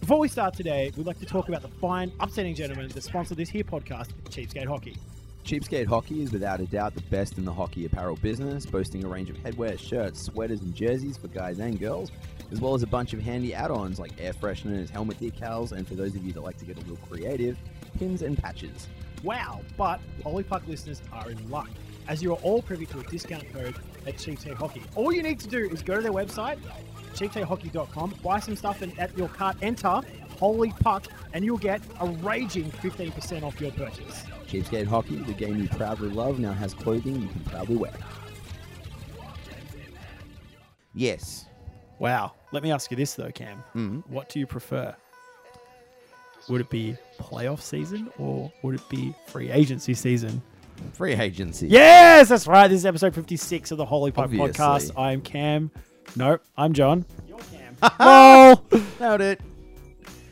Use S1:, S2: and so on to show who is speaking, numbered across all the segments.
S1: Before we start today, we'd like to talk about the fine, upsetting gentlemen that sponsor this here podcast, Cheapskate Hockey.
S2: Cheapskate Hockey is without a doubt the best in the hockey apparel business, boasting a range of headwear, shirts, sweaters, and jerseys for guys and girls, as well as a bunch of handy add ons like air fresheners, helmet decals, and for those of you that like to get a little creative, pins and patches.
S1: Wow, but Polypuck listeners are in luck, as you are all privy to a discount code at Cheapskate Hockey. All you need to do is go to their website, cheapskatehockey.com, buy some stuff, and at your cart, enter Holy Puck, and you'll get a raging 15% off your purchase.
S2: Cheapskate Hockey, the game you proudly love, now has clothing you can proudly wear. Yes.
S1: Wow. Let me ask you this, though, Cam. What do you prefer? Would it be playoff season or would it be free agency season?
S2: Free agency.
S1: Yes, that's right. This is episode 56 of the Holy Pipe
S2: Obviously.
S1: podcast. I am Cam. Nope, I'm John. You're Cam. Lol.
S2: Nailed it.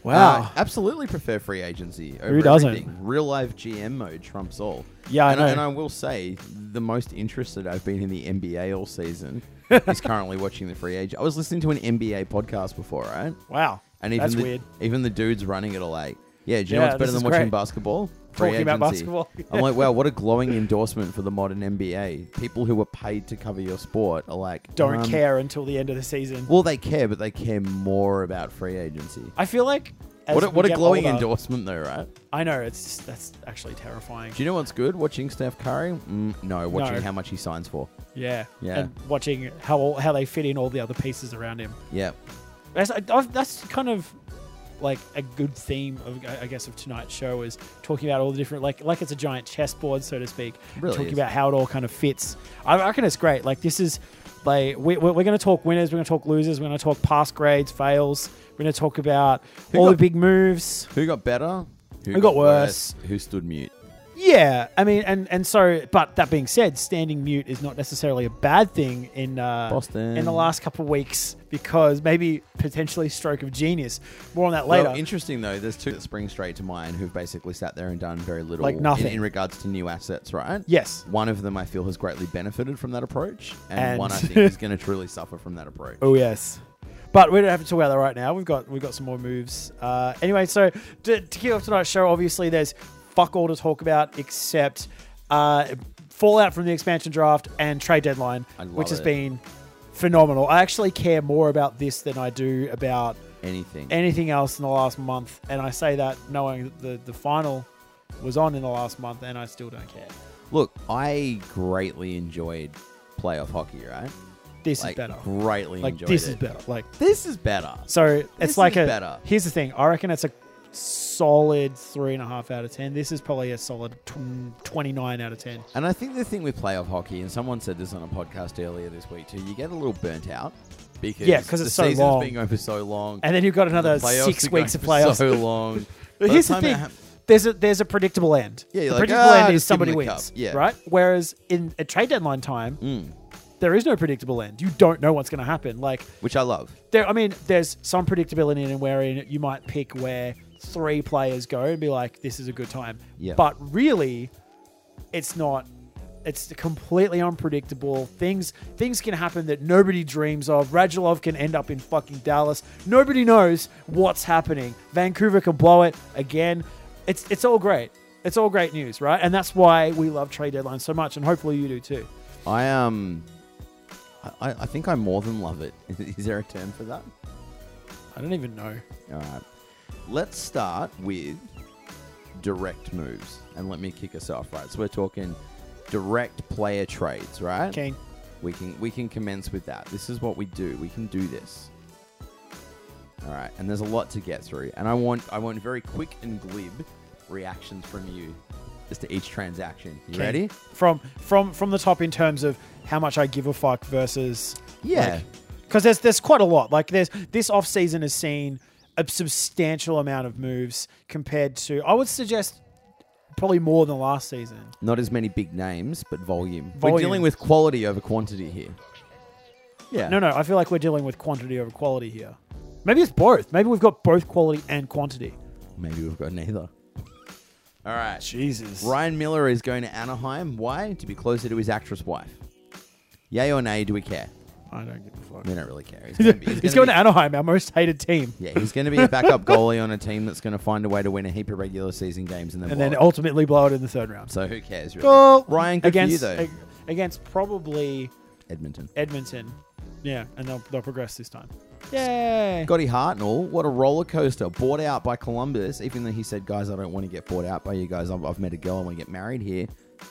S1: Wow.
S2: Uh, absolutely prefer free agency. Over
S1: Who doesn't?
S2: everything. Real life GM mode trumps all.
S1: Yeah, I
S2: and
S1: know.
S2: and I will say, the most interested I've been in the NBA all season is currently watching the free agent. I was listening to an NBA podcast before, right?
S1: wow.
S2: And even
S1: that's
S2: the,
S1: weird.
S2: Even the dudes running it are like, yeah, do you know
S1: Yeah,
S2: what's better
S1: this
S2: than
S1: is
S2: watching
S1: great.
S2: basketball? Free
S1: Talking about
S2: agency.
S1: basketball.
S2: I'm like, wow, what a glowing endorsement for the modern NBA. People who are paid to cover your sport are like,
S1: Don't
S2: um,
S1: care until the end of the season.
S2: Well, they care, but they care more about free agency.
S1: I feel like. As
S2: What a,
S1: we
S2: what a
S1: get
S2: glowing
S1: older-
S2: endorsement, though, right?
S1: I know. It's That's actually terrifying.
S2: Do you know what's good? Watching Steph Curry? Mm, no, watching
S1: No.
S2: how much he signs for.
S1: Yeah.
S2: Yeah.
S1: And watching how all, how they fit in all the other pieces around him.
S2: Yeah.
S1: That's, I- I've- that's kind of like a good theme of I I guess of tonight's show is talking about all the different like like it's a giant chessboard so to speak.
S2: Really
S1: talking
S2: is.
S1: about how it all kind of fits. I reckon it's great. Like this is like we, we're, we're going to talk winners, we're going to talk losers, we're going to talk pass grades, fails. We're going to talk about
S2: Who
S1: all the
S2: got-
S1: big moves.
S2: Who got better?
S1: Who got worse?
S2: Who stood mute?
S1: Yeah, I mean, and and so, but that being said, standing mute is not necessarily a bad thing in uh,
S2: Boston.
S1: in the last couple of weeks because maybe potentially stroke of genius. More on that later.
S2: Well, interesting though. There's two that spring straight to mind who've basically sat there and done very little,
S1: Like nothing.
S2: in, in regards to new assets, right?
S1: yes.
S2: One of them I feel has greatly benefited from that approach, and,
S1: And-
S2: one I think is going to truly suffer from that approach.
S1: Oh yes. But we don't have to talk about that right now. We've got we've got some more moves. Uh, anyway, so to, to kick off tonight's show, obviously there's fuck all to talk about except uh, fallout from the expansion draft and trade deadline,
S2: I love
S1: which has
S2: it.
S1: been phenomenal. I actually care more about this than I do about
S2: Anything.
S1: anything else in the last month, and I say that knowing that the, the final was on in the last month, and I still don't care.
S2: Look, I greatly enjoyed playoff hockey, right?
S1: This
S2: like
S1: is better.
S2: greatly
S1: Like
S2: enjoyed
S1: this
S2: it.
S1: is better. Like
S2: This is better.
S1: so, it's
S2: This
S1: like
S2: is
S1: a.
S2: better.
S1: Here's the thing. I reckon it's a solid three and a half out of ten. This is probably a solid tw- twenty nine out of ten.
S2: And I think the thing with playoff hockey, and someone said this on a podcast earlier this week too, you get a little burnt out because
S1: Yeah, 'cause
S2: the
S1: it's so
S2: season's
S1: long.
S2: been going for so long,
S1: And then you've got another
S2: the playoffs
S1: six
S2: are
S1: weeks of
S2: going for
S1: playoffs.
S2: so long. By
S1: But here's the
S2: time it
S1: thing.
S2: hap-
S1: there's a there's a predictable end.
S2: Yeah, you're
S1: the
S2: like,
S1: predictable
S2: "Ah,
S1: end is
S2: just give 'em
S1: somebody
S2: the
S1: wins,
S2: cup." Yeah. Mm.
S1: right? Whereas in a trade deadline time, there is no predictable end. You don't know what's going to happen. Like
S2: which I love.
S1: there I mean, there's some predictability in wherein you might pick where three players go and be like, this is a good time.
S2: Yeah.
S1: But really, it's not it's completely unpredictable. Things things can happen that nobody dreams of. Radulov can end up in fucking Dallas. Nobody knows what's happening. Vancouver can blow it again. It's it's all great. It's all great news, right? And that's why we love trade deadlines so much, and hopefully you do too.
S2: I um, I, I think I more than love it. Is there a term for that?
S1: I don't even know.
S2: All right, let's start with direct moves, and let me kick us off. Right, so we're talking direct player trades, right?
S1: Kane.
S2: We can we can commence with that. This is what we do. We can do this. All right, and there's a lot to get through, and I want I want very quick and glib reactions from you, just to each transaction. You
S1: Kane.
S2: ready?
S1: From from from the top in terms of how much I give a fuck versus
S2: Yeah.
S1: because there's there's quite a lot. Like there's this off season has seen a substantial amount of moves compared to I would suggest probably more than last season.
S2: Not as many big names, but volume.
S1: Volume.
S2: We're dealing with quality over quantity here. Yeah.
S1: No, no, I feel like we're dealing with quantity over quality here. Maybe it's both. Maybe we've got both quality and quantity.
S2: Maybe we've got neither. All right.
S1: Jesus. Right.
S2: Ryan Miller is going to Anaheim. Why? To be closer to his actress wife. Yay or nay? Do we care?
S1: I don't give a fuck.
S2: We don't really care. He's, gonna be,
S1: He's going
S2: be-
S1: to Anaheim, our most hated team,
S2: Yeah, he's going to be a backup goalie on a team that's going to find a way to win a heap of regular season games and then
S1: and then
S2: blow it.
S1: ultimately blow it in the third round.
S2: so who cares? Really?
S1: Goal!
S2: Ryan, good for you,
S1: against
S2: though.
S1: ag- against probably
S2: Edmonton.
S1: Edmonton, yeah, and they'll they'll progress this time. Yay!
S2: Scotty Hartnell, what a roller coaster. Bought out by Columbus, even though he said, guys, I don't want to get bought out by you guys. I've, I've met a girl. I want to get married here.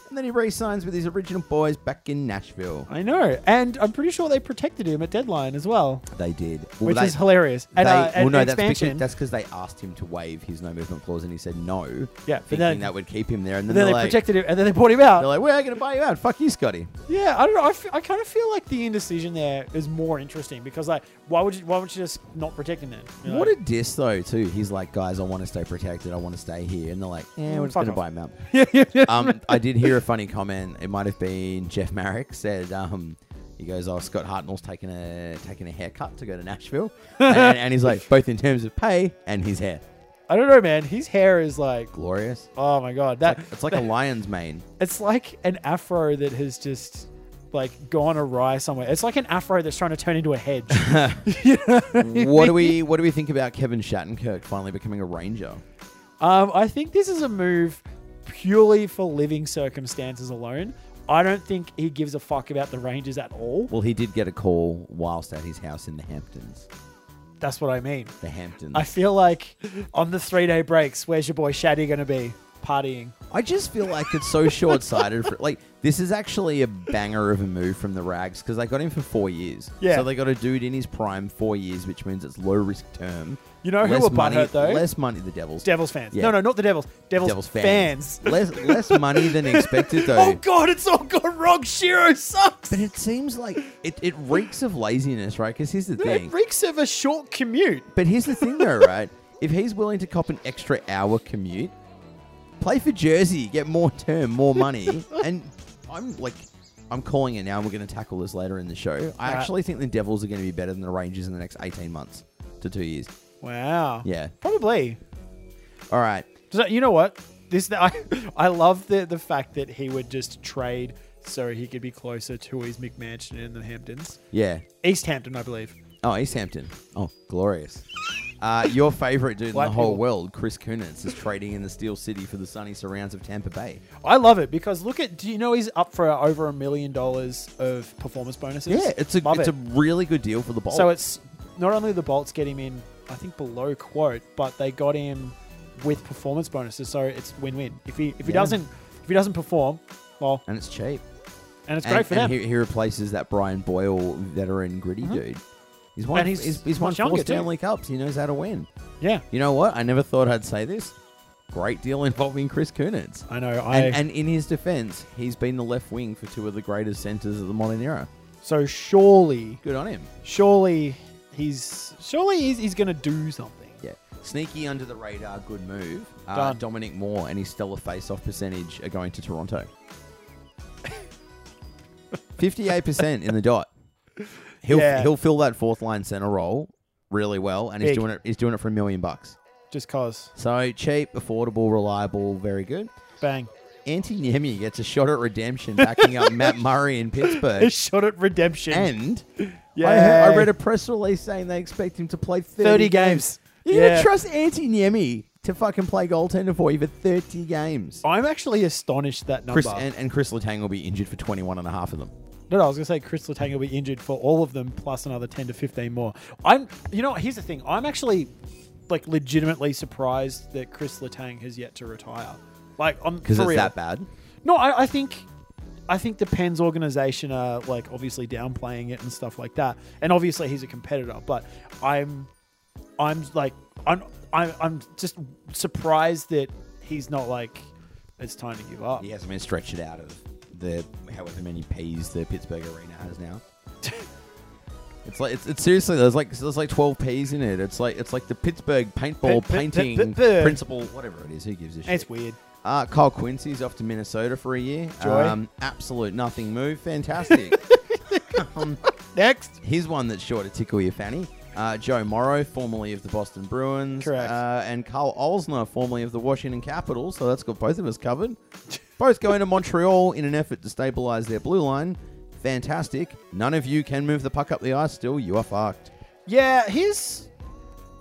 S2: And then he re signs with his original boys back in Nashville.
S1: I know, and I'm pretty sure they protected him at deadline as well,
S2: They did. Well,
S1: which
S2: they-
S1: is hilarious. And,
S2: they-
S1: uh, and
S2: well, no, that's because-
S1: expansion.
S2: that's because they asked him to waive his no movement clause, and he said no.
S1: Yeah, but
S2: thinking
S1: then-
S2: that would keep him there.
S1: and
S2: And then,
S1: then
S2: they're
S1: they
S2: like,
S1: protected him, and then they bought him out.
S2: they're like, we're going to buy you out. Fuck you, Scotty.
S1: Yeah, I don't know. I, f- I kind of feel like the indecision there is more interesting because like, why would you why would you just not protect him then? You're
S2: What
S1: like,
S2: a diss though too. He's like, guys, I want to stay protected. I want to stay here, and they're like, eh, we're just
S1: Mm, Fuck
S2: gonna
S1: off.
S2: buy him out.
S1: yeah, yeah.
S2: um, I did hear a funny comment. It might have been Jeff Marrick said. Um, he goes, oh, Scott Hartnell's taking a taking a haircut to go to Nashville, and, and, and he's like, both in terms of pay and his hair,
S1: I don't know, man. His hair is like,
S2: glorious.
S1: oh my god, that
S2: It's like a lion's mane.
S1: it's like an afro that has just like gone awry somewhere. It's like an afro that's trying to turn into a hedge.
S2: what do we What do we think about Kevin Shattenkirk finally becoming a Ranger?
S1: Um, I think this is a move purely for living circumstances alone. I don't think he gives a fuck about the Rangers at all.
S2: Well, he did get a call whilst at his house in the Hamptons.
S1: That's what I mean.
S2: The Hamptons.
S1: I feel like on the three day breaks, where's your boy Shaddy going to be? Partying.
S2: I just feel like it's so short sighted. For like, this is actually a banger of a move from the Rags because they got him for four years.
S1: Yeah.
S2: So they got a dude in his prime four years, which means it's low risk term.
S1: You know who were
S2: money,
S1: butthurt, though?
S2: Less money, the Devils.
S1: Devils fans.
S2: Yeah.
S1: No, no, not the Devils. Devils,
S2: Devils
S1: fans.
S2: fans. less less money than expected though.
S1: Oh god, it's all gone wrong. Shiro sucks.
S2: But it seems like it, it reeks of laziness, right? Because here's the thing.
S1: It reeks of a short commute.
S2: But here's the thing, though, right? If he's willing to cop an extra hour commute, play for Jersey, get more term, more money, and I'm like, I'm calling it now. and We're going to tackle this later in the show. I
S1: Alright.
S2: actually think the Devils are going to be better than the Rangers in the next 18 months to two years.
S1: Wow.
S2: Yeah.
S1: Probably.
S2: All right.
S1: So, you know what? This I I love the the fact that he would just trade so he could be closer to his McMansion in the Hamptons,
S2: Yeah.
S1: East Hampton, I believe.
S2: Oh, East Hampton. Oh, glorious. Uh, your favorite dude in the
S1: White
S2: whole
S1: people.
S2: world, Chris Kunitz, is trading in the Steel City for the sunny surrounds of Tampa Bay.
S1: I love it because look at do you know he's up for over a million dollars of performance bonuses?
S2: Yeah, it's a
S1: Love
S2: it's
S1: it.
S2: a really good deal for the Bolts.
S1: so it's not only the Bolts get him in, I think below quote, but they got him with performance bonuses, so it's win win. If he if he
S2: Yeah.
S1: doesn't if he doesn't perform, well,
S2: and it's cheap.
S1: and it's
S2: and,
S1: great for
S2: and
S1: them. Uh-huh.
S2: He, he replaces that Brian Boyle veteran gritty dude. He's won.
S1: And
S2: he's,
S1: he's
S2: he's, won
S1: much
S2: four
S1: younger, too.
S2: Stanley Cups. He knows how to win.
S1: yeah,
S2: You know what? I never thought I'd say this. Great deal involving Chris Kunitz.
S1: I know. I
S2: And, and in his defense, he's been the left wing for two of the greatest centers of the modern era.
S1: so surely
S2: Good on him.
S1: surely he's surely he's, he's gonna do something.
S2: Yeah. Sneaky under the radar, good move. Uh,
S1: Done.
S2: Dominic Moore and his stellar face off percentage are going to Toronto. 58% in the dot. He'll
S1: Yeah.
S2: he'll fill that fourth line center role really well and he's
S1: Big.
S2: doing it he's doing it for a million bucks.
S1: Just cause,
S2: So cheap, affordable, reliable, very good.
S1: bang!
S2: Anti Niemi gets a shot at redemption backing up Matt Murray in
S1: A
S2: Pittsburgh.
S1: shot at redemption.
S2: And
S1: yeah,
S2: I, heard- I read a press release saying they expect him to play 30,
S1: 30 games.
S2: You yeah.
S1: Yeah.
S2: trust Antti Niemi to fucking play goaltender for you for 30 games.
S1: I'm actually astonished that number.
S2: Chris and, and Chris Letang will be injured for 21 and a half of them.
S1: no, no, I was gonna say Chris Letang will be injured for all of them, plus another ten to fifteen more. I'm, you know, what, here's the thing. I'm actually like legitimately surprised that Chris Letang has yet to retire. Like, I'm
S2: Because
S1: for
S2: it's
S1: real.
S2: that bad.
S1: No, I, I think I think the Pens organization are like obviously downplaying it and stuff like that. And obviously he's a competitor, but I'm I'm like I'm I'm, I'm just surprised that he's not like it's time to give up.
S2: He hasn't been stretched out of the however many P's the Pittsburgh Arena has now. It's like it's, it's seriously there's like there's like twelve P's in it. It's like it's like the Pittsburgh paintball
S1: Pit- pit- pit-
S2: painting
S1: pit- pit.
S2: principle, whatever it is. Who gives a shit?
S1: It's weird.
S2: Uh, Kyle Quincy's off to Minnesota for a year. Um,
S1: Joy.
S2: absolute nothing move. Fantastic. um,
S1: Next.
S2: here's one that's sure to tickle your fanny. Uh, Joe Morrow, formerly of the Boston Bruins.
S1: Correct.
S2: Uh, and Carl Olsner, formerly of the Washington Capitals. So that's got both of us covered. Both going to Montreal in an effort to stabilize their blue line. fantastic. None of you can move the puck up the ice still. You are fucked.
S1: Yeah, here's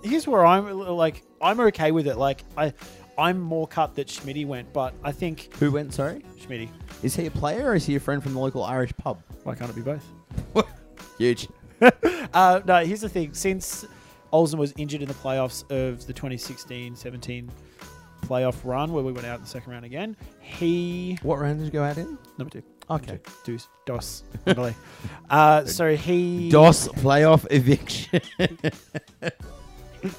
S1: here's where I'm like I'm okay with it. Like I I'm more cut that Schmitty went, but I think
S2: Who went, sorry?
S1: Schmitty.
S2: Is he a player or is he a friend from the local Irish pub?
S1: Why can't it be both?
S2: Huge.
S1: Uh, no, here's the thing. Since Olsen was injured in the playoffs of the 2016-17 playoff run, where we went out in the second round again, he
S2: What round did you go out in?
S1: number two.
S2: Okay.
S1: Deuce, Dos, Emily. uh, so he
S2: DOS playoff eviction.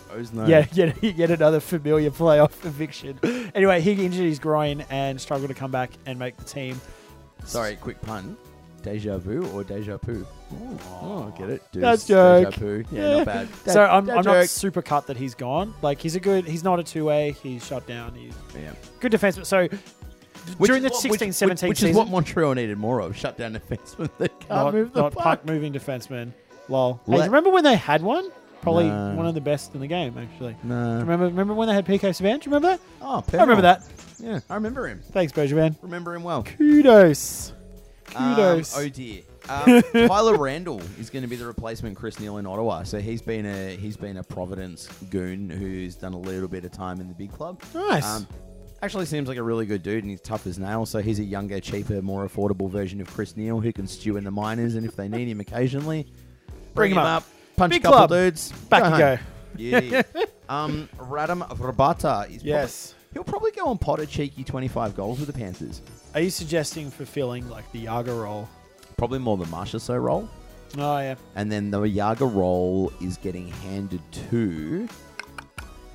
S2: Those names.
S1: Yeah, yet, yet another familiar playoff eviction. Anyway, he injured his groin and struggled to come back and make the team.
S2: Sorry, quick pun. Deja vu or deja poo? Oh, get it? Deuce,
S1: That joke.
S2: Deja poo. Yeah, not bad.
S1: so
S2: That-
S1: I'm,
S2: that
S1: I'm not
S2: joke.
S1: super cut that he's gone. Like he's a good. He's not a two way. He's shut down. He's
S2: Yeah.
S1: good defenseman. So
S2: Which
S1: during
S2: is
S1: the 16-17
S2: what- which- which-
S1: season,
S2: Which is what Montreal needed more of. Shut down defense when they can't
S1: not,
S2: move the
S1: not
S2: puck.
S1: puck moving defenseman. Lol. Hey,
S2: Let-
S1: remember when they had one? Probably
S2: No.
S1: one of the best in the game, actually.
S2: No.
S1: Remember, remember when they had PK Subban? Do you remember that?
S2: Oh,
S1: I remember that.
S2: Yeah, I remember him.
S1: Thanks, Bergevin.
S2: Remember him well.
S1: Kudos.
S2: Um,
S1: Kudos.
S2: oh dear. Um, Tyler Randall is going to be the replacement Chris Neal in Ottawa. So he's been a he's been a Providence goon who's done a little bit of time in the big club.
S1: Nice.
S2: Um, actually, seems like a really good dude, and he's tough as nails. So he's a younger, cheaper, more affordable version of Chris Neal who can stew in the minors, and if they need him occasionally,
S1: Bring him up.
S2: punch
S1: Big
S2: a couple
S1: club.
S2: dudes,
S1: Back you
S2: home.
S1: go.
S2: Yeah. um, Radam Rabata is
S1: Yes.
S2: Probably, he'll probably go and pot a cheeky twenty-five goals with the Panthers.
S1: Are you suggesting fulfilling like the Yaga role?
S2: Probably more the Marcia so role.
S1: Oh yeah.
S2: And then the Yaga role is getting handed to.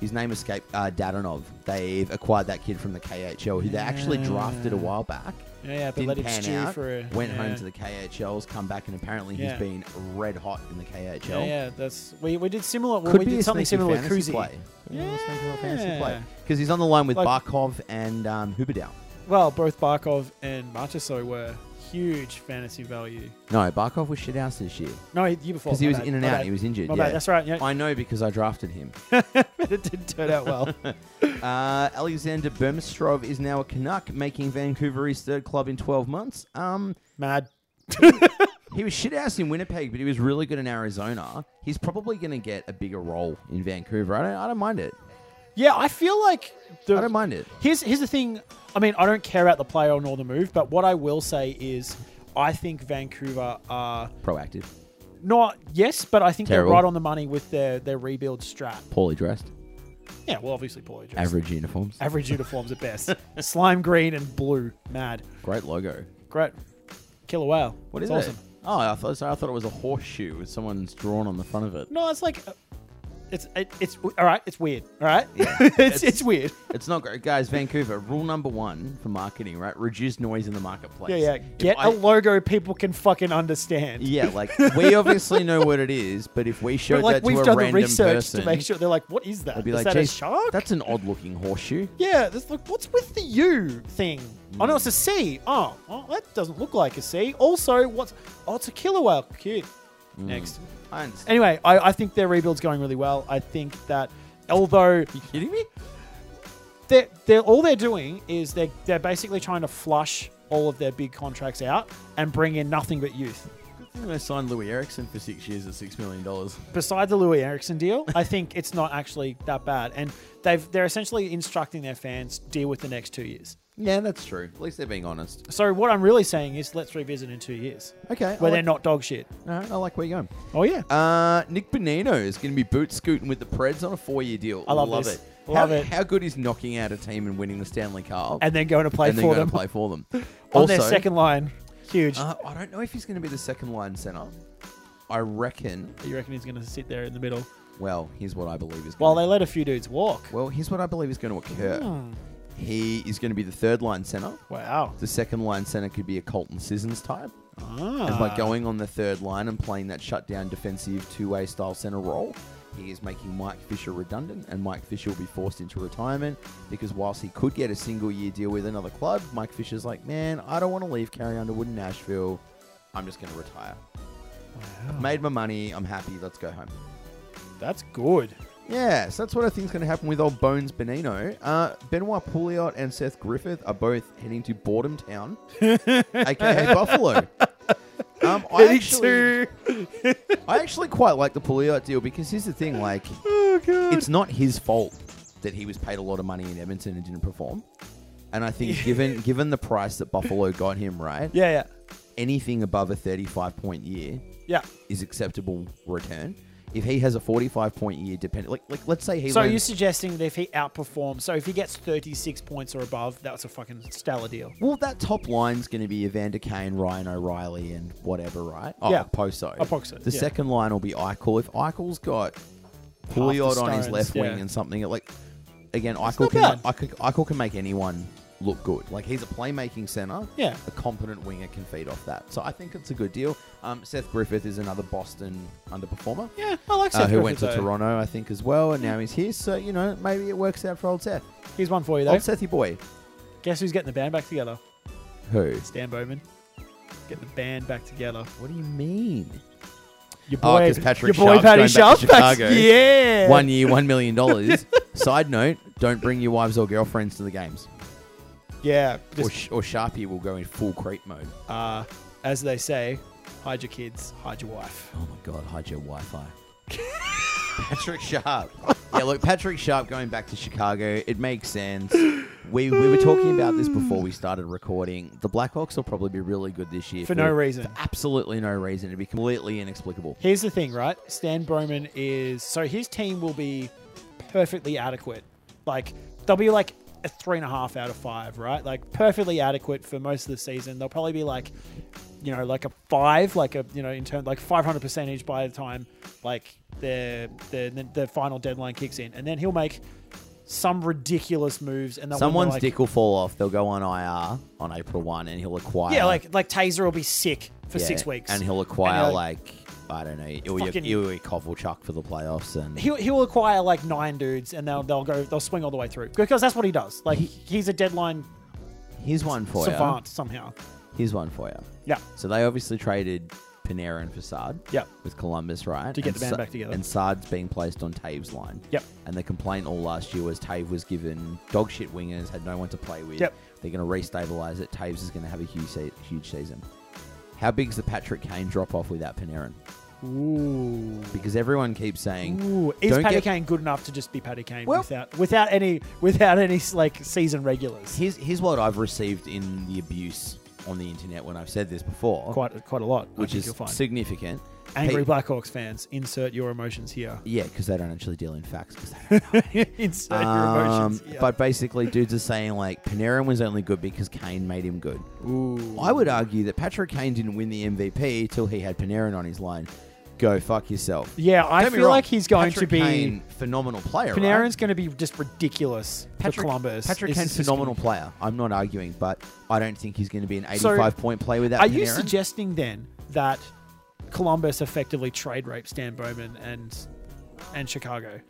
S2: His name escaped uh, Dadanov. They've acquired that kid from the KHL, who they actually
S1: Yeah.
S2: drafted a while back.
S1: Yeah, yeah, but
S2: Didn't
S1: let him
S2: pan
S1: stew
S2: out.
S1: for a-
S2: went
S1: yeah.
S2: home to the KHLs, come back, and apparently
S1: Yeah.
S2: he's been red hot in the KHL.
S1: Yeah, yeah, that's we, we did similar. Well,
S2: Could
S1: we
S2: be
S1: did
S2: a
S1: something
S2: sneaky
S1: similar with
S2: fantasy
S1: Kuzi.
S2: play. Yeah, sneaky little fantasy
S1: Yeah.
S2: play. Because he's on the line with
S1: Like-
S2: Barkov and um, Huberdeau.
S1: Well, both Barkov and Marchessault were huge fantasy value.
S2: No, Barkov was shit out this year.
S1: No, the year before
S2: Because he
S1: my
S2: was
S1: bad,
S2: in and
S1: my
S2: out,
S1: bad.
S2: he was injured.
S1: My
S2: yeah.
S1: bad, that's right. Yeah,
S2: I know because I drafted him.
S1: it didn't turn out well.
S2: Uh, Alexander Bermistrov is now a Canuck, making Vancouver his third club in 12 months. Um,
S1: Mad.
S2: he was shit ass in Winnipeg, but he was really good in Arizona. He's probably going to get a bigger role in Vancouver. I don't, I don't mind it.
S1: Yeah, I feel like the,
S2: I don't mind it.
S1: Here's here's the thing. I mean, I don't care about the play or nor the move, but what I will say is, I think Vancouver are
S2: Proactive,
S1: not yes, but I think
S2: Terrible.
S1: they're right on the money with their their rebuild strat.
S2: poorly dressed,
S1: Yeah, well, obviously poorly dressed.
S2: average uniforms,
S1: Average uniforms at best. Slime green and blue. Mad.
S2: great logo.
S1: Great. Killer whale.
S2: What is
S1: It's
S2: it? Oh, I thought sorry, I thought it was a horseshoe with someone's drawn on the front of it.
S1: No, it's like uh, it's it, it's all right. It's weird. All right. it's, it's weird.
S2: It's not great, guys. Vancouver rule number one for marketing, right? Reduce noise in the marketplace.
S1: Yeah, yeah.
S2: If
S1: Get
S2: I-
S1: a logo people can fucking understand.
S2: Yeah, like we obviously know what it is, but if we showed
S1: But like
S2: that to
S1: we've
S2: a
S1: done the
S2: random
S1: research
S2: person,
S1: to make sure they're like, what is that?
S2: I'd be
S1: Is
S2: like,
S1: that a
S2: "Jeez,
S1: shark?
S2: That's an odd-looking horseshoe.
S1: yeah. That's like, what's with the U thing?
S2: Mm.
S1: Oh no, it's a C. Oh, well, that doesn't look like a C. Also, what's oh, it's a killer whale. Cute.
S2: Mm.
S1: Next.
S2: I understand.
S1: Anyway, I, I think their rebuild's going really well. I think that although
S2: you kidding me?
S1: they're, they're all they're doing is they're, they're basically trying to flush all of their big contracts out and bring in nothing but youth.
S2: Good thing they signed Louis Erickson for six years at six million dollars.
S1: Beside the Louis Erickson deal, I think it's not actually that bad, and they've they're essentially instructing their fans deal with the next two years.
S2: Yeah, that's true. At least they're being honest.
S1: So what I'm really saying is, let's revisit in two years
S2: Okay,
S1: where
S2: I
S1: they're
S2: like,
S1: not dog shit.
S2: I like where you're going.
S1: Oh yeah,
S2: Uh, Nick Bonino is going to be boot scooting with the Preds on a four-year deal.
S1: I love this.
S2: it.
S1: Love
S2: how,
S1: it.
S2: How good is knocking out a team and winning the Stanley Cup
S1: and then going to play
S2: and then
S1: for
S2: going
S1: them
S2: to play for them?
S1: on
S2: also,
S1: their second line. Huge.
S2: Uh, I don't know if he's going to be the second line center. I reckon.
S1: you reckon he's going to sit there in the middle?
S2: Well, here's what I believe is.
S1: Well,
S2: Going
S1: they let a few dudes walk.
S2: well, here's what I believe is going to occur.
S1: Hmm.
S2: He is going to be the third line center.
S1: Wow.
S2: The second line center could be a Colton Sissons type, and
S1: Ah.
S2: by going on the third line and playing that shutdown defensive two-way style center role. He is making Mike Fisher redundant, and Mike Fisher will be forced into retirement because whilst he could get a single-year deal with another club, Mike Fisher's like, man, I don't want to leave Carrie Underwood in Nashville. I'm just going to retire.
S1: Wow.
S2: Made my money. I'm happy. Let's go home.
S1: That's good.
S2: Yeah, so that's what I think is going to happen with old Bones Benino. Uh, Benoit Pouliot and Seth Griffith are both heading to Boredom Town, aka Buffalo. Um, I actually,
S1: 32.
S2: I actually quite like the Pouliot deal because here's the thing: like,
S1: Oh, God.
S2: it's not his fault that he was paid a lot of money in Edmonton and didn't perform. And I think given given the price that Buffalo got him, right?
S1: yeah,
S2: Anything above a 35 point year
S1: yeah, yeah.
S2: is acceptable return. If he has a 45 point year, depend like like let's say he
S1: So
S2: lands-
S1: you're suggesting that if he outperforms, so if he gets 36 points or above, that's a fucking stellar deal.
S2: well, that top line's going to be Evander Kane, Ryan O'Reilly, and whatever, right? Oh,
S1: Yeah.
S2: Poso.
S1: Oposo,
S2: The
S1: yeah.
S2: second line will be Eichel. If Eichel's got
S1: the
S2: Pouliot on his
S1: stones,
S2: left
S1: yeah.
S2: wing and something like, again, Eichel
S1: not
S2: can,
S1: bad.
S2: Eichel, Eichel can make anyone look good. Like he's a playmaking center.
S1: Yeah.
S2: A competent winger can feed off that. So I think it's a good deal. Um, Seth Griffith is another Boston underperformer.
S1: Yeah, I like Seth
S2: Uh, who
S1: Griffith,
S2: went to
S1: though.
S2: Toronto, I think, as well, and now he's here. So you know, maybe it works out for old Seth,
S1: Here's one for you though.
S2: old Sethy boy.
S1: Guess who's getting the band back together?
S2: Who?
S1: Stan Bowman. Getting the band back together.
S2: What do you mean?
S1: Your
S2: Oh,
S1: boy,
S2: 'cause Patrick
S1: your boy
S2: Sharp's
S1: Patty
S2: going back to
S1: Sharp back-
S2: Chicago.
S1: Yeah.
S2: One year, one million dollars. Side note: Don't bring your wives or girlfriends to the games,
S1: Yeah.
S2: or,
S1: Just,
S2: sh- or Sharpie will go in full creep mode.
S1: uh, as they say, hide your kids, hide your wife.
S2: Oh my god, hide your Wi-Fi. Patrick Sharp. Yeah, look, Patrick Sharp going back to Chicago. It makes sense. We, we were talking about this before we started recording. The Blackhawks will probably be really good this year
S1: For no reason.
S2: for absolutely no reason. It'd be completely inexplicable.
S1: Here's the thing, right? Stan Bowman is so his team will be perfectly adequate. Like they'll be like a three and a half out of five, right? Like perfectly adequate for most of the season. They'll probably be like, you know, like a five, like a you know, in turn like five hundred percentage by the time like the the the final deadline kicks in, and then he'll make some ridiculous moves, and they'll win by,
S2: Someone's
S1: like,
S2: dick will fall off. They'll go on IR on April one, and he'll acquire
S1: Yeah, like like Taser will be sick for
S2: Yeah,
S1: six weeks,
S2: and he'll acquire
S1: he'll-
S2: like I don't know, Ilya,
S1: Fucking-
S2: Ilya Kovalchuk for the playoffs, and
S1: he'll, he'll acquire like nine dudes and they'll they'll go they'll swing all the way through because that's what he does. Like
S2: Mm-hmm.
S1: he's a deadline
S2: here's one for
S1: savant somehow.
S2: you. Here's one for you.
S1: Yeah,
S2: So they obviously traded Panera and Facade.
S1: Yep.
S2: With Columbus, right?
S1: To get
S2: And
S1: the band
S2: Sa-
S1: back together.
S2: And Sard's being placed on Tave's line.
S1: Yep.
S2: And the complaint all last year was Tave was given dog shit wingers, had no one to play with.
S1: Yep.
S2: They're going to restabilize it. Taves is going to have a huge, se- huge season. How big's the Patrick Kane drop off without Panarin?
S1: ooh,
S2: Because everyone keeps saying,
S1: ooh, is
S2: don't
S1: Paddy
S2: get-
S1: Kane good enough to just be Paddy Kane
S2: Well-
S1: without without any without any like season regulars?
S2: Here's, here's what I've received in the abuse on the internet when I've said this before,
S1: Quite quite a lot, I
S2: which
S1: think
S2: is
S1: you'll find.
S2: significant.
S1: angry
S2: Pe-
S1: Blackhawks fans. Insert your emotions here.
S2: Yeah, because they don't actually deal in facts. 'cause they don't
S1: insert your emotions.
S2: Um,
S1: Here.
S2: But basically, dudes are saying like Panarin was only good because Kane made him good.
S1: ooh,
S2: I would argue that Patrick Kane didn't win the MVP till he had Panarin on his line. Go fuck yourself.
S1: yeah, I
S2: Don't be
S1: feel
S2: wrong,
S1: like he's going
S2: Patrick
S1: to be
S2: Kane, phenomenal player. right?
S1: Panarin's going to be just ridiculous for Columbus.
S2: Patrick
S1: It's
S2: Kane's
S1: just-
S2: phenomenal player. I'm not arguing, but I don't think he's going to be an 85
S1: So,
S2: point player without
S1: Are
S2: Panarin.
S1: you suggesting then that Columbus effectively trade raped Stan Bowman and and Chicago?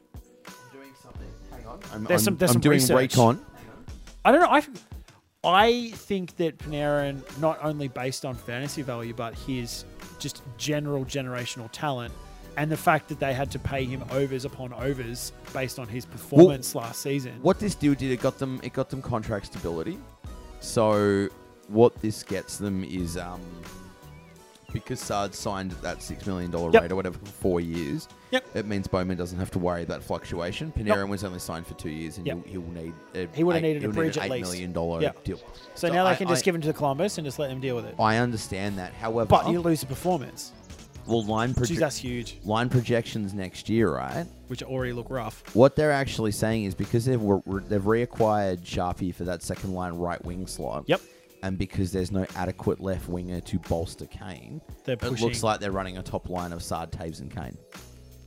S2: I'm,
S1: There's
S2: I'm-
S1: some- there's
S2: I'm
S1: some
S2: doing
S1: research.
S2: recon.
S1: I don't know. I I think that Panarin, not only based on fantasy value, but his just general generational talent. And the fact that they had to pay him overs upon overs based on his performance last season.
S2: what this deal did, it got them it got them contract stability. So what this gets them is um, because Sard signed at that six million dollar
S1: Yep.
S2: rate or whatever for four years.
S1: Yep.
S2: It means Bowman doesn't have to worry that fluctuation. Panarin was only signed for two years, and
S1: Yep.
S2: he'll, he'll need a,
S1: He would've
S2: eight-
S1: needed a
S2: he'll
S1: bridge
S2: need an
S1: at
S2: eight
S1: least.
S2: million dollar
S1: Yep.
S2: deal.
S1: So, now they
S2: I-
S1: can just
S2: I-
S1: give him to the Columbus and just let them deal with it.
S2: I understand that. However,
S1: But you lose the performance.
S2: well, line
S1: Geez,
S2: proje-
S1: that's huge,
S2: line projections next year, right?
S1: which already look rough.
S2: What they're actually saying is because they've re- they've reacquired Sharpie for that second line right wing slot.
S1: Yep.
S2: And because there's no adequate left winger to bolster Kane,
S1: They're
S2: it
S1: pushing-
S2: looks like they're running a top line of Sard, Taves, and Kane,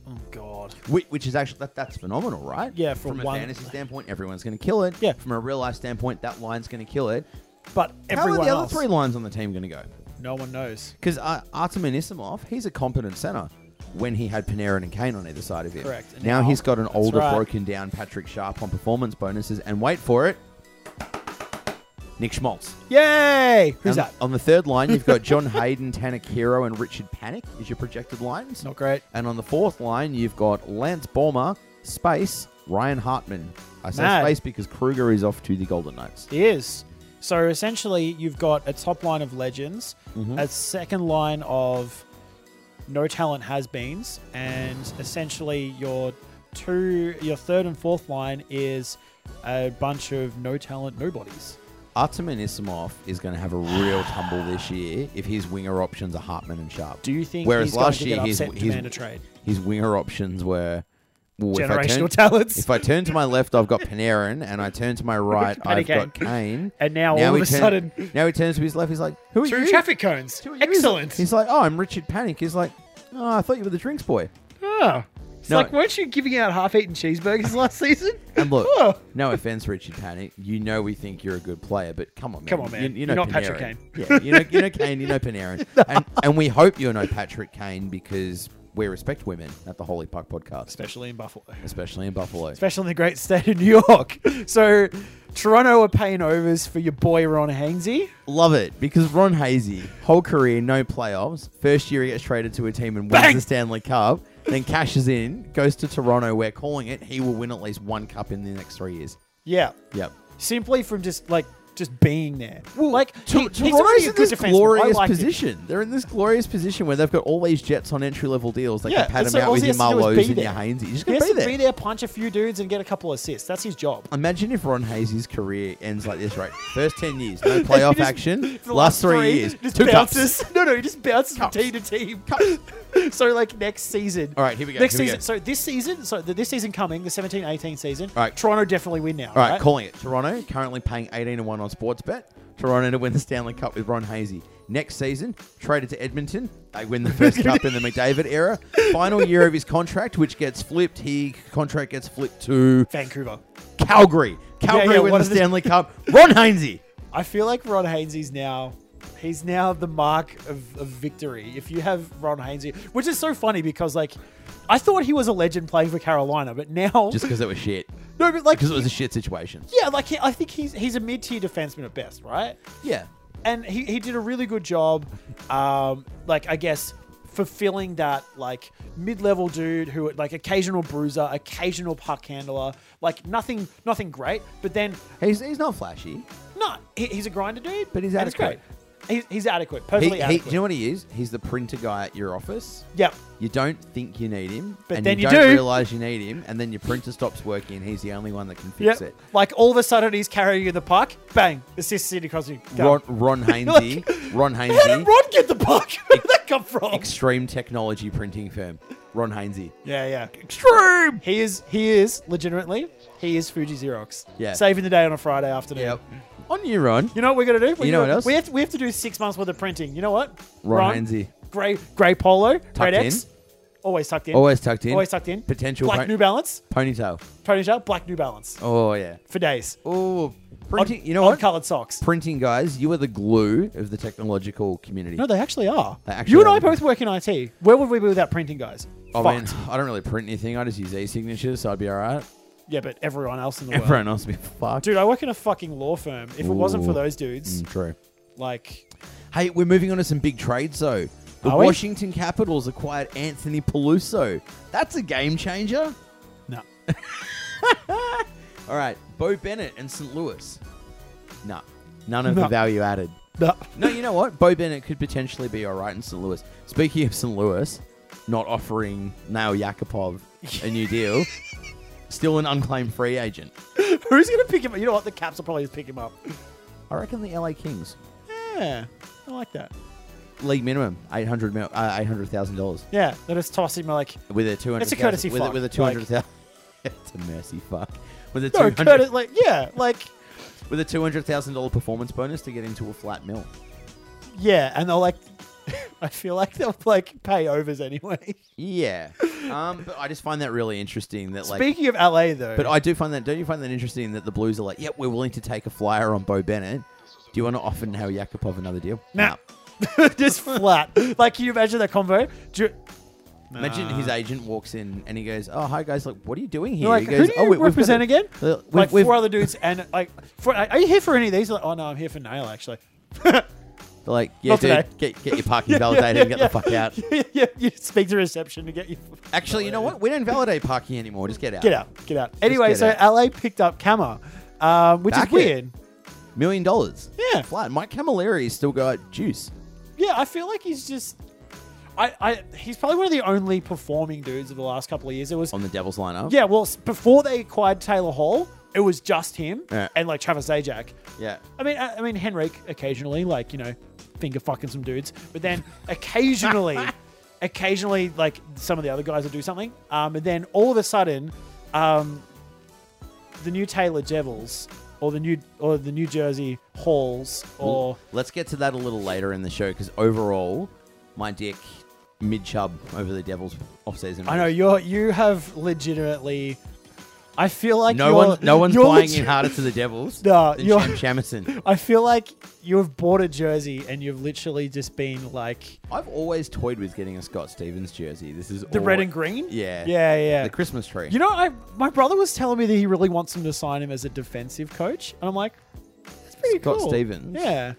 S1: Oh, God.
S2: which, which is actually that, that's phenomenal, right?
S1: Yeah, for
S2: from a
S1: one-
S2: fantasy standpoint, everyone's going to kill it.
S1: Yeah.
S2: From a real life standpoint, that line's going to kill it.
S1: But everyone
S2: How are the
S1: else,
S2: other three lines on the team going to go?
S1: no one knows.
S2: Because uh, Artem Anisimov, he's a competent center. When he had Panarin and Kane on either side of him,
S1: Correct. And
S2: Now,
S1: now-
S2: he's got an
S1: That's
S2: older,
S1: right.
S2: broken down Patrick Sharp on performance bonuses, and wait for it, Nick Schmaltz.
S1: Yay! Who's
S2: on,
S1: that?
S2: On the third line, you've got John Hayden, Tanak Hero, and Richard Panic is your projected lines.
S1: Not great.
S2: And on the fourth line, you've got Lance Bomber, Space, Ryan Hartman. I say
S1: Mad.
S2: Space because Kruger is off to the Golden Knights.
S1: He is. So essentially, you've got a top line of legends,
S2: Mm-hmm.
S1: a second line of no talent has beens, and essentially your two, your third and fourth line is a bunch of no talent nobodies.
S2: Artem Anisimov is going to have a real tumble this year if his winger options are Hartman and Sharp.
S1: Do you think
S2: Whereas
S1: he's
S2: last
S1: going
S2: year
S1: to get
S2: his,
S1: upset in
S2: his-
S1: demand a trade?
S2: his winger options were well, if I
S1: Generational
S2: turn-
S1: talents.
S2: If I turn to my left, I've got Panarin, and I turn to my right,
S1: at
S2: I've got
S1: Kane.
S2: Kane.
S1: And now all of
S2: he
S1: a
S2: turn-
S1: sudden-
S2: now he turns to his left. He's like, "Who are
S1: Two
S2: you?"
S1: traffic cones.
S2: Who are you?
S1: Excellent.
S2: He's like, "Oh, I'm Richard Panic." He's like, "Oh, I thought you were the drinks boy."
S1: Oh. It's
S2: No.
S1: like, weren't you giving out half-eaten cheeseburgers last season?
S2: And look,
S1: Oh.
S2: no offense, Richard Panic. You know we think you're a good player, but come on, man.
S1: Come on, man.
S2: You,
S1: You're
S2: know
S1: not
S2: Panarin.
S1: Patrick Kane.
S2: Yeah, you know, you know Kane. You know Panarin. and, and we hope you're no Patrick Kane because we respect women at the Holy Puck Podcast,
S1: Especially in Buffalo.
S2: especially in Buffalo.
S1: Especially in the great state of New York. So, Toronto are paying overs for your boy Ron Hainsey.
S2: Love it because Ron Hazy, whole career, no playoffs. First year he gets traded to a team and wins
S1: Bang!
S2: the Stanley Cup, then cashes in, goes to Toronto. We're calling it. He will win at least one cup in the next three years.
S1: Yeah.
S2: Yep.
S1: Simply from just like just being there. like
S2: To-
S1: he- he's
S2: Toronto's
S1: already a
S2: in
S1: good
S2: this
S1: defenseman. I
S2: glorious
S1: like him.
S2: position. They're in this glorious position where they've got all these Jets on entry level deals. They
S1: Yeah,
S2: can pat
S1: that's
S2: them
S1: it.
S2: out
S1: All
S2: with
S1: he
S2: your
S1: has to do is
S2: Marlowe's
S1: be
S2: and your
S1: there.
S2: Haynes. You just
S1: He has
S2: got to
S1: to
S2: be there.
S1: be there, punch a few dudes, and get a couple assists. That's his job.
S2: Imagine if Ron Hazy's career ends like this, right? First 10 years, no playoff
S1: He just-
S2: action.
S1: for
S2: Last,
S1: the
S2: three, years,
S1: just
S2: two
S1: bounces.
S2: cups.
S1: No, no, he just bounces
S2: Cups.
S1: from team to team. so like next season.
S2: All right, here we go,
S1: Next
S2: here we
S1: season. So
S2: go.
S1: this season, so th- this season coming, the 17-18 season.
S2: All right.
S1: Toronto definitely win now.
S2: All right, calling it. Toronto currently paying 18 to 1 on sports bet. Toronto to win the Stanley Cup with Ron Hazy. Next season, traded to Edmonton. They win the first cup in the McDavid era. Final year of his contract, which gets flipped. He contract gets flipped to
S1: Vancouver.
S2: Calgary. Calgary
S1: yeah, one
S2: win the
S1: of the-
S2: Stanley Cup. Ron Hainsey.
S1: I feel like Ron Hainsey's now. He's now the mark of, of victory. If you have Ron Hainsey, which is so funny because like, I thought he was a legend playing for Carolina, but now
S2: Just because it was shit.
S1: no, but like
S2: Because it was a shit situation.
S1: yeah, like he, I think he's he's a mid tier defenseman at best, right?
S2: Yeah.
S1: and he, he did a really good job um like i guess fulfilling that like mid-level dude who like occasional bruiser occasional puck handler like nothing nothing great but then
S2: He's, he's not flashy.
S1: no he, he's a grinder dude
S2: But he's
S1: and it's
S2: adequate.
S1: great. He's, he's adequate
S2: He,
S1: perfectly
S2: he, do
S1: adequate
S2: you know what he is? He's the printer guy at your office.
S1: yep
S2: You don't think you need him,
S1: But
S2: and
S1: then
S2: you,
S1: you
S2: don't
S1: do.
S2: realize you need him, and then your printer stops working. and He's the only one that can fix
S1: yep
S2: it.
S1: like all of a sudden he's carrying the puck bang assist city crosby Go.
S2: Ron, Ron Hainsey, Ron
S1: how did
S2: Hainsey,
S1: ron get the puck where did that come from
S2: extreme technology printing firm. Ron Hainsey.
S1: yeah yeah
S2: Extreme.
S1: He is he is legitimately he is Fuji Xerox.
S2: Yeah.
S1: Saving the day on a Friday afternoon.
S2: Yep. On you, Ron.
S1: You know what we're gonna do? We're
S2: You know
S1: gonna-
S2: what else?
S1: We have to, we have to do six months worth of printing. You know what?
S2: Ron Hainsey.
S1: Grey grey polo.
S2: Tucked
S1: red
S2: in.
S1: X. Always tucked in.
S2: Always tucked in.
S1: Always tucked in.
S2: Potential
S1: Black
S2: pon-
S1: New Balance.
S2: ponytail.
S1: Ponytail. Black New Balance.
S2: Oh yeah.
S1: For days.
S2: Oh,
S1: Odd-
S2: printing. you know what?
S1: Odd-coloured socks.
S2: Printing guys, you are the glue of the technological community.
S1: No, they actually are.
S2: They actually
S1: you and I
S2: are. Oh,
S1: both work in IT. Where would we be without printing, guys?
S2: I mean,
S1: Fucked.
S2: I don't really print anything. I just use e-signatures, so I'd be all right.
S1: Yeah, but everyone else in the world.
S2: Everyone else would be fucked.
S1: Dude, I work in a fucking law firm. If it wasn't for
S2: Ooh.
S1: those dudes,
S2: Mm, true.
S1: like
S2: Hey, we're moving on to some big trades, though. The
S1: Are we?
S2: Washington Capitals acquired Anthony Peluso. That's a game changer.
S1: no.
S2: All right, Bo Bennett and St. Louis. No, none of the
S1: No.
S2: value added.
S1: No.
S2: No, you know what? Bo Bennett could potentially be all right in St. Louis. Speaking of St. Louis, not offering Nail Yakupov a new deal, still an unclaimed free agent.
S1: Who's gonna pick him up? You know what? The Caps will probably pick him up.
S2: I reckon the LA Kings.
S1: Yeah, I like that.
S2: League minimum, eight hundred mil, uh, eight hundred thousand dollars
S1: Yeah, they just toss him like
S2: with a two hundred.
S1: It's a courtesy
S2: with, a-
S1: fuck,
S2: with a
S1: like-
S2: two hundred thousand. it's a mercy fuck. With a
S1: no,
S2: two
S1: Curtis,
S2: hundred
S1: like yeah, like
S2: with a two hundred thousand dollar performance bonus to get into a flat mill.
S1: yeah, and they'll like. I feel like they'll like pay overs anyway.
S2: Yeah, um, but I just find that really interesting. That like,
S1: Speaking of LA though,
S2: but I do find that. Don't you find that interesting that the Blues are like, yep, we're willing to take a flyer on Bo Bennett. Do you want to offer now Yakupov another deal?
S1: nah, just flat. Like, can you imagine that convo? Do you-
S2: Nah. Imagine his agent walks in and he goes, "Oh, hi guys, like, what are you doing here?"
S1: You're like,
S2: he goes,
S1: who do you
S2: "Oh, we- we've got
S1: represent
S2: a-
S1: again?
S2: Uh, we've-
S1: like
S2: we've-
S1: four other dudes, and like, for, are you here for any of these? Like, oh no, I'm here for Nail actually.
S2: They're like, yeah,
S1: Not today.
S2: dude, get, get your parking validated and get the fuck out.
S1: yeah, yeah, you speak to reception to get you.
S2: Actually, you know what? We don't validate parking anymore. Just get out.
S1: Get out, get out. Anyway,
S2: get
S1: so
S2: out.
S1: LA picked up Kama, um, which
S2: Back it.
S1: is weird.
S2: million dollars.
S1: Yeah.
S2: flat. Mike Camilleri still got juice.
S1: Yeah, I feel like he's just. I, I he's probably one of the only performing dudes of the last couple of years. It was
S2: on the Devils lineup.
S1: yeah, well s- before they acquired Taylor Hall, it was just him
S2: Yeah.
S1: and like Travis Zajac.
S2: yeah.
S1: I mean, I, I mean Henrik occasionally, like you know, finger fucking some dudes, but then occasionally, occasionally, like some of the other guys will do something, um, and then all of a sudden, um, the new Taylor Devils or the new or the New Jersey Halls or
S2: Let's get to that a little later in the show because overall, my dick mid chub over the Devils off season.
S1: I know you're you have legitimately. I feel like
S2: No
S1: you're-
S2: one, no one's
S1: you're
S2: buying
S1: legit-
S2: in harder to the Devils
S1: No,
S2: than
S1: you're-
S2: Sham Shamison.
S1: I feel like you've bought a jersey and you've literally just been like
S2: I've always toyed with getting a Scott Stevens jersey. This is
S1: the red
S2: alwa-
S1: and green.
S2: Yeah,
S1: yeah, yeah.
S2: the Christmas tree.
S1: You know, I my brother was telling me that he really wants him to sign him as a defensive coach, and I'm like, that's pretty
S2: Scott
S1: cool.
S2: Stevens.
S1: Yeah,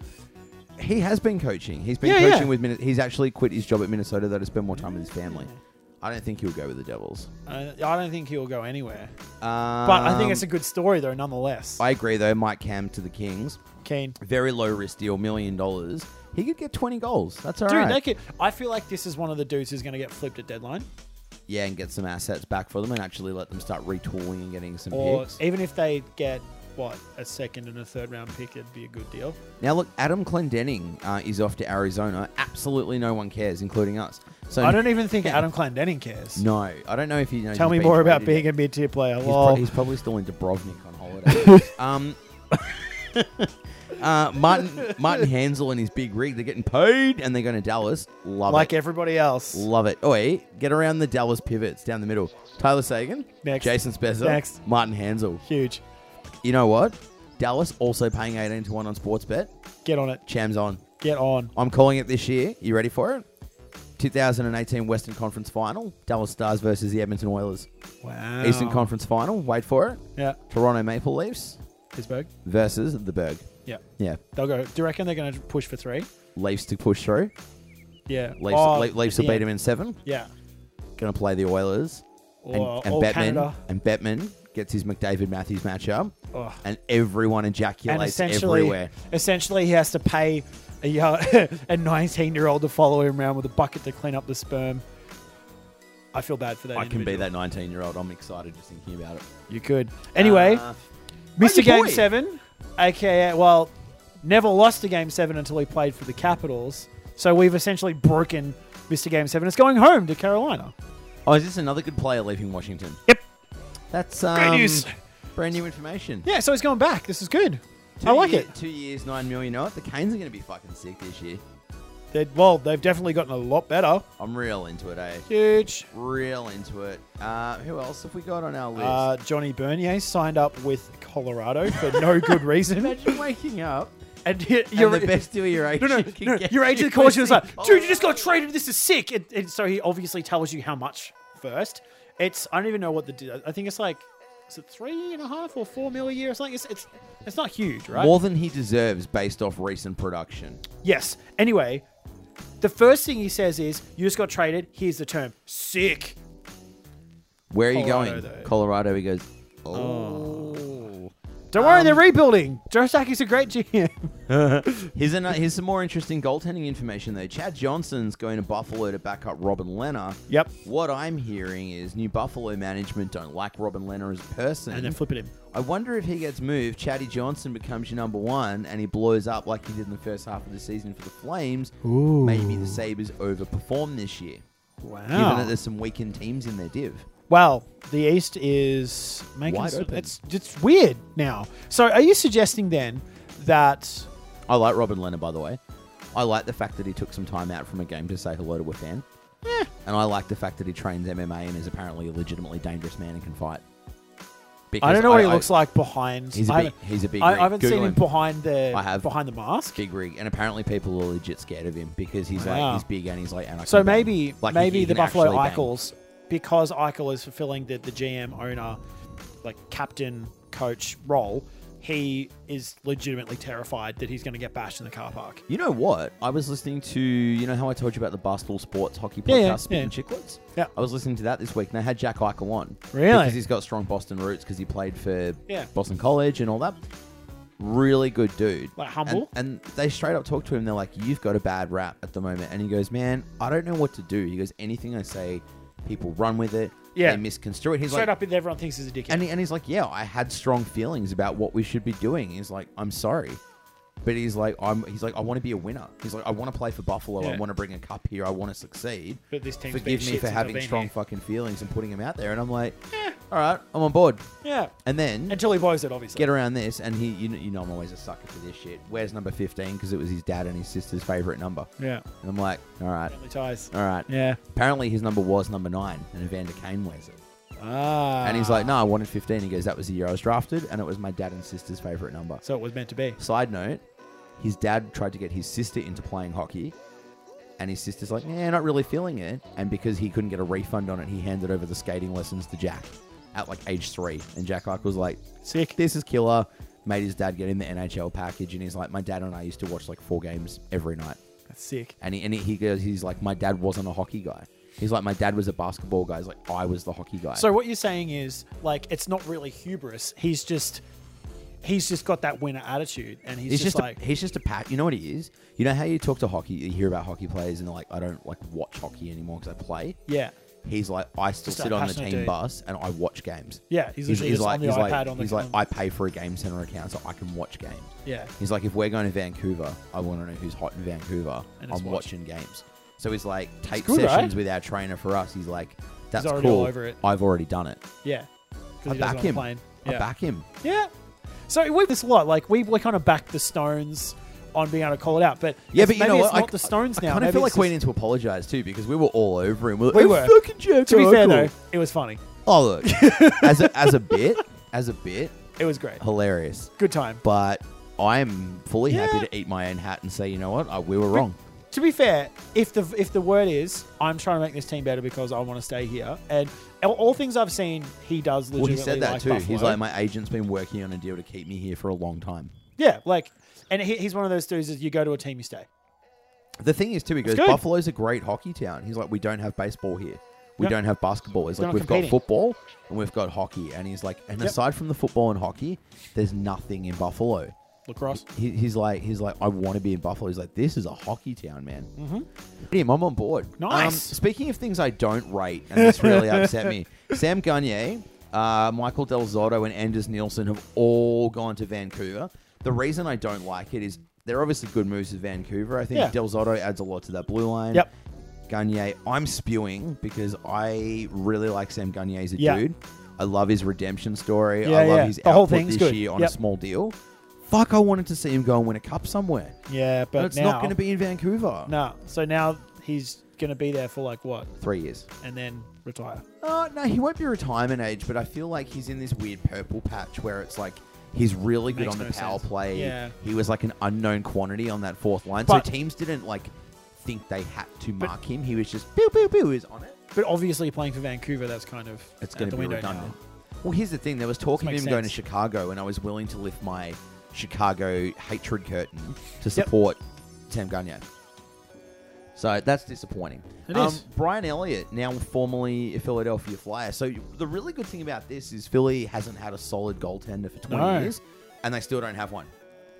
S2: he has been coaching. He's been
S1: Yeah, yeah.
S2: coaching with. Min- he's actually quit his job at Minnesota though to spend more time with his family. I don't think he'll go with the Devils.
S1: I, I don't think he'll go anywhere,
S2: Um,
S1: but I think it's a good story though, nonetheless.
S2: I agree though. Mike Cam to the Kings.
S1: Keen.
S2: very low risk deal, million dollars, he could get 20 goals. That's all
S1: Dude,
S2: right.
S1: they could, I feel like this is one of the dudes who's going to get flipped at deadline,
S2: yeah, and get some assets back for them and actually let them start retooling and getting some
S1: or
S2: picks.
S1: even if they get what a second and a third round pick, it'd be a good deal.
S2: Now, look, Adam Clendenning uh, is off to Arizona. Absolutely no one cares, including us. So
S1: I don't even think Adam Clendenning cares.
S2: No, I don't know if you know.
S1: Tell me more about being a mid tier player.
S2: He's,
S1: Lol.
S2: pro- he's probably still in Dubrovnik on holiday. um, uh, Martin Martin Hansel and his big rig, they're getting paid and they're going to Dallas. Love
S1: like
S2: it.
S1: everybody else.
S2: Love it. Oi, get around the Dallas pivots down the middle. Tyler Sagan.
S1: Next.
S2: Jason Spezza.
S1: Next.
S2: Martin Hansel.
S1: Huge.
S2: You know what? Dallas also paying 18 to 1 on sports bet.
S1: Get on it.
S2: Cham's on.
S1: Get on.
S2: I'm calling it this year. You ready for it? 2018 Western Conference Final. Dallas Stars versus the Edmonton Oilers.
S1: Wow.
S2: Eastern Conference Final. Wait for it.
S1: Yeah.
S2: Toronto Maple Leafs
S1: Pittsburgh.
S2: versus the Berg.
S1: Yeah.
S2: Yeah.
S1: They'll go. Do you reckon they're going to push for three?
S2: Leafs to push through.
S1: Yeah.
S2: Leafs,
S1: Oh,
S2: Le- Leafs will
S1: yeah.
S2: beat them in seven.
S1: Yeah.
S2: Going to play the Oilers. and,
S1: Or
S2: and
S1: all
S2: Batman
S1: Canada.
S2: and Batman gets his McDavid Matthews matchup,
S1: Ugh.
S2: and everyone
S1: And
S2: ejaculates
S1: essentially,
S2: everywhere.
S1: essentially, he has to pay a yo- a 19 year old to follow him around with a bucket to clean up the sperm. I feel bad for that.
S2: I can be
S1: individual.
S2: that 19 year old. I'm excited just thinking about it.
S1: You could. Anyway,
S2: Uh,
S1: Mr.
S2: Mikey
S1: Game
S2: Boyd.
S1: Seven, aka well, never lost a Game Seven until he played for the Capitals. So we've essentially broken Mr. Game Seven. It's going home to Carolina.
S2: oh, is this another good player leaving Washington?
S1: Yep.
S2: That's um,
S1: news.
S2: Brand new information.
S1: Yeah, so he's going back. This is good.
S2: Two
S1: I like
S2: ye-
S1: it.
S2: Two years, nine million. You know what? The Canes are going to be fucking sick this year.
S1: They're, well, they've definitely gotten a lot better.
S2: I'm real into it, eh?
S1: Huge.
S2: Real into it. Uh, who else have we got on our list?
S1: Uh, Johnny Bernier signed up with Colorado for no good reason.
S2: Imagine waking up
S1: and he-
S2: and
S1: your,
S2: the best deal your agent
S1: no, no,
S2: can
S1: no,
S2: get
S1: your
S2: you
S1: agent calls you and is like, dude, you
S2: Colorado."
S1: just got traded. This is sick. And, and so he obviously tells you how much first. It's I don't even know what the deal. I think it's like is it three and a half or four mil a year or something. It's it's it's not huge, right?
S2: More than he deserves based off recent production.
S1: Yes. Anyway, the first thing he says is, "You just got traded. Here's the term. Sick."
S2: Where are
S1: Colorado,
S2: you going?
S1: though.
S2: Colorado. He goes, oh.
S1: Don't worry, they're rebuilding. Joe Saki's a great GM.
S2: Here's, an, here's some more interesting goaltending information, though. Chad Johnson's going to Buffalo to back up Robin Lehner.
S1: Yep.
S2: What I'm hearing is new Buffalo management don't like Robin Lehner as a person.
S1: And they're flipping him.
S2: I wonder if he gets moved, Chatty Johnson becomes your number one, and he blows up like he did in the first half of the season for the Flames.
S1: Ooh.
S2: Maybe the Sabres overperform this year, given
S1: Wow.
S2: that there's some weakened teams in their div.
S1: Well, the East is making
S2: Wide
S1: some-
S2: open.
S1: It's it's weird now. So are you suggesting then that
S2: I like Robin Leonard, by the way. I like the fact that he took some time out from a game to say hello to a fan.
S1: eh,
S2: And I like the fact that he trains MMA and is apparently a legitimately dangerous man and can fight. Because
S1: I don't know what he looks like behind.
S2: He's a
S1: I
S2: big-
S1: haven't-
S2: he's a big
S1: I,
S2: rig.
S1: I haven't seen
S2: Google
S1: him
S2: him.
S1: behind the
S2: I have.
S1: behind the mask.
S2: Big rig, and apparently people are legit scared of him because he's
S1: Wow.
S2: like he's big and he's like. And I
S1: So
S2: can bang.
S1: maybe
S2: Like, he-
S1: maybe
S2: he
S1: the
S2: can
S1: Buffalo
S2: actually bang.
S1: Eichels, because Eichel is fulfilling the, the GM owner, like captain coach role, he is legitimately terrified that he's going to get bashed in the car park.
S2: You know what? I was listening to you know how I told you about the Barstool Sports Hockey
S1: Yeah, yeah,
S2: podcast, Spitting
S1: yeah.
S2: Chicklets.
S1: Yeah.
S2: I was listening to that this week, and they had Jack Eichel on.
S1: Really?
S2: Because he's got strong Boston roots because he played for
S1: Yeah.
S2: Boston College and all that. really good dude.
S1: Like, humble?
S2: And, and they straight up talk to him. They're like, "You've got a bad rap at the moment," and he goes, "Man, I don't know what to do." He goes, "Anything I say, people run with it.
S1: Yeah.
S2: they misconstrue it." He's
S1: Straight
S2: like,
S1: up, everyone thinks he's a dickhead.
S2: and, he, and he's like, yeah, I had strong feelings about what we should be doing. He's like, I'm sorry. But he's like, I'm. He's like, I want to be a winner. He's like, I want to play for Buffalo. I
S1: Yeah.
S2: want to bring a cup here. I want to succeed.
S1: But this team's been
S2: forgive me
S1: shit
S2: for
S1: since I've
S2: having
S1: been
S2: strong
S1: here."
S2: fucking feelings and putting him out there. And I'm like, all right, I'm on board.
S1: yeah.
S2: And then
S1: Until he blows it, obviously.
S2: get around this, and he, you know, you know, I'm always a sucker for this shit. Where's number 15? Because it was his dad and his sister's favorite number.
S1: yeah.
S2: And I'm like, all right,
S1: Family ties.
S2: all right.
S1: Yeah.
S2: Apparently his number was number nine, and Evander Kane wears it.
S1: Ah.
S2: And he's like, no, I wanted 15. He goes, that was the year I was drafted, and it was my dad and sister's favorite number.
S1: So it was meant to be.
S2: Side note, his dad tried to get his sister into playing hockey, and his sister's like, yeah, not really feeling it. And because he couldn't get a refund on it, he handed over the skating lessons to Jack at like age three. And Jack Clark was like,
S1: Sick.
S2: this is killer. Made his dad get him the NHL package, and he's like, my dad and I used to watch like four games every night.
S1: That's sick.
S2: And he, and he, he goes, he's like, my dad wasn't a hockey guy. He's like, my dad was a basketball guy. He's like, I was the hockey guy.
S1: So what you're saying is like it's not really hubris. He's just he's just got that winner attitude, and he's,
S2: he's
S1: just,
S2: just,
S1: like
S2: a, he's just a pack. You know what he is? You know how you talk to hockey, you hear about hockey players, and they're like, I don't like watch hockey anymore because I play.
S1: yeah,
S2: He's like, I still
S1: Just a
S2: sit on the
S1: passionate
S2: team
S1: dude.
S2: bus and I watch games.
S1: Yeah, he's literally just on the
S2: he's
S1: iPad,
S2: like,
S1: on the-
S2: he's like,
S1: on-
S2: I pay for a game center account so I can watch games.
S1: yeah.
S2: He's like, if we're going to Vancouver, I want to know who's hot in Vancouver.
S1: And it's
S2: I'm
S1: watch.
S2: watching games. So he's like, tape
S1: good, right?
S2: sessions with our trainer for us. He's like, that's
S1: already
S2: cool.
S1: all over it.
S2: I've already done it.
S1: Yeah.
S2: I
S1: Because he does
S2: back
S1: it on the
S2: him.
S1: plane. Yeah.
S2: I back him.
S1: Yeah. So we've this a lot. Like we we kind of back the Stones on being able to call it out, but
S2: Yeah,
S1: it's-
S2: but you
S1: maybe
S2: know
S1: it's
S2: what? I-
S1: not the Stones
S2: I,
S1: now.
S2: kind
S1: Maybe
S2: of feel
S1: it's
S2: like we
S1: just-
S2: need to apologise too because we were all over him. We,
S1: We
S2: we
S1: were.
S2: were fucking Jack
S1: To be fair though,
S2: Eichel."
S1: it was funny.
S2: Oh look, as a, as a bit, as a bit,
S1: It was great.
S2: hilarious.
S1: Good time.
S2: But I'm fully
S1: Yeah.
S2: happy to eat my own hat and say, you know what, I, we were wrong.
S1: to be fair, if the if the word is I'm trying to make this team better because I want to stay here, and all, all things I've seen, he does
S2: Well,
S1: legitimately.
S2: he said that
S1: like
S2: too. He's
S1: Buffalo.
S2: like, my agent's been working on a deal to keep me here for a long time.
S1: yeah, like, and he, he's one of those dudes that you go to a team, you stay.
S2: The thing is too, he goes,
S1: good.
S2: Buffalo's a great hockey town. He's like, we don't have baseball here. We
S1: Yep.
S2: don't have basketball. He's
S1: They're
S2: like,
S1: not
S2: we've
S1: competing.
S2: got football and we've got hockey. And he's like, and
S1: Yep.
S2: aside from the football and hockey, there's nothing in Buffalo.
S1: Lacrosse.
S2: he, he's like he's like I want to be in Buffalo. He's like this is a hockey town, man. Mm-hmm. Him, I'm on board.
S1: Nice.
S2: speaking of things I don't rate, and this really upset me. Sam Gagne, uh, Michael Del Zotto, and Anders Nielsen have all gone to Vancouver. The reason I don't like it is they're obviously good moves to Vancouver. I think
S1: Yeah.
S2: Del Zotto adds a lot to that blue line.
S1: Yep.
S2: Gagne, I'm spewing because I really like Sam Gagne as a
S1: Yeah.
S2: dude. I love his redemption story.
S1: Yeah,
S2: I love
S1: yeah.
S2: his
S1: The whole
S2: output
S1: thing's
S2: this
S1: good.
S2: year on
S1: Yep.
S2: a small deal. Fuck, I wanted to see him go and win a cup somewhere.
S1: Yeah, but
S2: But it's not going to be in Vancouver.
S1: No, so now he's going to be there for like what,
S2: Three years.
S1: and then retire.
S2: Uh, no, he won't be retirement age, but I feel like he's in this weird purple patch where it's like he's really good
S1: Makes
S2: on the
S1: no
S2: power
S1: sense.
S2: play.
S1: Yeah.
S2: He was like an unknown quantity on that fourth line.
S1: But-
S2: so teams didn't like think they had to mark him. He was just boo, boo, boo is on it.
S1: But obviously, playing for Vancouver, that's kind of
S2: It's
S1: out
S2: going
S1: the
S2: to be
S1: window
S2: redundant.
S1: now.
S2: Well, here's the thing: there was talk of him
S1: This makes
S2: going to
S1: sense.
S2: Chicago, and I was willing to lift my Chicago hatred curtain to support Sam Gagne. So that's disappointing. Um,
S1: It is.
S2: Brian Elliott, now formerly a Philadelphia Flyer. So the really good thing about this is Philly hasn't had a solid goaltender for 20
S1: No.
S2: years, and they still don't have one.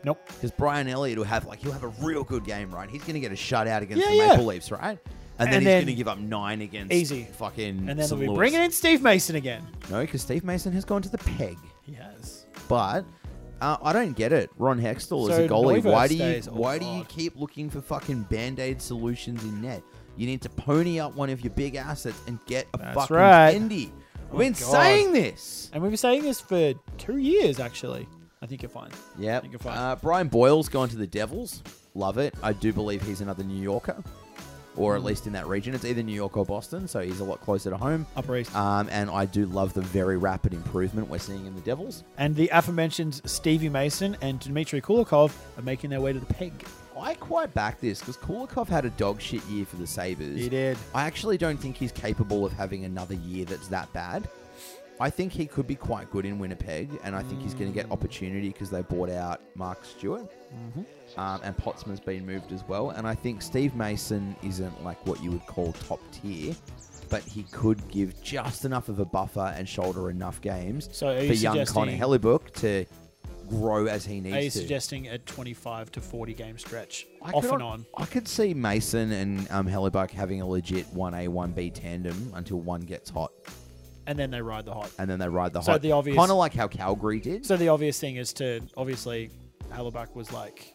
S1: Nope.
S2: Because Brian Elliott will have like he'll have a real good game, right? He's going to get a shutout against
S1: Yeah,
S2: the
S1: yeah.
S2: Maple Leafs, right? And
S1: And
S2: then he's
S1: then-
S2: going to give up nine against
S1: Easy.
S2: fucking
S1: And then
S2: St.
S1: we'll be
S2: Louis.
S1: bringing in Steve Mason again.
S2: No, because Steve Mason has gone to the peg.
S1: Yes.
S2: But uh, I don't get it. Ron Hextall is
S1: So
S2: a goalie.
S1: Neuwirth
S2: Why do
S1: stays.
S2: you
S1: Oh,
S2: why do you
S1: God.
S2: keep looking for fucking band aid solutions in net? You need to pony up one of your big assets and get a
S1: That's
S2: fucking
S1: right. Oh
S2: Tendy. I've been
S1: God.
S2: saying this.
S1: And we've been saying this for two years, actually. I think you're fine. I
S2: Yep.
S1: think you're fine.
S2: Uh, Brian Boyle's gone to the Devils. Love it. I do believe he's another New Yorker, or
S1: Hmm.
S2: at least in that region. It's either New York or Boston, so he's a lot closer to home.
S1: Upper East.
S2: Um, and I do love the very rapid improvement we're seeing in the Devils.
S1: and the aforementioned Stevie Mason and Dmitry Kulikov are making their way to the peg.
S2: I quite back this because Kulikov had a dog shit year for the Sabres.
S1: He did.
S2: I actually don't think he's capable of having another year that's that bad. I think he could be quite good in Winnipeg, and I think he's going to
S1: Mm.
S2: get opportunity because they bought out Mark Stewart,
S1: Mm-hmm.
S2: um, and Potsman's been moved as well. And I think Steve Mason isn't like what you would call top tier, but he could give just enough of a buffer and shoulder enough games
S1: So are
S2: for
S1: you
S2: young Connor
S1: suggesting-
S2: Hellebuck to grow as he needs
S1: Are you
S2: to.
S1: suggesting a 25 to 40 game stretch
S2: I
S1: off
S2: could
S1: and
S2: al-
S1: on?
S2: I could see Mason and um, Hellebuck having a legit 1A, 1B tandem until one gets hot
S1: And then they ride the hot.
S2: and then they ride the
S1: So
S2: hot.
S1: the obvious-
S2: Kind of like how Calgary did.
S1: So the obvious thing is to obviously Hallebuck was like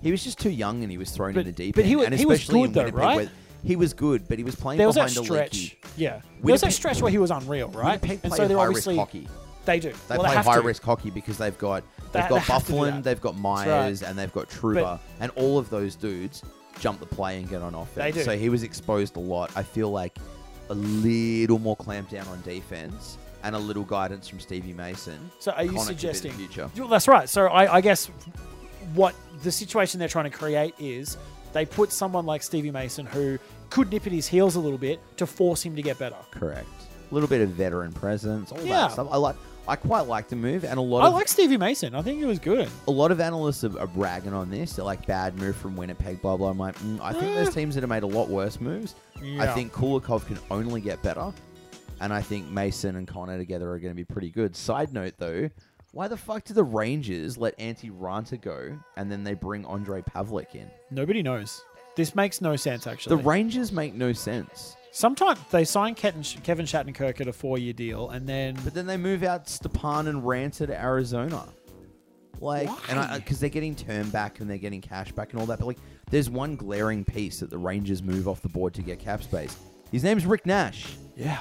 S2: He was just too young and he was thrown
S1: But-
S2: in the deep
S1: but he
S2: end.
S1: wa-
S2: and
S1: he was
S2: especially
S1: good
S2: in
S1: though,
S2: Winnipeg,
S1: right?
S2: where- he was good, but he was playing
S1: there was
S2: behind
S1: that
S2: the
S1: stretch.
S2: leaky.
S1: Yeah, there was that
S2: Winnipeg-
S1: stretch where he was unreal, right?
S2: Winnipeg
S1: and
S2: play
S1: so they're
S2: high
S1: obviously
S2: risk hockey.
S1: they do.
S2: They
S1: well,
S2: play
S1: have
S2: high
S1: to.
S2: risk hockey because they've got
S1: They-
S2: they've
S1: they
S2: got
S1: have to do
S2: Bufflin,
S1: that.
S2: they've got
S1: right.
S2: Myers, and they've got Truba, and all of those dudes jump the play and get on offense.
S1: They do.
S2: So he was exposed a lot. I feel like a little more clamped down on defense and a little guidance from Stevie Mason.
S1: So are you
S2: Connor could be the
S1: suggesting?
S2: future?
S1: Well, That's right. So I, I guess what the situation they're trying to create is they put someone like Stevie Mason who could nip at his heels a little bit to force him to get better.
S2: Correct. A little bit of veteran presence, all
S1: Yeah.
S2: that stuff. I like. I quite like the move, and a lot
S1: I
S2: of
S1: like Stevie Mason. I think he was good.
S2: a lot of analysts are, are bragging on this. They're like, bad move from Winnipeg, blah, blah. I'm like, mm, I think there's teams that have made a lot worse moves.
S1: Yeah.
S2: I think Kulikov can only get better. And I think Mason and Connor together are going to be pretty good. Side note, though, why the fuck did the Rangers let Antti Ranta go and then they bring Andre Pavlik in?
S1: Nobody knows. This makes no sense,
S2: The
S1: actually.
S2: Rangers make no sense.
S1: Sometimes they sign Kevin Kevin Shattenkirk at a four-year deal, and then
S2: But then they move out Stepan and Ranta to Arizona. Like, and because they're getting term back and they're getting cash back and all that. But like, there's one glaring piece that the Rangers move off the board to get cap space. His name's Rick Nash.
S1: yeah,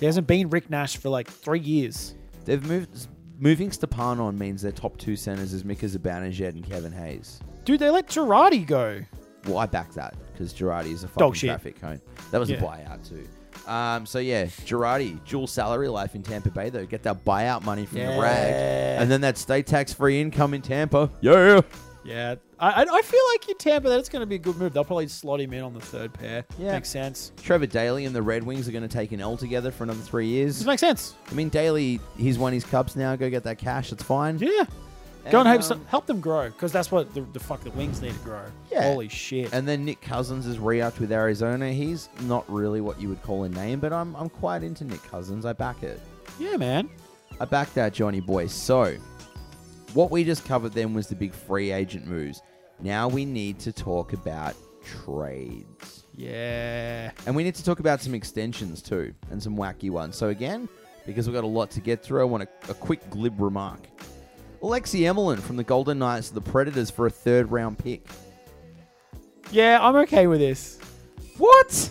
S1: there hasn't been Rick Nash for like three years.
S2: They've moved. Moving Stepan on means their top two centers is Mika Zibanejad and Kevin Hayes.
S1: Dude, they let Girardi go.
S2: Well, I back that because Girardi is a
S1: Dog
S2: fucking
S1: shit.
S2: traffic cone. That was
S1: Yeah.
S2: a buyout too. Um, so yeah, Girardi dual salary life in Tampa Bay though. Get that buyout money from the
S1: Yeah.
S2: rag, and then that state tax free income in Tampa. Yeah,
S1: Yeah, I, I- I feel like in Tampa that's going to be a good move. They'll probably slot him in on the third pair.
S2: Yeah.
S1: makes sense.
S2: Trevor Daly and the Red Wings are going to take an L together for another three years.
S1: This makes sense.
S2: I mean, Daly, he's won his Cubs now. Go get that cash. It's fine.
S1: Yeah, go and help
S2: um,
S1: some, help them grow because that's what the, the fuck the Wings need to grow.
S2: Yeah.
S1: holy shit.
S2: And then Nick Cousins is re-upped with Arizona. He's not really what you would call a name, but I'm I'm quite into Nick Cousins. I back it.
S1: yeah, man.
S2: I back that Johnny boy. So, what we just covered then was the big free agent moves. Now we need to talk about trades.
S1: Yeah,
S2: And we need to talk about some extensions too, and some wacky ones. So again, because we've got a lot to get through, I want a, a quick glib remark. Alexi Emelin from the Golden Knights to the Predators for a third round pick.
S1: yeah. I'm okay with this.
S2: What?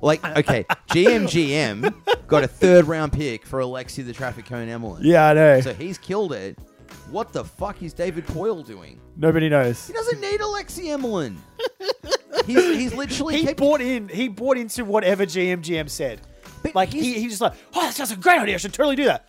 S2: like, okay, GMGM got a third round pick for Alexi the Traffic Cone Emelin.
S3: Yeah, I know.
S2: So he's killed it. What the fuck is David Poyle doing?
S3: Nobody knows.
S2: He doesn't need Alexi Emelin. he's, he's literally
S1: He
S2: kept-
S1: bought in. He bought into whatever GMGM said.
S2: But
S1: Like
S2: he's-
S1: he, he just like, oh, that sounds a great idea. I should totally do that.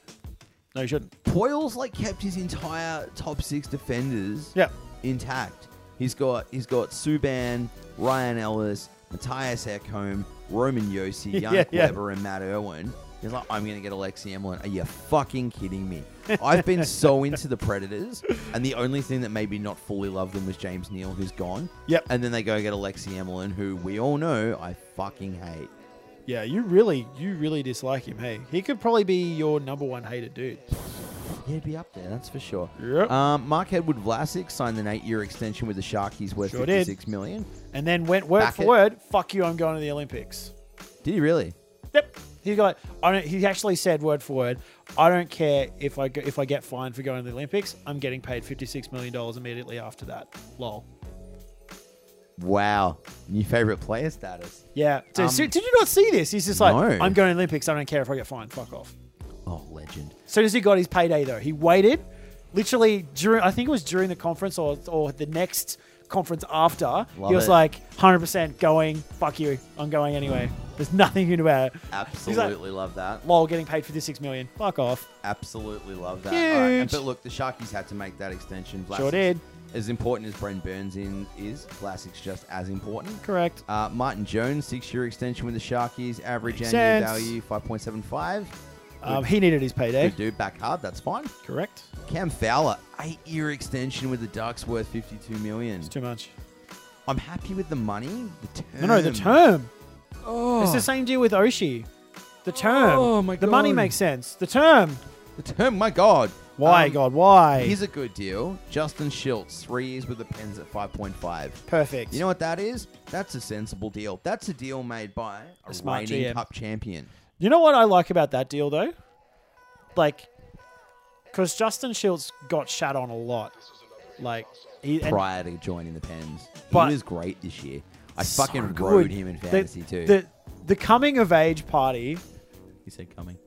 S1: No, you shouldn't.
S2: Poyle's like kept his entire top six defenders
S1: Yep.
S2: intact. He's got he's got Subban, Ryan Ellis, Matthias Ekholm, Roman Yossi, Jan
S1: Yeah, yeah.
S2: Weber, and Matt Irwin. He's like, I'm gonna get Alexi Emelin. Are you fucking kidding me? I've been so into the Predators, and the only thing that made me not fully love them was James Neal, who's gone.
S1: Yep.
S2: And then they go get Alexi Emelin, who we all know I fucking hate.
S1: Yeah, you really, you really dislike him. Hey, he could probably be your number one hated dude.
S2: He'd be up there, that's for sure.
S1: Yep.
S2: Um, Mark Edward Vlasic signed an eight-year extension with the Sharkies worth
S1: Sure did.
S2: fifty-six million.
S1: And then went word
S2: Back
S1: for
S2: it.
S1: word, fuck you, I'm going to the Olympics.
S2: Did he really?
S1: Yep. He got. I don't. He actually said word for word. I don't care if I go, if I get fined for going to the Olympics. I'm getting paid fifty six million dollars immediately after that. Lol.
S2: Wow. New favorite player status.
S1: Yeah. So,
S2: Um,
S1: so did you not see this? He's just like,
S2: No.
S1: I'm going to the Olympics. I don't care if I get fined. Fuck off.
S2: Oh, legend.
S1: As soon as he got his payday, though, he waited. Literally during, I think it was during the conference or or the next conference after.
S2: Love
S1: he was
S2: it.
S1: like, hundred percent going. Fuck you. I'm going anyway. There's nothing you can do about it.
S2: Absolutely love that.
S1: Lol, getting paid fifty six million. Fuck off.
S2: Absolutely love that.
S1: Huge.
S2: All right, and- But look, the Sharkies had to make that extension. Vlasic's,
S1: Sure did.
S2: As important as Brent Burns in is, Vlasic's just as important.
S1: Correct.
S2: Uh, Martin Jones, six-year extension with the Sharkies, average
S1: Makes
S2: annual
S1: sense.
S2: value five point seven five.
S1: Um, he needed his payday.
S2: Good dude, back hard. That's fine.
S1: Correct.
S2: Cam Fowler, eight-year extension with the Ducks, worth fifty-two million.
S1: It's too much.
S2: I'm happy with the money. The term.
S1: No, no, the term.
S2: Oh,
S1: It's the same deal with Oshi. The term.
S2: Oh, my
S1: The money
S2: God.
S1: makes sense. The term.
S2: the term. My God,
S1: Why,
S2: Um,
S1: God, why?
S2: Here's a good deal. Justin Schiltz, three years with the Pens at 5.5.
S1: perfect.
S2: You know what that is? That's a sensible deal. That's a deal made by a,
S1: smart
S2: reigning
S1: GM.
S2: Cup champion.
S1: You know what I like about that deal though? Like, because Justin Shields got shat on a lot. Like, he, and
S2: prior to joining the Pens.
S1: But-
S2: he was great this year. I
S1: so
S2: fucking
S1: good.
S2: rode him in
S1: The-
S2: fantasy too.
S1: The, the coming of age party,
S2: he said coming.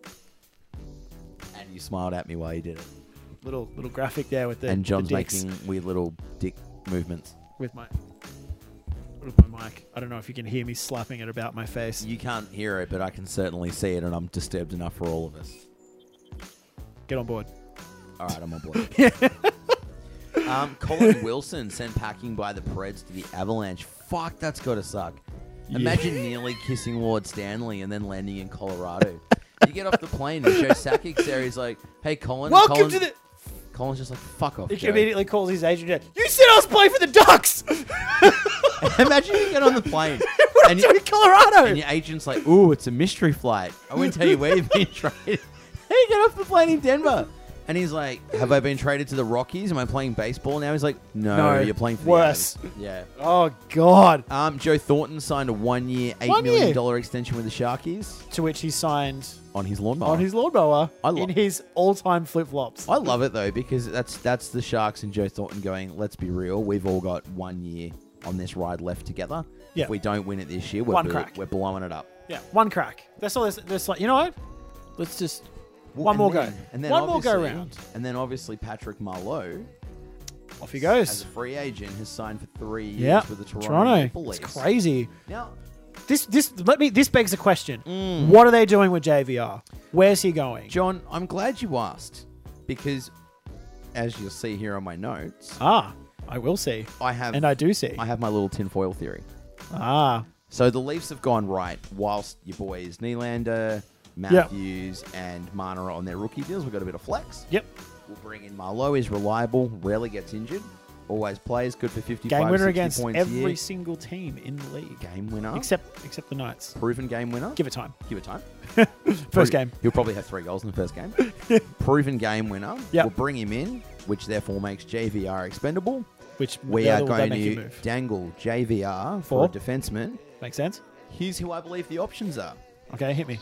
S2: And you smiled at me while you did it.
S1: little little graphic there with the
S2: and John's
S1: the dicks
S2: making weird little dick movements.
S1: with my with my mic. I don't know if you can hear me slapping it about my face.
S2: You can't hear it, but I can certainly see it, and I'm disturbed enough for all of us.
S1: Get on board.
S2: All right, I'm on board. um, Colin Wilson sent packing by the Preds to the Avalanche. Fuck, that's gotta suck. Imagine nearly kissing Ward Stanley and then landing in Colorado. you get off the plane and Joe Sakic there. He's like, "Hey, Colin."
S1: Welcome
S2: Colin-
S1: to the.
S2: Colin's just like, "Fuck off."
S1: He
S2: Joe."
S1: immediately calls his agent. and goes, You said I was playing for the Ducks.
S2: Imagine you get on the plane
S1: what am
S2: and,
S1: I doing in Colorado?
S2: and your agent's like, "Ooh, it's a mystery flight. I won't tell you where you've been traded." hey, get off the plane in Denver. And he's like, "Have I been traded to the Rockies? Am I playing baseball now?" He's like, "No,
S1: No,
S2: you're playing for
S1: worse.
S2: the Avs." Yeah.
S1: oh God.
S2: Um, Joe Thornton signed a one-year, eight
S1: One
S2: million
S1: year.
S2: dollar extension with the Sharkies
S1: To which he signed
S2: on his lawnmower.
S1: on his lawnmower
S2: I lo-
S1: in his all-time flip-flops.
S2: I love it though because that's that's the Sharks and Joe Thornton going. Let's be real, we've all got one year on this ride left together.
S1: Yeah.
S2: If we don't win it this year, we're
S1: One
S2: blo-
S1: crack.
S2: we're blowing it up.
S1: Yeah, one crack. That's all. This, this like, you know what? Let's just one
S2: and
S1: more
S2: then-
S1: go.
S2: And then
S1: one more go
S2: obviously-
S1: round.
S2: And then obviously Patrick Marlowe,
S1: Off he
S2: as
S1: goes.
S2: a free agent, has signed for three years
S1: Yeah,
S2: with the Toronto,
S1: Toronto.
S2: Maple
S1: It's
S2: Leafs.
S1: crazy.
S2: Now,
S1: This this let me. This begs a question.
S2: Mm.
S1: What are they doing with JVR? Where's he going?
S2: John, I'm glad you asked because, as you'll see here on my notes,
S1: ah, I will see.
S2: I have
S1: and I do see.
S2: I have my little tinfoil theory.
S1: ah,
S2: So the Leafs have gone right, whilst your boys Nylander, Matthews, and Marner are on their rookie deals. We've got a bit of flex.
S1: yep.
S2: We'll bring in Marlowe. He's reliable, rarely gets injured, always plays, good for 55,
S1: Game winner
S2: 60
S1: against
S2: points a
S1: every
S2: year.
S1: single team in the league,
S2: game winner,
S1: except except the Knights.
S2: proven game winner.
S1: Give it time.
S2: Give it time.
S1: First
S2: Pro-
S1: game.
S2: He'll probably have three goals in the first game. Proven game winner.
S1: Yep.
S2: We'll bring him in, which therefore makes JVR expendable.
S1: Which
S2: We
S1: the
S2: are
S1: other one, they
S2: going
S1: make you
S2: to
S1: move.
S2: dangle JVR for, a
S1: For?
S2: defenseman.
S1: Make sense?
S2: Here's who I believe the options are.
S1: Okay, hit me.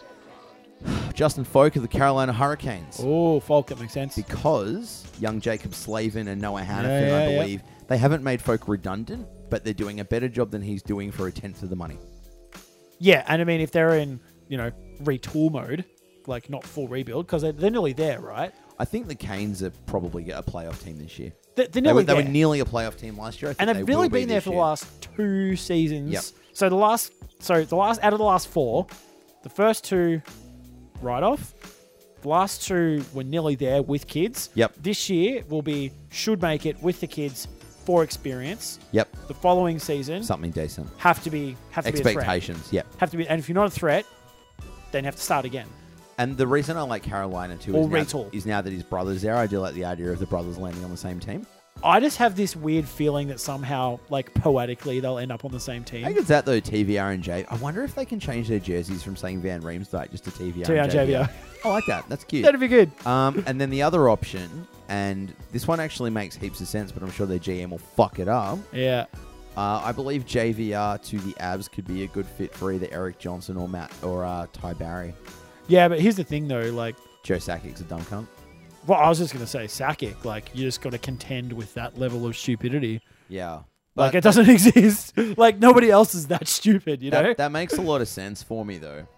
S2: Justin Folk of the Carolina Hurricanes.
S1: Oh, Falk, that makes sense.
S2: Because young Jacob Slavin and Noah Hannafin,
S1: yeah,
S2: I
S1: yeah.
S2: believe, they haven't made Folk redundant, but they're doing a better job than he's doing for a tenth of the money.
S1: Yeah, and I mean, if they're in, you know, retool mode, like not full rebuild, because they're, they're nearly there, right?
S2: I think the Canes are probably a playoff team this year.
S1: They're, they're
S2: They were,
S1: nearly
S2: they were
S1: there.
S2: nearly a playoff team last year. I think
S1: and
S2: they
S1: they've really
S2: will be
S1: been there
S2: this
S1: for the
S2: year.
S1: last two seasons.
S2: Yep.
S1: So the last, so the last out of the last four, the first two, right off. The last two were nearly there with kids.
S2: Yep.
S1: This year will be should make it with the kids for experience.
S2: Yep,
S1: The following season
S2: something decent.
S1: have to be have to be a threat.
S2: Expectations, yep.
S1: Have to be, and if you're not a threat, then you have to start again.
S2: And the reason I like Carolina too
S1: Or
S2: is now,
S1: Retool.
S2: is now that his brother's there. I do like the idea of the brothers landing on the same team.
S1: I just have this weird feeling that somehow, like poetically, they'll end up on the same team.
S2: I think it's that though. TVR and J. I wonder if they can change their jerseys from saying Van Riemsdyk just to TVR.
S1: TVR
S2: and
S1: and
S2: JVR.
S1: JVR.
S2: I like that. That's cute.
S1: That'd be good.
S2: Um, and then the other option, and this one actually makes heaps of sense, but I'm sure their GM will fuck it up.
S1: Yeah.
S2: Uh, I believe JVR to the Abs could be a good fit for either Eric Johnson or Matt or uh, Ty Barry.
S1: Yeah, but here's the thing though, like
S2: Joe Sakic's a dumb cunt.
S1: well, I was just gonna say Sakic, like you just gotta contend with that level of stupidity.
S2: Yeah,
S1: like it doesn't exist. like nobody else is that stupid, you know?
S2: that, that makes a lot of sense for me though.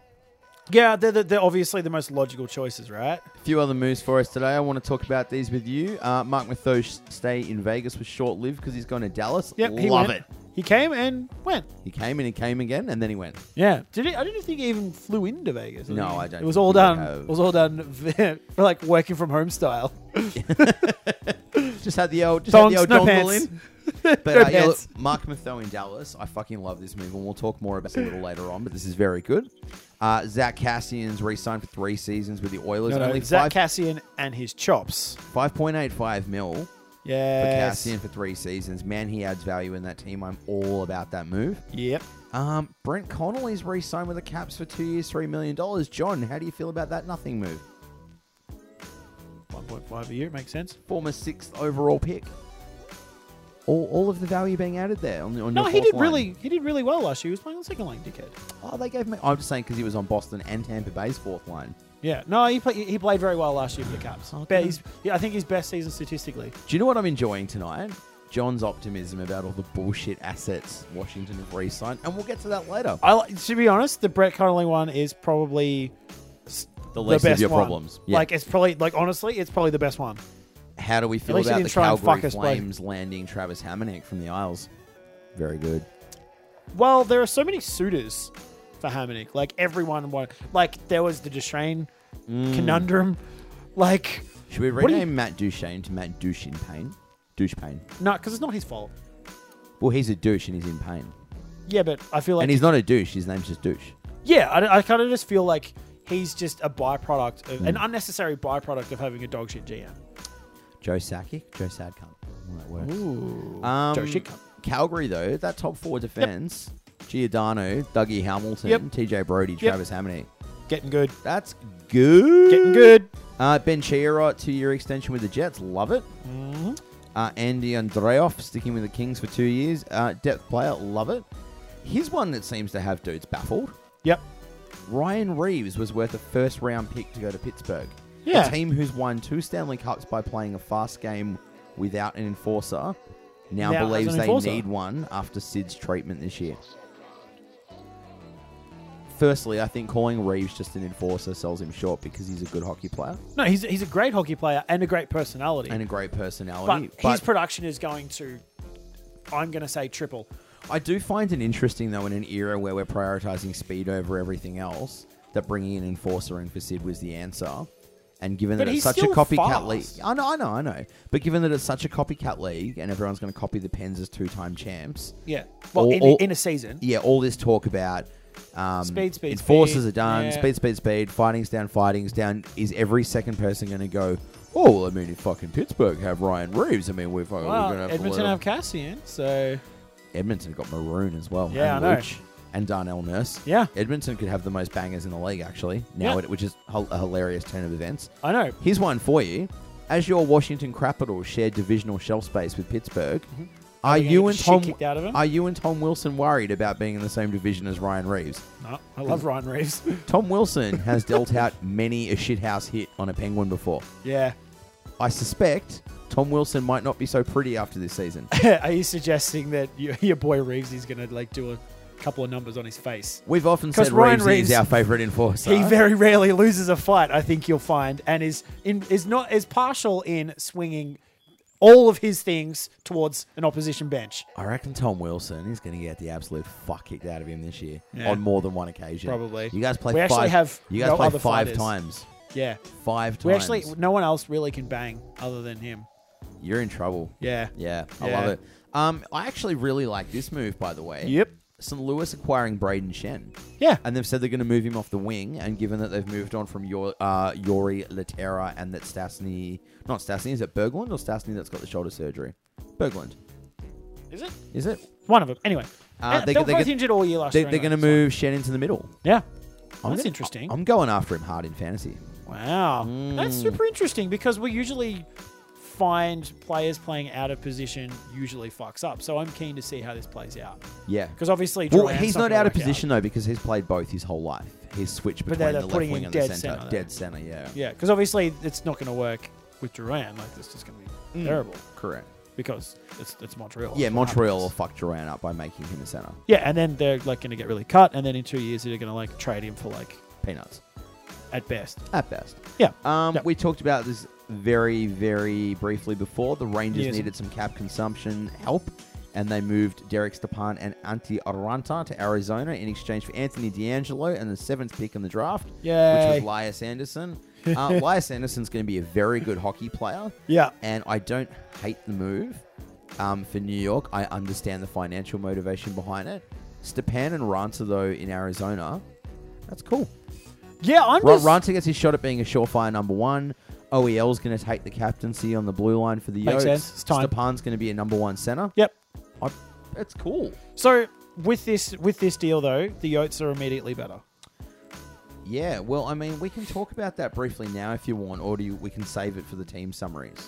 S1: yeah, they're, the- they're obviously the most logical choices, right?
S2: A few other moves for us today. I want to talk about these with you. Uh, Mark Mathos stay in Vegas was short lived because he's gone to Dallas.
S1: Yep, he
S2: love
S1: went.
S2: it.
S1: He came and went.
S2: He came and he came again, and then he went.
S1: Yeah. Did he, I didn't think he even flew into Vegas.
S2: No,
S1: He-
S2: I don't
S1: It was
S2: think
S1: all
S2: he
S1: done.
S2: would have.
S1: It was all done for like working from home style.
S2: Just had the old, just
S1: Thongs,
S2: had the
S1: no
S2: old dongle
S1: pants.
S2: in. But
S1: No
S2: uh, yeah, look,
S1: pants.
S2: Mark Mathos in Dallas. I fucking love this move, and we'll talk more about it a little later on. But this is very good. Uh, Zach Cassian's re-signed for three seasons with the Oilers.
S1: No, no,
S2: Only
S1: Zach
S2: five-
S1: Cassian and his chops.
S2: five point eight five mil for
S1: Yes.
S2: Cassian for three seasons. Man, he adds value in that team. I'm all about that move.
S1: Yep.
S2: Um, Brent Connolly's re-signed with the Caps for two years, three million dollars. John, how do you feel about that nothing move?
S1: 1.5 over you. Makes sense.
S2: Former sixth overall pick. All, all of the value being added there on, the- on
S1: No,
S2: your
S1: he
S2: fourth
S1: did
S2: line.
S1: really. He did really well last year. He was playing on the second line, dickhead.
S2: Oh, they gave me. I'm just saying because he was on Boston and Tampa Bay's fourth line.
S1: Yeah. No, he play, he played very well last year for the Caps.
S2: Oh,
S1: Be-
S2: good.
S1: he's, yeah, I think his best season statistically.
S2: Do you know what I'm enjoying tonight? John's optimism about all the bullshit assets Washington have re-signed, and we'll get to that later.
S1: I li- to be honest, the Brett Connolly one is probably the
S2: The least
S1: best
S2: of your
S1: one.
S2: problems. Yeah.
S1: Like it's probably like honestly, it's probably the best one.
S2: how do we feel
S1: least he
S2: about the
S1: didn't try and
S2: Calgary
S1: fuck us, bloke.
S2: Flames landing Travis Hammonick from the Isles? Very good.
S1: Well, there are so many suitors for Hamannik. Like everyone wanted. Like there was the Duchesne
S2: Mm.
S1: conundrum. Like
S2: Should we
S1: What do
S2: rename
S1: you-
S2: Matt Duchesne to Matt Douche in pain? Douche pain.
S1: no, because it's not his fault.
S2: Well, he's a douche and he's in pain,
S1: Yeah, but I feel like
S2: and he's not a douche. His name's just douche.
S1: yeah, I, kind of just feel like he's just a byproduct, of, an
S2: Mm.
S1: unnecessary byproduct of having a dog shit GM.
S2: Joe Sakic, Joe Sad cunt. Well, that works.
S1: Ooh,
S2: Um,
S1: Joe shit cunt.
S2: Calgary though, that top four defense: Giordano, Dougie Hamilton,
S1: Yep.
S2: TJ Brody, Travis Hamonic.
S1: getting good,
S2: That's good.
S1: getting good.
S2: Uh, ben Chiarot, two-year extension with the Jets. Love it.
S1: Mm-hmm.
S2: Uh, Andy Andreoff sticking with the Kings for two years. Uh, depth player. Love it. Here's one that seems to have dudes baffled.
S1: Yep.
S2: Ryan Reeves was worth a first round pick to go to Pittsburgh.
S1: Yeah.
S2: A team who's won two Stanley Cups by playing a fast game without an enforcer now
S1: Now has
S2: believes
S1: an
S2: they
S1: enforcer.
S2: need one after Sid's treatment this year. Firstly, I think calling Reeves just an enforcer sells him short because he's a good hockey player
S1: No, he's he's a great hockey player and a great personality.
S2: and a great personality.
S1: but, his production is going to, I'm going to say triple.
S2: I do find it interesting, though, in an era where we're prioritizing speed over everything else, that bringing an enforcer in for Sid was the answer. And given
S1: But
S2: that
S1: he's
S2: it's such a
S1: still
S2: copycat
S1: fast.
S2: league, I know, I know, I know. But given that it's such a copycat league, and everyone's going to copy the Pens as two-time champs,
S1: Yeah. Well,
S2: Or-
S1: in,
S2: or-
S1: in a season.
S2: yeah, all this talk about um,
S1: Speed, speed,
S2: enforcers
S1: speed.
S2: are done,
S1: Yeah.
S2: speed, speed, speed, fighting's down, fighting's down. Is every second person going to go? Oh, well, I mean, if fucking Pittsburgh have Ryan Reeves, I mean, Oh, we're fucking we're
S1: Well,
S2: going to have to
S1: Edmonton
S2: let-
S1: have Cassian, so
S2: Edmonton got Maroon as well.
S1: Yeah,
S2: and
S1: I know.
S2: Luch and Darnell Nurse.
S1: Yeah.
S2: Edmonton could have the most bangers in the league, actually, now,
S1: Yeah.
S2: it, which is hil- a hilarious turn of events.
S1: I know.
S2: Here's one for you. As your Washington Capitals share divisional shelf space with Pittsburgh, are
S1: they gonna
S2: you
S1: Mm-hmm. get
S2: and
S1: the shit
S2: Tom
S1: kicked out of 'em?
S2: are you and Tom Wilson worried about being in the same division as Ryan Reeves?
S1: No, I love Ryan Reeves.
S2: Tom Wilson has dealt out many a shithouse hit on a Penguin before.
S1: yeah.
S2: I suspect Tom Wilson might not be so pretty after this season.
S1: Are you suggesting that your, your boy Reeves is going to like do a couple of numbers on his face?
S2: We've often
S1: 'Cause
S2: said
S1: Ryan
S2: Reeves,
S1: Reeves-
S2: is our favourite enforcer.
S1: He very rarely loses a fight, I think you'll find, and is in, is not is partial in swinging all of his things towards an opposition bench.
S2: I reckon Tom Wilson is going to get the absolute fuck kicked out of him this year
S1: Yeah.
S2: on more than one occasion.
S1: Probably.
S2: You guys play.
S1: We
S2: five,
S1: actually have
S2: You guys
S1: no
S2: play
S1: other
S2: five
S1: fighters.
S2: times.
S1: Yeah.
S2: Five times.
S1: We actually no one else really can bang other than him.
S2: You're in trouble.
S1: Yeah.
S2: Yeah. I
S1: Yeah.
S2: love it. Um, I actually really like this move, by the way.
S1: Yep.
S2: St. Louis acquiring Braden Shen,
S1: Yeah.
S2: and they've said they're going to move him off the wing. And given that they've moved on from your uh, Yori Laterra and that Stastny, not Stastny, is it Berglund or Stastny that's got the shoulder surgery? Berglund,
S1: Is it?
S2: is it?
S1: One of them. Anyway.
S2: Uh,
S1: Uh,
S2: they-
S1: they, were
S2: they
S1: both
S2: get-
S1: injured all year last
S2: They,
S1: year.
S2: they're going to
S1: anyway, so-
S2: move Shen into the middle.
S1: Yeah.
S2: I'm
S1: That's
S2: gonna-
S1: interesting.
S2: I'm going after him hard in fantasy.
S1: Wow. That's
S2: Hmm.
S1: super interesting because we usually find players playing out of position usually fucks up. So I'm keen to see how this plays out.
S2: Yeah.
S1: Because obviously,
S2: Well,
S1: Drouin's
S2: he's not
S1: gonna
S2: out of
S1: work
S2: position though because he's played both his whole life. He's switched
S1: But
S2: between
S1: they're-
S2: the
S1: they're
S2: left
S1: putting
S2: wing
S1: in
S2: and the
S1: dead
S2: center.
S1: centre, though.
S2: Dead center, yeah.
S1: Yeah, because obviously it's not going to work with Duran. Like this is going to be terrible
S2: Correct.
S1: because it's it's Montreal.
S2: Hmm. Yeah,
S1: That's what
S2: Montreal will
S1: happens.
S2: fuck Duran up by making him a center.
S1: Yeah, and then they're like going to get really cut, and then in two years they're going to like trade him for like
S2: Peanuts
S1: at best.
S2: at best.
S1: Yeah.
S2: Um,
S1: Yeah.
S2: we talked about this very, very briefly before. The Rangers
S1: Yes.
S2: needed some cap consumption help, and they moved Derek Stepan and Antti Aranta to Arizona in exchange for Anthony D'Angelo and the seventh pick in the draft,
S1: Yay.
S2: which was Lias Anderson. Uh, Lias Anderson's going to be a very good hockey player.
S1: Yeah.
S2: and I don't hate the move um, for New York. I understand the financial motivation behind it. Stepan and Ranta, though, in Arizona, that's cool.
S1: Yeah, I'm
S2: Ron
S1: just.
S2: Ranta gets his shot at being a surefire number one. OEL's going to take the captaincy on the blue line for the
S1: Makes
S2: Yotes.
S1: sense. It's time.
S2: Stepan's going to be a number one center.
S1: Yep.
S2: I, that's cool.
S1: So with this with this deal though, the Yotes are immediately better.
S2: Yeah, well, I mean, we can talk about that briefly now if you want, or do you, we can save it for the team summaries.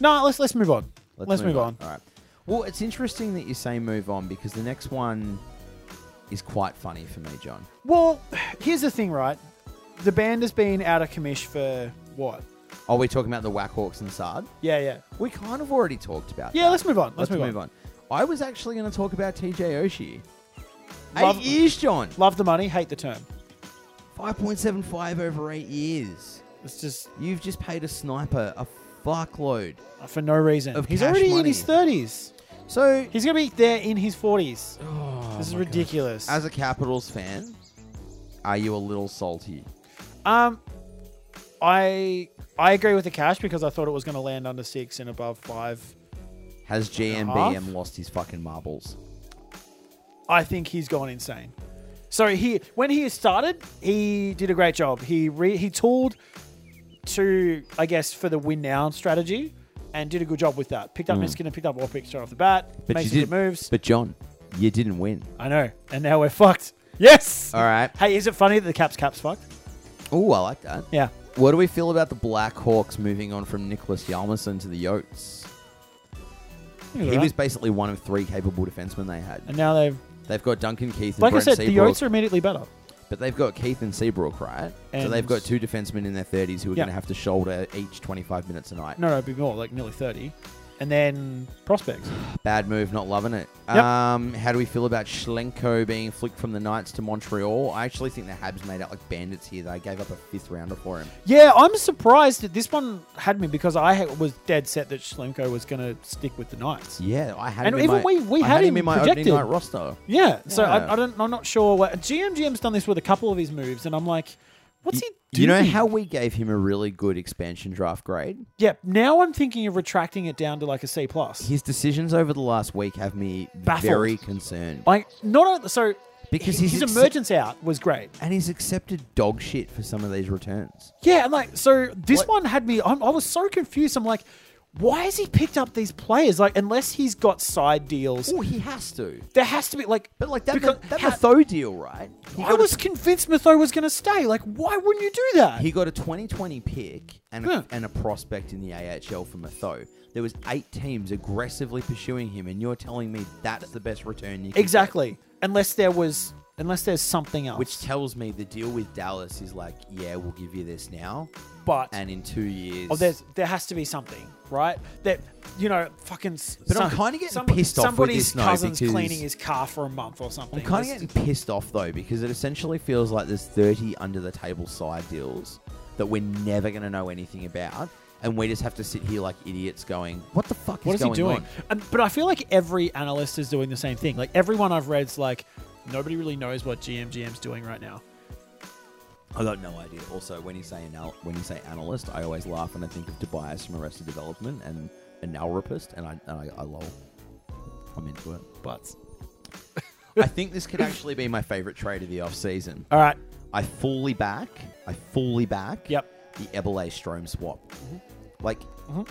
S1: No, let's let's move on. Let's, move, on.
S2: All right. Well, it's interesting that you say move on because the next one is quite funny for me, John.
S1: Well, here's the thing, right? The band has been out of commish for what?
S2: Are we talking about the Whackhawks and Sard?
S1: Yeah, yeah.
S2: We kind of already talked about.
S1: Yeah,
S2: that.
S1: let's move on. Let's, move, on.
S2: I was actually going to talk about TJ Oshie.
S1: Love-
S2: eight years, John.
S1: Love the money, hate the term.
S2: Five point seven five over eight years.
S1: It's just uh,
S2: You've just paid a sniper a fuckload.
S1: for no reason.
S2: Of
S1: He's
S2: cash
S1: already in
S2: money.
S1: his 30s.
S2: So
S1: He's going to be there in his 40s. this is ridiculous.
S2: Oh As a Capitals fan, are you a little salty?
S1: Um, I I agree with the cash because I thought it was going to land under six and above five.
S2: Has
S1: Half?
S2: GMBM lost his fucking marbles?
S1: I think he's gone insane. So he when he started, he did a great job. He re, he tooled to I guess for the win now strategy and did a good job with that. Picked up Miskin and picked up Orpik straight off the bat.
S2: But
S1: made
S2: Mm. you
S1: some
S2: did
S1: good moves.
S2: But John, you didn't win.
S1: I know, and now we're fucked. Yes.
S2: All right.
S1: Hey, is it funny that the Caps Caps fucked?
S2: Oh, I like that.
S1: Yeah.
S2: What do we feel about the Blackhawks moving on from Nicholas Yalmerson to the Yotes? He was basically one of three capable defensemen they had.
S1: and now they've
S2: They've got Duncan Keith and
S1: like
S2: Brent
S1: I said, the
S2: Seabrook,
S1: Yotes are immediately better.
S2: but they've got Keith and Seabrook, right? so
S1: And-
S2: they've got two defensemen in their 30s who are
S1: Yeah.
S2: going to have to shoulder each 25 minutes a night.
S1: No, no, it'd be more like nearly thirty, and then prospects.
S2: Bad move, not loving it.
S1: Yep.
S2: Um, how do we feel about Schlenko being flicked from the Knights to Montreal? I actually think the Habs made out like bandits here. They gave up a fifth rounder for him.
S1: Yeah, I'm surprised that this one had me because I ha- was dead set that Schlemko was going to stick with the Knights.
S2: Yeah, I had
S1: And
S2: him in
S1: even
S2: my,
S1: we- we
S2: I
S1: had
S2: had him
S1: him
S2: in my
S1: projected.
S2: opening night roster.
S1: Yeah, so
S2: Yeah.
S1: I, I don't, I'm not sure. What, GM GM's done this with a couple of his moves, and I'm like, what's he
S2: Do you
S1: doing?
S2: know how we gave him a really good expansion draft grade?
S1: Yeah, now I'm thinking of retracting it down to like a C plus.
S2: His decisions over the last week have me
S1: Baffled.
S2: very concerned.
S1: Like not a, so
S2: Because
S1: hi-
S2: he's
S1: his
S2: ex-
S1: emergence out was great.
S2: And he's accepted dog shit for some of these returns.
S1: Yeah, and like so this
S2: What-
S1: one had me. I'm, I was so confused. I'm like, why has he picked up these players? Like unless he's got side deals,
S2: Oh, he has to.
S1: there has to be like.
S2: But like that,
S1: because-
S2: that
S1: how-
S2: Mathieu deal, right? He
S1: I
S2: got a-
S1: was convinced Matho was going to stay. Like, why wouldn't you do that?
S2: He got a 2020 pick and a,
S1: Huh.
S2: and a prospect in the AHL for Matho. There was eight teams aggressively pursuing him, and you're telling me that's the best return you could get?
S1: exactly. Unless there was, unless there's something else.
S2: Which tells me the deal with Dallas is like, yeah, we'll give you this now,
S1: but
S2: and in two years.
S1: oh, there's there has to be something, right? That you know, fucking. s-
S2: But I'm kinda getting pissed off with
S1: Somebody's
S2: this now
S1: cousin's
S2: because-
S1: cleaning his car for a month or something.
S2: I'm kind of
S1: There's-
S2: getting pissed off though because it essentially feels like there's 30 under the table side deals that we're never going to know anything about, and we just have to sit here like idiots going, "What the fuck
S1: What
S2: is
S1: is
S2: going
S1: he doing?
S2: on?"
S1: Um, but I feel like every analyst is doing the same thing. Like everyone I've read's like, nobody really knows what GM GM's doing right now.
S2: I got no idea. Also, when you say anal- when you say analyst, I always laugh when I think of Tobias from Arrested Development and analropist, and I and I, I lol. I'm into it.
S1: But
S2: I think this could actually be my favorite trade of the off season.
S1: all right,
S2: I fully back. I fully back.
S1: Yep.
S2: The Eberle Strom swap. Like,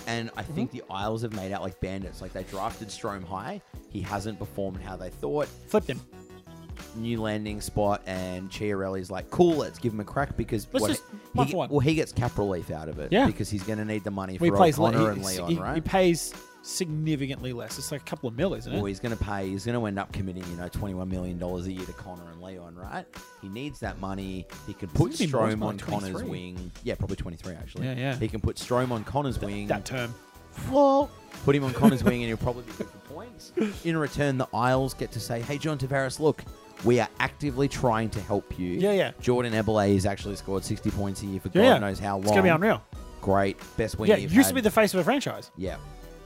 S2: and I think the Isles have made out like bandits. Like they drafted Strom high. He hasn't performed how they thought.
S1: flipped him.
S2: New landing spot, and Chiarelli's like, cool. Let's give him a crack because
S1: Let's
S2: when
S1: just-
S2: he,
S1: one for one.
S2: well, he gets cap relief out of it.
S1: Yeah.
S2: because he's going to need the money for
S1: We plays
S2: O'Connor
S1: he,
S2: and Leon,
S1: he,
S2: right?
S1: he pays significantly less. It's like a couple of mil, isn't
S2: Well,
S1: it?
S2: he's going to pay. He's going to end up committing, you know, twenty-one million dollars a year to Connor and Leon, right? He needs that money. He can put
S1: gonna be more
S2: Strom
S1: than
S2: on Connor's
S1: 23.
S2: wing. Yeah, probably twenty-three actually.
S1: Yeah, yeah.
S2: He can put Strom on Connor's wing.
S1: That term.
S2: well, put him on Connor's wing, and he'll probably be good for points. In return, the Isles get to say, "Hey, John Tavares, look." We are actively trying to help you.
S1: Yeah, yeah.
S2: Jordan Eberle has actually scored 60 points a year for God
S1: Yeah, yeah.
S2: knows how long.
S1: It's gonna be unreal.
S2: Great. Best wing
S1: Yeah,
S2: you've
S1: used to be
S2: had.
S1: the face of a franchise.
S2: Yeah.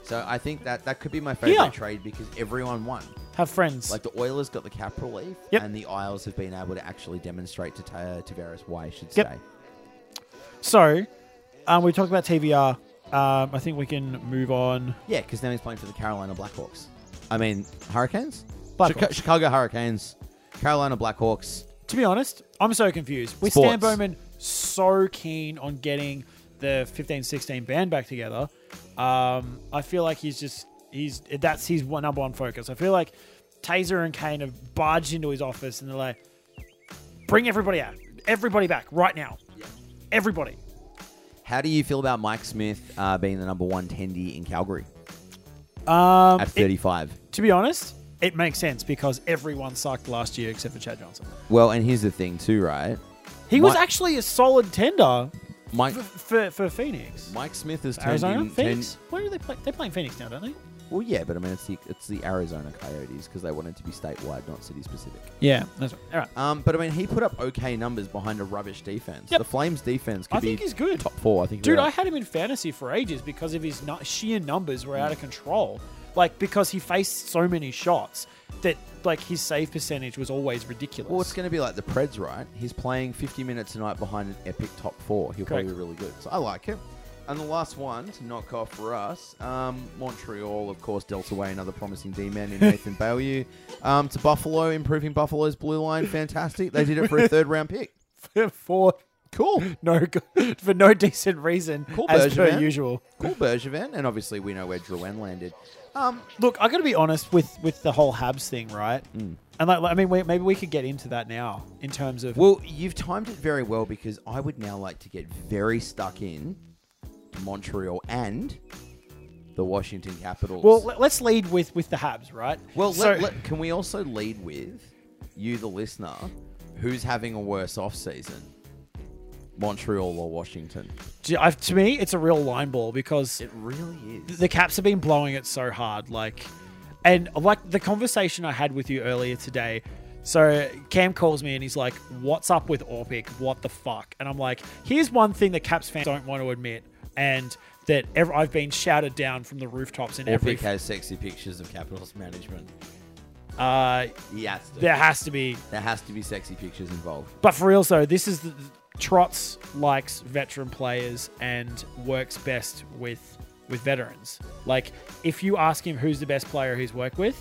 S2: So I think that that could be my favorite
S1: Yeah.
S2: trade because everyone won.
S1: Have friends.
S2: Like the Oilers got the cap relief,
S1: Yep.
S2: and the Isles have been able to actually demonstrate to Ta- Tavares why he should
S1: Yep.
S2: stay.
S1: so, um, we talked about TVR. Um, I think we can move on.
S2: Yeah, because now he's playing for the Carolina Blackhawks. I mean, Hurricanes?
S1: Blackhawks.
S2: Chica- Chicago Hurricanes, Carolina Blackhawks.
S1: To be honest, I'm so confused. With Stan
S2: Sports.
S1: Bowman so keen on getting the 15 16 band back together, um, I feel like he's just, he's that's his one, number one focus. I feel like Taser and Kane have barged into his office and they're like, bring everybody out. everybody back right now. Everybody.
S2: How do you feel about Mike Smith uh, being the number one tendy in Calgary
S1: Um,
S2: at
S1: it-
S2: 35?
S1: to be honest, it makes sense because everyone sucked last year except for Chad Johnson.
S2: well, and here's the thing too, right?
S1: He was
S2: My-
S1: actually a solid tender
S2: Mike
S1: f- for, for Phoenix.
S2: Mike Smith has turned
S1: Arizona?
S2: in
S1: Phoenix?
S2: ten.
S1: Where do they play? They're playing Phoenix now, don't they?
S2: Well, yeah, but I mean it's the it's the Arizona Coyotes because they wanted to be statewide, not city specific.
S1: Yeah, that's right. All right.
S2: Um, but I mean he put up okay numbers behind a rubbish defense.
S1: Yep.
S2: The Flames defense could
S1: I
S2: be
S1: think he's good.
S2: top four. I think
S1: Dude,
S2: they're-
S1: I had him in fantasy for ages because of his nu- sheer numbers were out of control. Like because he faced so many shots that like his save percentage was always ridiculous.
S2: Well, it's going to be like the Preds, right? He's playing 50 minutes a night behind an epic top four. He'll
S1: Correct.
S2: probably be really good. So I like him. And the last one to knock off for us, um, Montreal, of course, dealt away another promising D-man in Nathan Bayou. Um, to Buffalo, improving Buffalo's blue line, fantastic. They did it for a third-round pick.
S1: for
S2: Cool.
S1: no good, for no decent reason
S2: Cool
S1: as per
S2: Bergevin.
S1: usual.
S2: Cool Bergevin. And obviously we know where Drouin landed. Um,
S1: Look, I got to be honest with with the whole Habs thing, right?
S2: Mm.
S1: And like, like, I mean, we, maybe we could get into that now in terms of
S2: Well, you've timed it very well because I would now like to get very stuck in to Montreal and the Washington Capitals.
S1: well, let- let's lead with with the Habs, right?
S2: well,
S1: So-
S2: let- let- can we also lead with you, the listener, who's having a worse off season, Montreal or Washington?
S1: Gee, I've, to me, it's a real line ball because
S2: It really is.
S1: the caps have been blowing it so hard like and like the conversation i had with you earlier today so cam calls me and he's like what's up with orpik what the fuck and i'm like here's one thing that caps fans don't want to admit and that ever, i've been shouted down from the rooftops in every
S2: Orpik has sexy pictures of Capitals management.
S1: uh
S2: He has to.
S1: there has to be
S2: There has to be sexy pictures involved.
S1: But for real, though, this is the, Trotz likes veteran players and works best with with veterans. Like, if you ask him who's the best player he's worked with,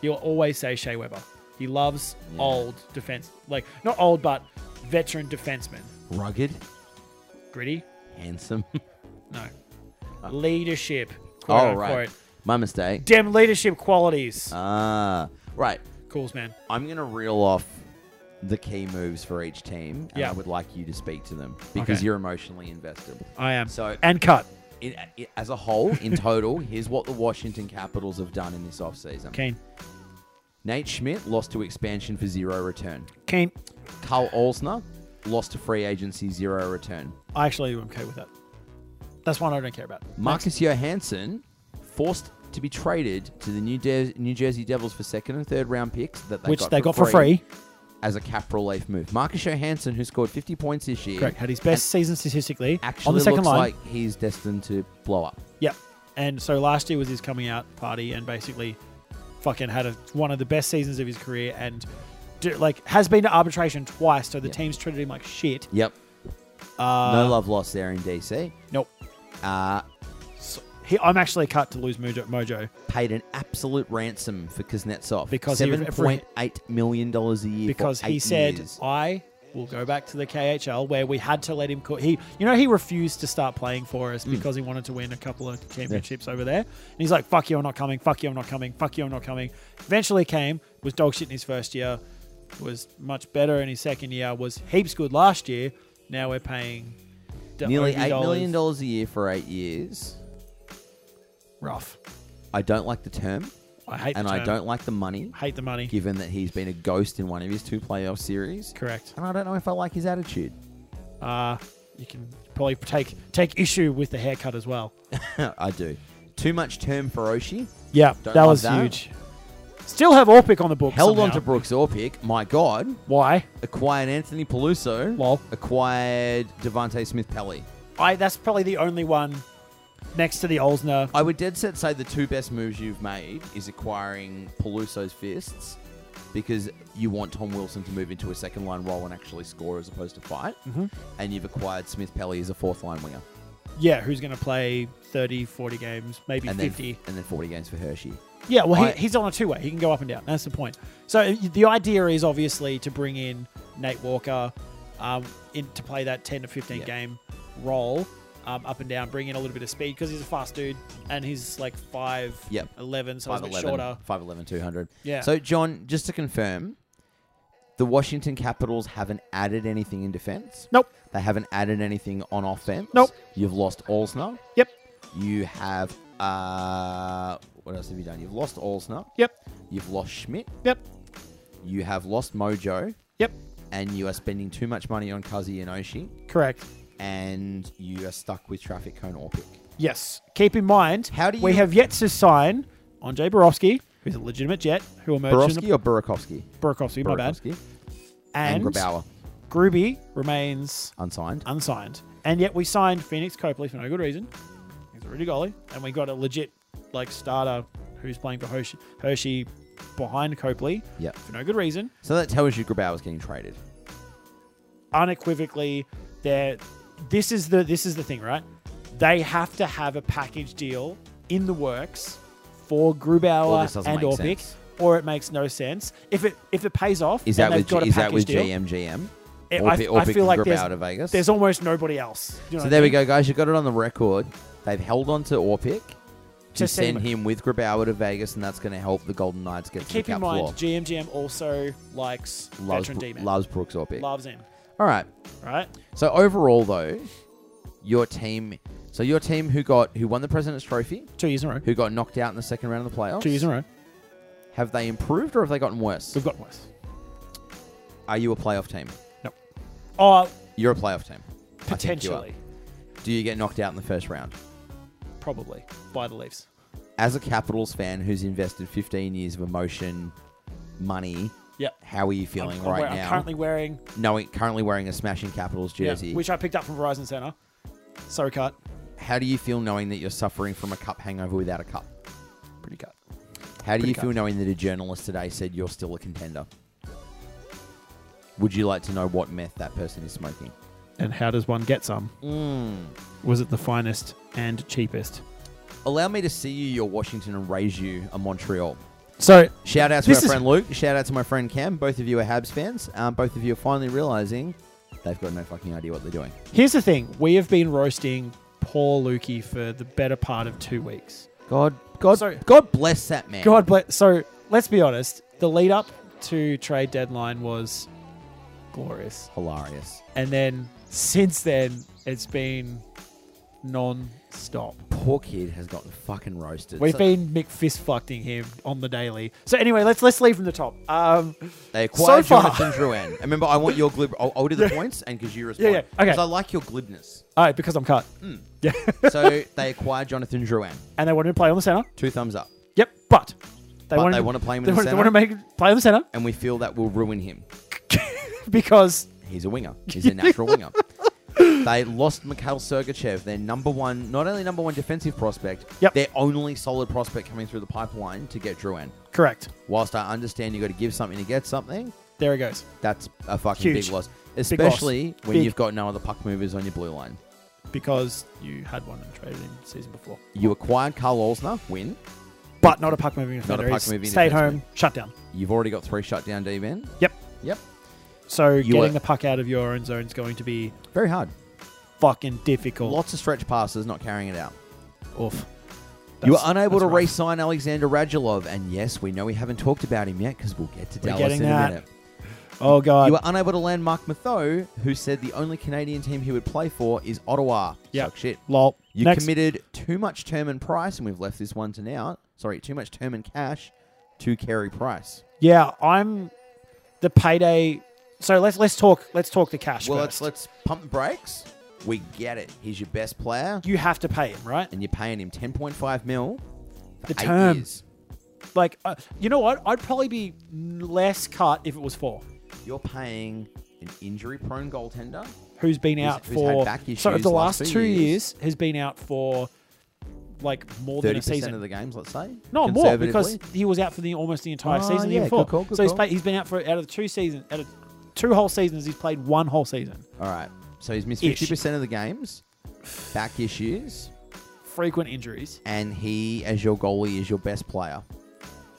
S1: he'll always say Shea Weber. He loves
S2: Yeah.
S1: old defense, like not old but veteran defensemen.
S2: Rugged,
S1: Gritty,
S2: handsome.
S1: no leadership. Quote
S2: All Oh, right,
S1: unquote.
S2: my mistake.
S1: Damn leadership qualities.
S2: Ah, right.
S1: Cools, man.
S2: I'm gonna reel off the key moves for each team, and
S1: Yeah.
S2: I would like you to speak to them because
S1: Okay.
S2: you're emotionally invested.
S1: I am.
S2: So-
S1: and cut.
S2: In, i as a whole, in total, here's what the Washington Capitals have done in this offseason.
S1: Kane.
S2: Nate Schmidt lost to expansion for zero return.
S1: Kane.
S2: Carl Olsner lost to free agency zero return.
S1: I actually am okay with that. That's one I don't care about.
S2: Marcus Johansson forced to be traded to the New, De- New Jersey Devils for second and third round picks that they
S1: Which
S2: got
S1: they
S2: for
S1: got for
S2: free.
S1: free.
S2: as a cap relief move. Marcus Johansson, who scored 50 points this year,
S1: Correct. Had his best season statistically
S2: actually
S1: on the second
S2: looks
S1: line.
S2: like he's destined to blow up.
S1: Yep. And so last year was his coming out party, and basically, fucking had a, one of the best seasons of his career, and d like has been to arbitration twice. So the
S2: Yeah.
S1: team's treated him like shit.
S2: Yep.
S1: Uh,
S2: no love lost there in DC.
S1: Nope.
S2: Uh,
S1: So he, I'm actually cut to lose Mojo. Mojo.
S2: paid an absolute ransom for Kuznetsov.
S1: Because he was-
S2: seven point eight million dollars a year
S1: because
S2: for
S1: he
S2: eight
S1: said "Oh,
S2: years.
S1: I will go back to the KHL where we had to let him cook. He, you know, he refused to start playing for
S2: Mm.
S1: us because he wanted to win a couple of championships over there. And he's like, "Fuck you, I'm not coming. Fuck you, I'm not coming. Fuck you, I'm not coming." Eventually came, was dog shit in his first year, was much better in his second year, was heaps good last year. Now we're paying d-
S2: nearly
S1: over
S2: eight million
S1: dollars.
S2: dollars a year for eight years.
S1: Rough.
S2: I don't like the term,
S1: I hate
S2: and
S1: the
S2: I
S1: term.
S2: don't like the money,
S1: hate the money.
S2: given that he's been a ghost in one of his two playoff series.
S1: Correct.
S2: And I don't know if I like his attitude.
S1: Uh, you can probably take take issue with the haircut as well.
S2: I do. Too much term for Oshie.
S1: Yeah,
S2: Don't
S1: that
S2: love
S1: was
S2: that.
S1: huge. Still have Orpik on the book.
S2: Held on
S1: somehow.
S2: to Brooks Orpik. My God.
S1: Why?
S2: Acquired Anthony Peluso.
S1: Lol.
S2: Acquired Devonte Smith Pelly.
S1: I. That's probably the only one next to the Olsner.
S2: I would dead set say the two best moves you've made is acquiring Peluso's fists because you want Tom Wilson to move into a second line role and actually score as opposed to fight. Mm-hmm. And you've acquired Smith Pelly as a fourth line winger.
S1: Yeah, who's going to play 30, 40 games, maybe
S2: And
S1: 50.
S2: then and then 40 games for Hershey.
S1: yeah, well,
S2: I-
S1: he, he's on a two way. He can go up and down. That's the point. So y- the idea is obviously to bring in Nate Walker um, in, to play that 10 to 15
S2: Yeah.
S1: game role. Um, up and down, bring in a little bit of speed because he's a fast dude and he's like five
S2: Yep.
S1: eleven, so he's a bit
S2: 5'11,
S1: shorter.
S2: 5'11", 200.
S1: Yeah.
S2: So, John, just to confirm, The Washington Capitals haven't added anything in defense.
S1: Nope.
S2: They haven't added anything on offense.
S1: Nope.
S2: You've lost Olsner.
S1: Yep.
S2: You have uh what else have you done? You've lost Olsner.
S1: Yep.
S2: You've lost Schmidt.
S1: Yep.
S2: You have lost Mojo.
S1: Yep.
S2: And you are spending too much money on Kazi and Oshi.
S1: Correct.
S2: And you are stuck with Traffic Cone Orpik.
S1: Yes. Keep in mind,
S2: How do
S1: we
S2: you-
S1: have yet to sign Andre Borowski, who's a legitimate Jet, who emerged in
S2: Borowski or Burakovsky?
S1: the Borowski, my bad,
S2: Burakovsky. And
S1: and,
S2: Grabauer.
S1: Gruby remains
S2: Unsigned.
S1: unsigned, and yet we signed Phoenix Copley for no good reason. He's a really goalie, and we got a legit like starter who's playing for Hershey, Hershey behind Copley
S2: Yep.
S1: for no good reason.
S2: So that tells you Grabauer's getting traded.
S1: unequivocally they're this is the this is the thing right they have to have a package deal in the works for
S2: Well,
S1: Grubauer
S2: this doesn't
S1: and
S2: make
S1: Orpik
S2: sense.
S1: or it makes no sense if it if it pays off
S2: Is
S1: and
S2: that
S1: they've
S2: with G-
S1: got a
S2: is that
S1: package
S2: with
S1: deal,
S2: GM GM?
S1: it-
S2: Orpi-
S1: I, I
S2: Orpik
S1: feel
S2: and
S1: like
S2: Grabauer
S1: there's,
S2: to Vegas?
S1: there's almost nobody else Do you know
S2: So
S1: what
S2: there
S1: I
S2: we
S1: mean?
S2: go, guys. You got it on the record. They've held on to Orpik to
S1: To
S2: send
S1: send
S2: him, with Grabauer to Vegas, and that's going to help the Golden Knights get to
S1: keep
S2: the
S1: in
S2: cap
S1: mind
S2: floor.
S1: GM GM also likes
S2: loves,
S1: veteran D
S2: Bro-
S1: man
S2: loves Brooks Orpik.
S1: loves him
S2: All right.
S1: right
S2: So overall, though, your team. So your team who got who won the President's Trophy,
S1: two years in a row
S2: who got knocked out in the second round of the playoffs.
S1: two years in a row
S2: Have they improved or have they gotten worse?
S1: we've got worse
S2: Are you a playoff team?
S1: no oh
S2: You're a playoff team. I think you are.
S1: potentially
S2: Do you get knocked out in the first round?
S1: probably by the Leafs
S2: As a Capitals fan who's invested 15 years of emotion, money,
S1: yep
S2: how are you feeling
S1: I'm,
S2: right
S1: I'm, wear- I'm
S2: now?
S1: currently wearing
S2: knowing currently wearing a smashing Capitals
S1: yeah,
S2: jersey,
S1: which I picked up from Verizon Center. So cut,
S2: how do you feel knowing that you're suffering from a cup hangover without a cup?
S1: pretty cut.
S2: How do
S1: Pretty
S2: you
S1: cut.
S2: feel knowing that a journalist today said you're still a contender? Would you like to know what meth that person is smoking?
S1: And how does one get some? Hmm. Was it the finest and cheapest?
S2: Allow me to see you, your Washington, and raise you a Montreal.
S1: So
S2: Shout out to
S1: This
S2: our
S1: is-
S2: friend Luke. Shout out to my friend Cam. Both of you are Habs fans. Um, both of you are finally realizing they've got no fucking idea what they're doing.
S1: here's the thing: we have been roasting Paul Lukey for the better part of two weeks.
S2: God, God,
S1: Sorry.
S2: God bless that man.
S1: God bless. So let's be honest: the lead up to trade deadline was glorious,
S2: hilarious.
S1: and then since then it's been non-stop.
S2: Poor kid has gotten fucking roasted.
S1: We've
S2: So-
S1: been McFist fucking him on the daily. So anyway, let's let's leave from the top. Um,
S2: They acquired
S1: So far.
S2: Jonathan Drouin. And Remember, I want your glib. I'll, I'll do the points and because you respond.
S1: Yeah, yeah. Okay.
S2: Because I like your glibness.
S1: all right, because I'm cut. Yeah,
S2: So they acquired Jonathan Drouin.
S1: and they wanted to play on the center.
S2: Two thumbs up.
S1: Yep, but they
S2: But
S1: wanted
S2: they wanna play him in
S1: they
S2: the
S1: wanted-
S2: centre?
S1: They want to make play on the center
S2: And we feel that will ruin him.
S1: because
S2: He's a winger. He's a natural winger. They lost Mikhail Sergachev, their number one, not only number one defensive prospect,
S1: Yep.
S2: their only solid prospect coming through the pipeline to get Drouin.
S1: correct.
S2: Whilst I understand you got to give something to get something,
S1: There it goes.
S2: that's a fucking
S1: Huge.
S2: big loss.
S1: loss.
S2: Especially when
S1: Big.
S2: you've got no other puck movers on your blue line.
S1: Because you had one and traded him the season before,
S2: You acquired Carl Olsner, win.
S1: but not a puck moving defender.
S2: puck
S1: He's
S2: moving
S1: stayed
S2: defenseman.
S1: home, shut down.
S2: You've already got three shutdown D men.
S1: Yep.
S2: Yep.
S1: So getting
S2: were-
S1: the puck out of your own zone is going to be
S2: Very hard.
S1: fucking difficult.
S2: Lots of stretch passes, not carrying it out.
S1: Oof.
S2: you were
S1: That's-
S2: unable
S1: that's
S2: to
S1: rough.
S2: re sign Alexander Radulov. And yes, we know we haven't talked about him yet because we'll get to
S1: We're
S2: Dallas
S1: getting
S2: in a
S1: that.
S2: minute.
S1: Oh god.
S2: You were unable to land Mark Matheau, who said the only Canadian team he would play for is Ottawa.
S1: Yep.
S2: Suck shit.
S1: Lol.
S2: You
S1: Next.
S2: committed too much term and price, and we've left this one to now. Sorry, too much term and cash to carry price.
S1: Yeah, I'm the payday. So let's let's talk let's talk the cash.
S2: Well, let's
S1: first.
S2: let's pump the brakes. We get it. He's your best player,
S1: you have to pay him, right?
S2: and you're paying him 10.5 mil. For
S1: The
S2: eight
S1: term.
S2: Years.
S1: Like, uh, you know what? I'd probably be less cut if it was four.
S2: You're paying an injury-prone goaltender.
S1: Who's been
S2: Who's-
S1: out
S2: who's
S1: for
S2: had back
S1: so
S2: issues
S1: the
S2: last
S1: last,
S2: few
S1: two
S2: years.
S1: years. has been out for like more than
S2: Thirty
S1: a
S2: percent
S1: season.
S2: of the games, let's say.
S1: no more because
S2: Conservatively.
S1: he was out for the almost the entire
S2: Ah,
S1: season the
S2: yeah,
S1: year before.
S2: good call, good
S1: so he's,
S2: call.
S1: played, he's been out for out of the two seasons, out of two whole seasons, he's played one whole season.
S2: all right. So he's missed
S1: Ish.
S2: fifty percent of the games, back issues,
S1: Frequent injuries.
S2: and he, as your goalie, is your best player.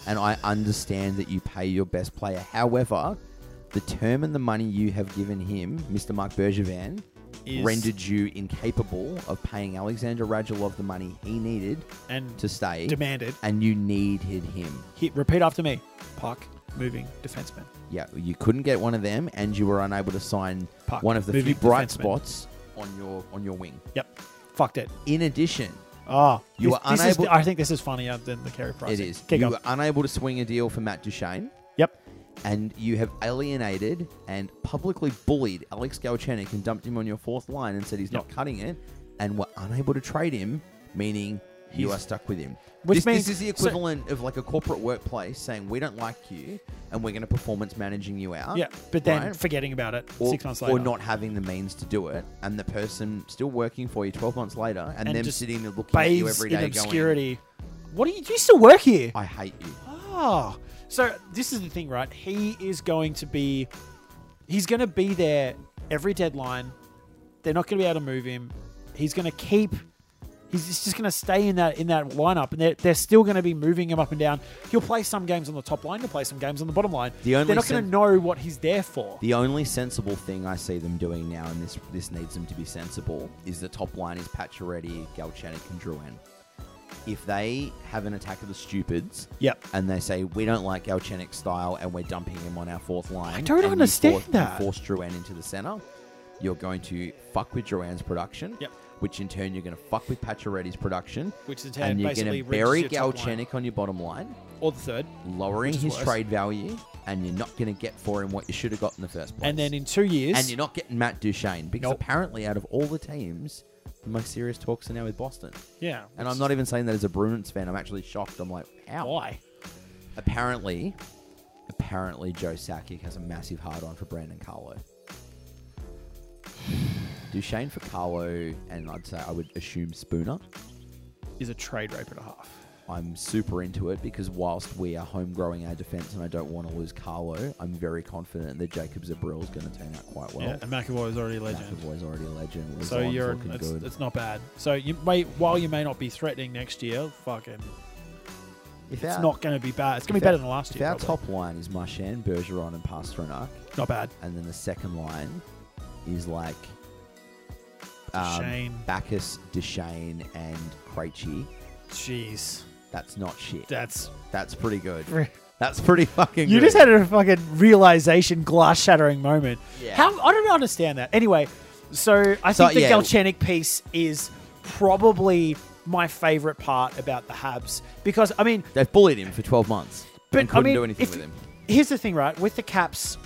S2: And I understand that you pay your best player. However, the term and the money you have given him, Mr. Mark Bergevin,
S1: is
S2: rendered you incapable of paying Alexander Radulov the money he needed
S1: and
S2: to stay,
S1: demanded.
S2: and you needed him.
S1: He, repeat after me. Puck moving defenseman.
S2: Yeah, you couldn't get one of them, and you were unable to sign
S1: Puck,
S2: one of the
S1: moving
S2: few bright
S1: defenseman.
S2: spots on your on your wing.
S1: Yep. Fucked it.
S2: In addition,
S1: Oh, this-
S2: You were
S1: this is-
S2: unable-
S1: I think this is funnier than the carry price.
S2: it is
S1: Keep
S2: you
S1: going.
S2: were unable to swing a deal for Matt Duchesne,
S1: Yep.
S2: and you have alienated and publicly bullied Alex Galchenyuk and dumped him on your fourth line and said he's not
S1: Yep.
S2: cutting it, and were unable to trade him, meaning you
S1: He's-
S2: are stuck with him.
S1: Which
S2: this,
S1: means-
S2: this is the
S1: so-
S2: equivalent of like a corporate workplace saying we don't like you and we're going to performance managing you out.
S1: Yeah, but then
S2: right?
S1: forgetting about it
S2: or,
S1: six months later.
S2: or not having the means to do it, and the person still working for you twelve months later, and,
S1: And
S2: them
S1: just
S2: sitting there looking at you
S1: bathes
S2: every
S1: in
S2: day, going,
S1: obscurity. What do you do? You still work here?
S2: "I hate you."
S1: Ah, so this is the thing, right? He is going to be, he's going to be there every deadline. They're not going to be able to move him. He's going to keep. He's just- just going to stay in that in that lineup, and they're, they're still going to be moving him up and down. He'll play some games on the top line. He'll play some games on the bottom line.
S2: The only
S1: they're not going to
S2: sen-
S1: know what he's there for.
S2: The only sensible thing I see them doing now, and this this needs them to be sensible, is the top line is Pacioretty, Galchenyuk, and Drouin. If they have an attack of the stupids,
S1: Yep.
S2: and they say we don't like Galchenyuk's style and we're dumping him on our fourth line,
S1: don't
S2: and you
S1: understand
S2: force, you
S1: that.
S2: Force Drouin into the center. You're going to fuck with Drouin's production,
S1: Yep.
S2: which in turn you're going to fuck with Pacioretty's production,
S1: Which in turn
S2: and you're
S1: basically
S2: going to
S1: reduces
S2: bury
S1: your top line.
S2: Galchenyuk on your bottom line,
S1: or the third,
S2: lowering
S1: Which is
S2: his
S1: worse.
S2: trade value, and you're not going to get for him what you should have got in the first place.
S1: and then in two years,
S2: And you're not getting Matt Duchesne because
S1: Nope.
S2: apparently, out of all the teams, the most serious talks are now with Boston.
S1: yeah,
S2: And I'm not even saying that as a Bruins fan. I'm actually shocked. I'm like, how?
S1: why.
S2: Apparently, apparently, Joe Sakic has a massive hard on for Brandon Carlo. Duchesne for Carlo, and I'd say I would assume Spooner.
S1: is a trade rape and a half.
S2: I'm super into it because whilst we are home growing our defense, and I don't want to lose Carlo, I'm very confident that Jacobs Abril is going to turn out quite well.
S1: yeah, and McAvoy is already a legend.
S2: McAvoy's already a legend.
S1: So
S2: Lazon's
S1: you're
S2: looking
S1: it's,
S2: good.
S1: it's not bad. So you may while you may not be threatening next year, fucking
S2: If
S1: it's
S2: our-
S1: not going to be bad. It's going to
S2: if
S1: be better
S2: our-
S1: than last
S2: If
S1: year.
S2: our
S1: probably.
S2: top line is Marchand, Bergeron, and Pasternak,
S1: not bad.
S2: and then the second line is like um,
S1: Duchesne.
S2: Bacchus, Deshane, and Krejci,
S1: Jeez,
S2: that's not shit.
S1: that's
S2: that's pretty good. That's pretty fucking.
S1: you
S2: good.
S1: just had a fucking realization, glass shattering moment.
S2: Yeah.
S1: How I don't understand that. Anyway, so I
S2: So,
S1: think the
S2: yeah.
S1: Galchenyuk piece is probably my favorite part about the Habs because I mean
S2: They've bullied him for twelve months.
S1: But
S2: and couldn't
S1: I mean,
S2: do anything
S1: if-
S2: with him.
S1: Here's the thing, right? With the Caps,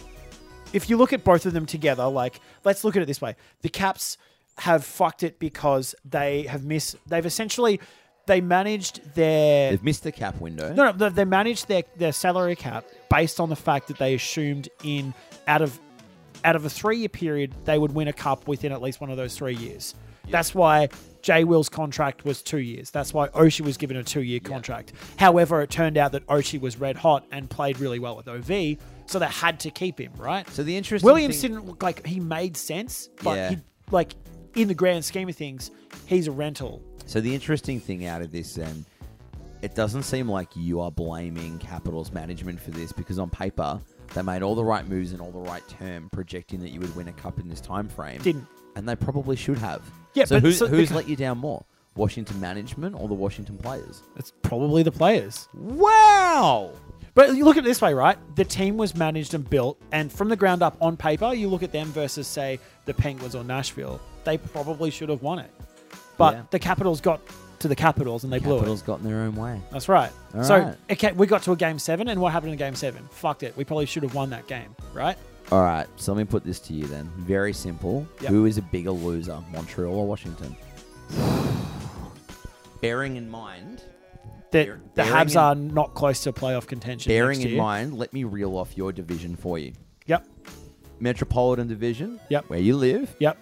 S1: if you look at both of them together, like let's look at it this way: the Caps have fucked it because they have missed. They've essentially they managed their
S2: They've missed the cap window.
S1: no, no, they- they managed their, their salary cap based on the fact that they assumed in out of out of a three year period they would win a cup within at least one of those three years. That's why Jay Will's contract was two years. That's why Oshie was given a two year contract. However, it turned out that Oshie was red hot and played really well with OV, so they had to keep him, right?
S2: So the interesting
S1: Williams
S2: thing-
S1: didn't look like he made sense, but
S2: Yeah.
S1: he, like in the grand scheme of things, he's a rental.
S2: So the interesting thing out of this, and it doesn't seem like you are blaming Capitals management for this because on paper they made all the right moves and all the right term, projecting that you would win a cup in this time frame.
S1: Didn't.
S2: and they probably should have.
S1: Yeah,
S2: So
S1: but
S2: who-
S1: so the
S2: who's
S1: co-
S2: let you down more, Washington management or the Washington players?
S1: It's probably the players.
S2: Wow.
S1: But you look at it this way, right? The team was managed and built, and from the ground up on paper, you look at them versus, say, the Penguins or Nashville. They probably should have won it. But
S2: Yeah.
S1: the Capitals got to the Capitals and they blew
S2: Capitals
S1: it.
S2: got in their own way.
S1: That's right.
S2: All
S1: so
S2: right.
S1: okay, we got to a game seven, and what happened in game seven? Fucked it. We probably should have won that game, right?
S2: All right, so let me put this to you then. Very simple.
S1: Yep.
S2: Who is a bigger loser, Montreal or Washington? Bearing in mind
S1: That
S2: Bear-
S1: the
S2: bearing
S1: Habs
S2: in-
S1: are not close to playoff contention.
S2: Bearing
S1: next
S2: in
S1: year.
S2: mind, let me reel off your division for you.
S1: Yep.
S2: Metropolitan Division,
S1: Yep.
S2: where you live,
S1: Yep.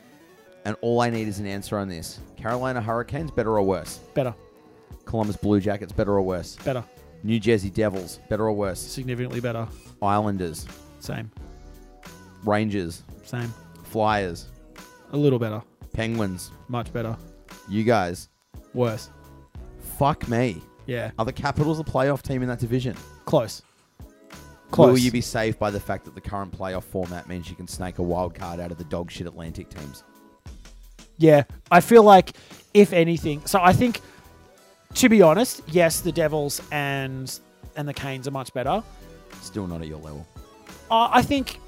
S2: and all I need is an answer on this. Carolina Hurricanes, better or worse?
S1: Better.
S2: Columbus Blue Jackets, better or worse?
S1: Better.
S2: New Jersey Devils, better or worse?
S1: Significantly better.
S2: Islanders,
S1: Same.
S2: Rangers,
S1: Same.
S2: Flyers,
S1: A little better.
S2: Penguins,
S1: Much better.
S2: you guys.
S1: Worse.
S2: Fuck me.
S1: Yeah.
S2: Are the Capitals a playoff team in that division?
S1: Close. Close.
S2: Will you be saved by the fact that the current playoff format means you can snake a wild card out of the dog shit Atlantic teams?
S1: Yeah, I feel like if anything, so I think to be honest, yes, the Devils and and the Canes are much better.
S2: Still not at your level.
S1: Uh, I think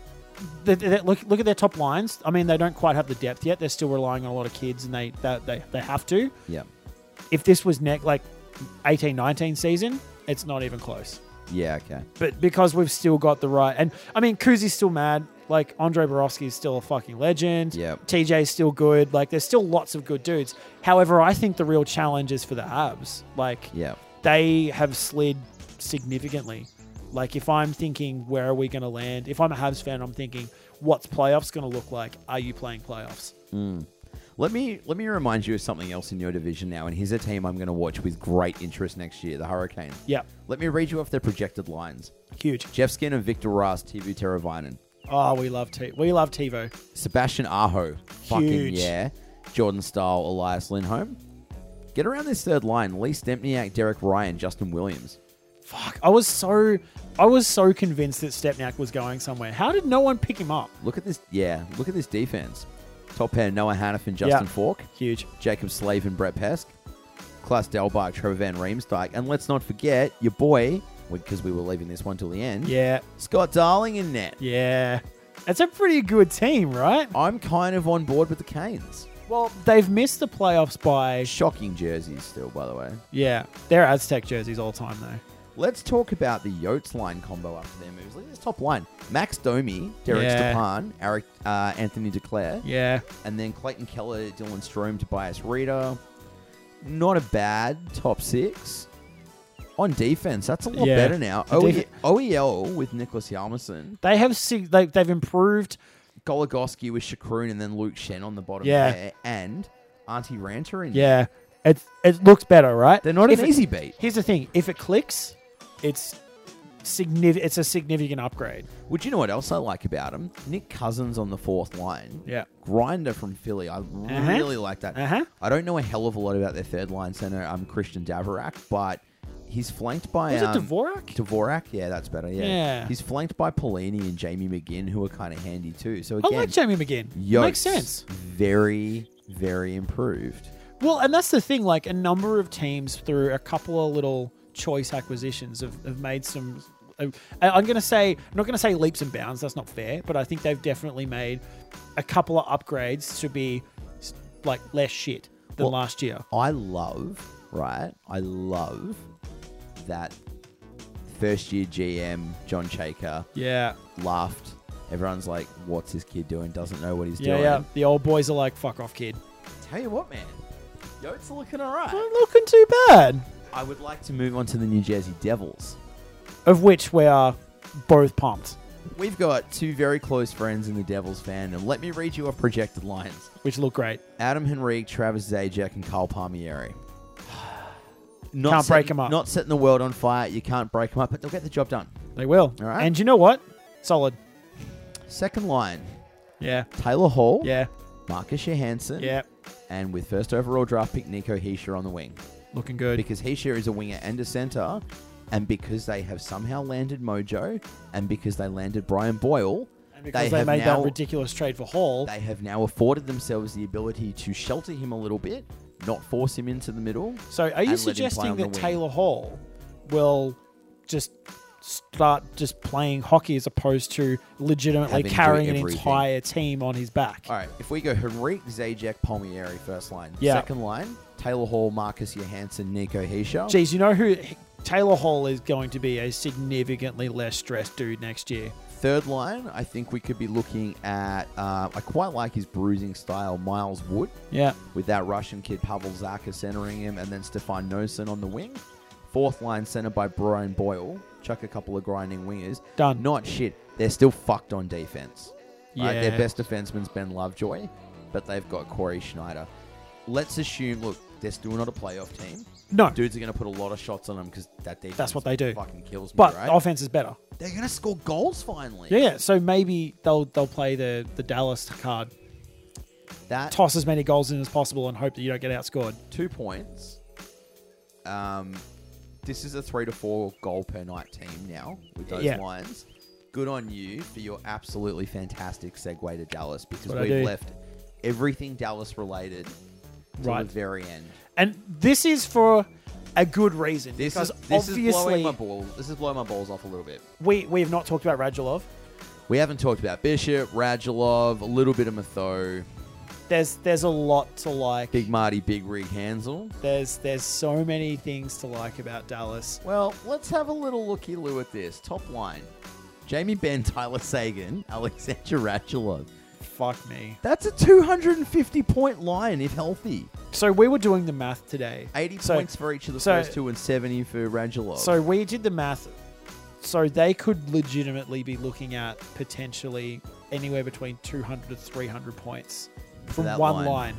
S1: that, that- look look at their top lines. I mean, they don't quite have the depth yet. They're still relying on a lot of kids, and they that they, they have to.
S2: Yeah.
S1: If this was neck like 18, 19 season, it's not even close.
S2: Yeah, okay.
S1: But because we've still got the right, and I mean, Kuzi's still mad. Like Andre Borowski is still a fucking legend.
S2: Yep.
S1: TJ's still good. Like there's still lots of good dudes. However, I think the real challenge is for the Habs. Like
S2: Yeah.
S1: they have slid significantly. Like if I'm thinking where are we going to land? If I'm a Habs fan, I'm thinking what's playoffs going to look like? Are you playing playoffs?
S2: Let me let me remind you of something else in your division now, and here's a team I'm going to watch with great interest next year, the Hurricane.
S1: Yeah,
S2: Let me read you off their projected lines:
S1: huge.
S2: Jeff Skinner, Victor Rass, Tivu Teravainen,
S1: Oh, we love T. We love TiVo.
S2: Sebastian Aho, fucking
S1: Huge.
S2: yeah, Jordan Stahl, Elias Lindholm. Get around this third line: Lee Stempniak, Derek Ryan, Justin Williams.
S1: Fuck, I was so I was so convinced that Stepnak was going somewhere. How did no one pick him up?
S2: Look at this, yeah. Look at this defense. Top pair: Noah Hannafin, Justin
S1: Yeah.
S2: Fork,
S1: Huge.
S2: Jacob Slave, and Brett Pesk. Klaus Delbach, Trevor Van Riemsdyk, and let's not forget your boy, because we were leaving this one till the end.
S1: Yeah,
S2: Scott Darling in net.
S1: yeah. It's a pretty good team, right?
S2: I'm kind of on board with the Canes.
S1: Well, they've missed the playoffs by
S2: Shocking jerseys still, by the way.
S1: yeah. They're Aztec jerseys all time though.
S2: Let's talk about the Yotes line combo after their moves. Look at this top line. Max Domi, Derek
S1: Yeah.
S2: Stepan, Eric, uh, Anthony DeClaire,
S1: Yeah,
S2: and then Clayton Keller, Dylan Strom, Tobias Reader. Not a bad top six. On defense, that's a lot
S1: Yeah.
S2: better now. E
S1: The
S2: OE-
S1: def-
S2: OEL with Nicholas Yarmison,
S1: they have sig- they, they've improved
S2: Goligoski with Shakroon, and then Luke Shen on the bottom
S1: Yeah.
S2: there, and Auntie Ranter in
S1: Yeah, it it looks better, right?
S2: They're not
S1: If
S2: an
S1: it-
S2: easy beat.
S1: Here's the thing: if it clicks, it's significant. It's a significant upgrade.
S2: Would you know what else I like about him? Nick Cousins on the fourth line.
S1: Yeah.
S2: Grinder from Philly. I really like that.
S1: Uh-huh.
S2: I don't know a hell of a lot about their third line center, um, Christian Davorak, but he's flanked by.
S1: Was it
S2: um,
S1: Dvorak?
S2: Dvorak, yeah, that's better. Yeah.
S1: Yeah.
S2: He's flanked by Pelini and Jamie McGinn, who are kind of handy too. So
S1: I
S2: again,
S1: like Jamie McGinn.
S2: Yotes,
S1: Makes sense.
S2: Very, very improved.
S1: Well, and that's the thing. Like a number of teams through a couple of little choice acquisitions have, have made some. I- I'm going to say I'm not going to say leaps and bounds. That's not fair, but I think they've definitely made a couple of upgrades to be s- like less shit than
S2: Well,
S1: last year.
S2: I love, right? I love that first year GM John Chaker
S1: Yeah,
S2: laughed. Everyone's like, "What's this kid doing? Doesn't know what he's
S1: yeah,
S2: doing."
S1: yeah. The old boys are like, "Fuck off, kid."
S2: Tell you what, man, Yotes are looking alright.
S1: Not looking too bad.
S2: I would like to move on to the New Jersey Devils.
S1: Of which we are both pumped,
S2: We've got two very close friends in the Devils fandom. Let me read you off projected lines:
S1: which look great.
S2: Adam Henrique, Travis Zajac, and Carl Palmieri. Not
S1: Can't break
S2: setting-
S1: 'em up.
S2: Not setting the world on fire. You can't break them up, but they'll get the job done.
S1: They will.
S2: All right.
S1: And you know what? Solid.
S2: Second line:
S1: Yeah.
S2: Taylor Hall,
S1: Yeah.
S2: Marcus Johansson,
S1: Yeah.
S2: and with first overall draft pick Nico Heischer on the wing.
S1: Looking good.
S2: because Heisha is a winger and a center, and because they have somehow landed Mojo, and because they landed Brian Boyle,
S1: And because they,
S2: have
S1: made
S2: now
S1: that ridiculous trade for Hall.
S2: they have now afforded themselves the ability to shelter him a little bit, not force him into the middle.
S1: so are
S2: and let him play
S1: you suggesting
S2: on the
S1: that
S2: wing.
S1: Taylor Hall will just start just playing hockey as opposed to
S2: Having
S1: legitimately
S2: to do
S1: carrying an
S2: everything.
S1: entire team on his back?
S2: All right, if we go Henrique, Zajac, Palmieri, first line,
S1: Yeah.
S2: second line, Taylor Hall, Marcus Johansson, Nico Heisha.
S1: Geez, you know who Taylor Hall is going to be a significantly less stressed dude next year.
S2: Third line, I think we could be looking at. Uh, I quite like his bruising style, Miles Wood.
S1: Yeah.
S2: with that Russian kid Pavel Zaka centering him, and then Stefan Nosen on the wing. Fourth line centered by Brian Boyle. Chuck a couple of grinding wingers.
S1: Done.
S2: Not shit. They're still fucked on defense. Right? Their
S1: Yeah.
S2: best defenseman's Ben Lovejoy, but they've got Corey Schneider. Let's assume. Look, they're still not a playoff team.
S1: No.
S2: Dudes are going to put a lot of shots on them because that defense.
S1: That's what they do.
S2: Fucking kills me.
S1: But
S2: right?
S1: the offense is better.
S2: they're going to score goals finally.
S1: Yeah, yeah, so maybe they'll they'll play the the Dallas card,
S2: That
S1: toss as many goals in as possible, and hope that you don't get outscored.
S2: two points. Um, this is a three to four goal per night team now with those
S1: Yeah.
S2: lines. Good on you for your absolutely fantastic segue to Dallas because
S1: what I
S2: we've
S1: do.
S2: left everything Dallas related to
S1: Right.
S2: the very end.
S1: And this is for a good reason.
S2: This
S1: because
S2: is this is blowing
S1: obviously
S2: my balls. This is blowing my balls off a little bit.
S1: we we have not talked about Radulov.
S2: We haven't talked about Bishop, Radulov, a little bit of Matho,
S1: There's there's a lot to like.
S2: Big Marty, Big Rig Hansel.
S1: There's there's so many things to like about Dallas.
S2: Well, let's have a little looky loo at this. Top line. Jamie Ben, Tyler Sagan, Alexander Ratulov.
S1: Fuck me.
S2: That's a 250 point line if healthy.
S1: So we were doing the math today.
S2: 80
S1: So-
S2: points for each of the
S1: so-
S2: first two and 70 for Radulov.
S1: So we did the math. So they could legitimately be looking at potentially anywhere between 200 to 300 points from
S2: That
S1: one
S2: line.
S1: line.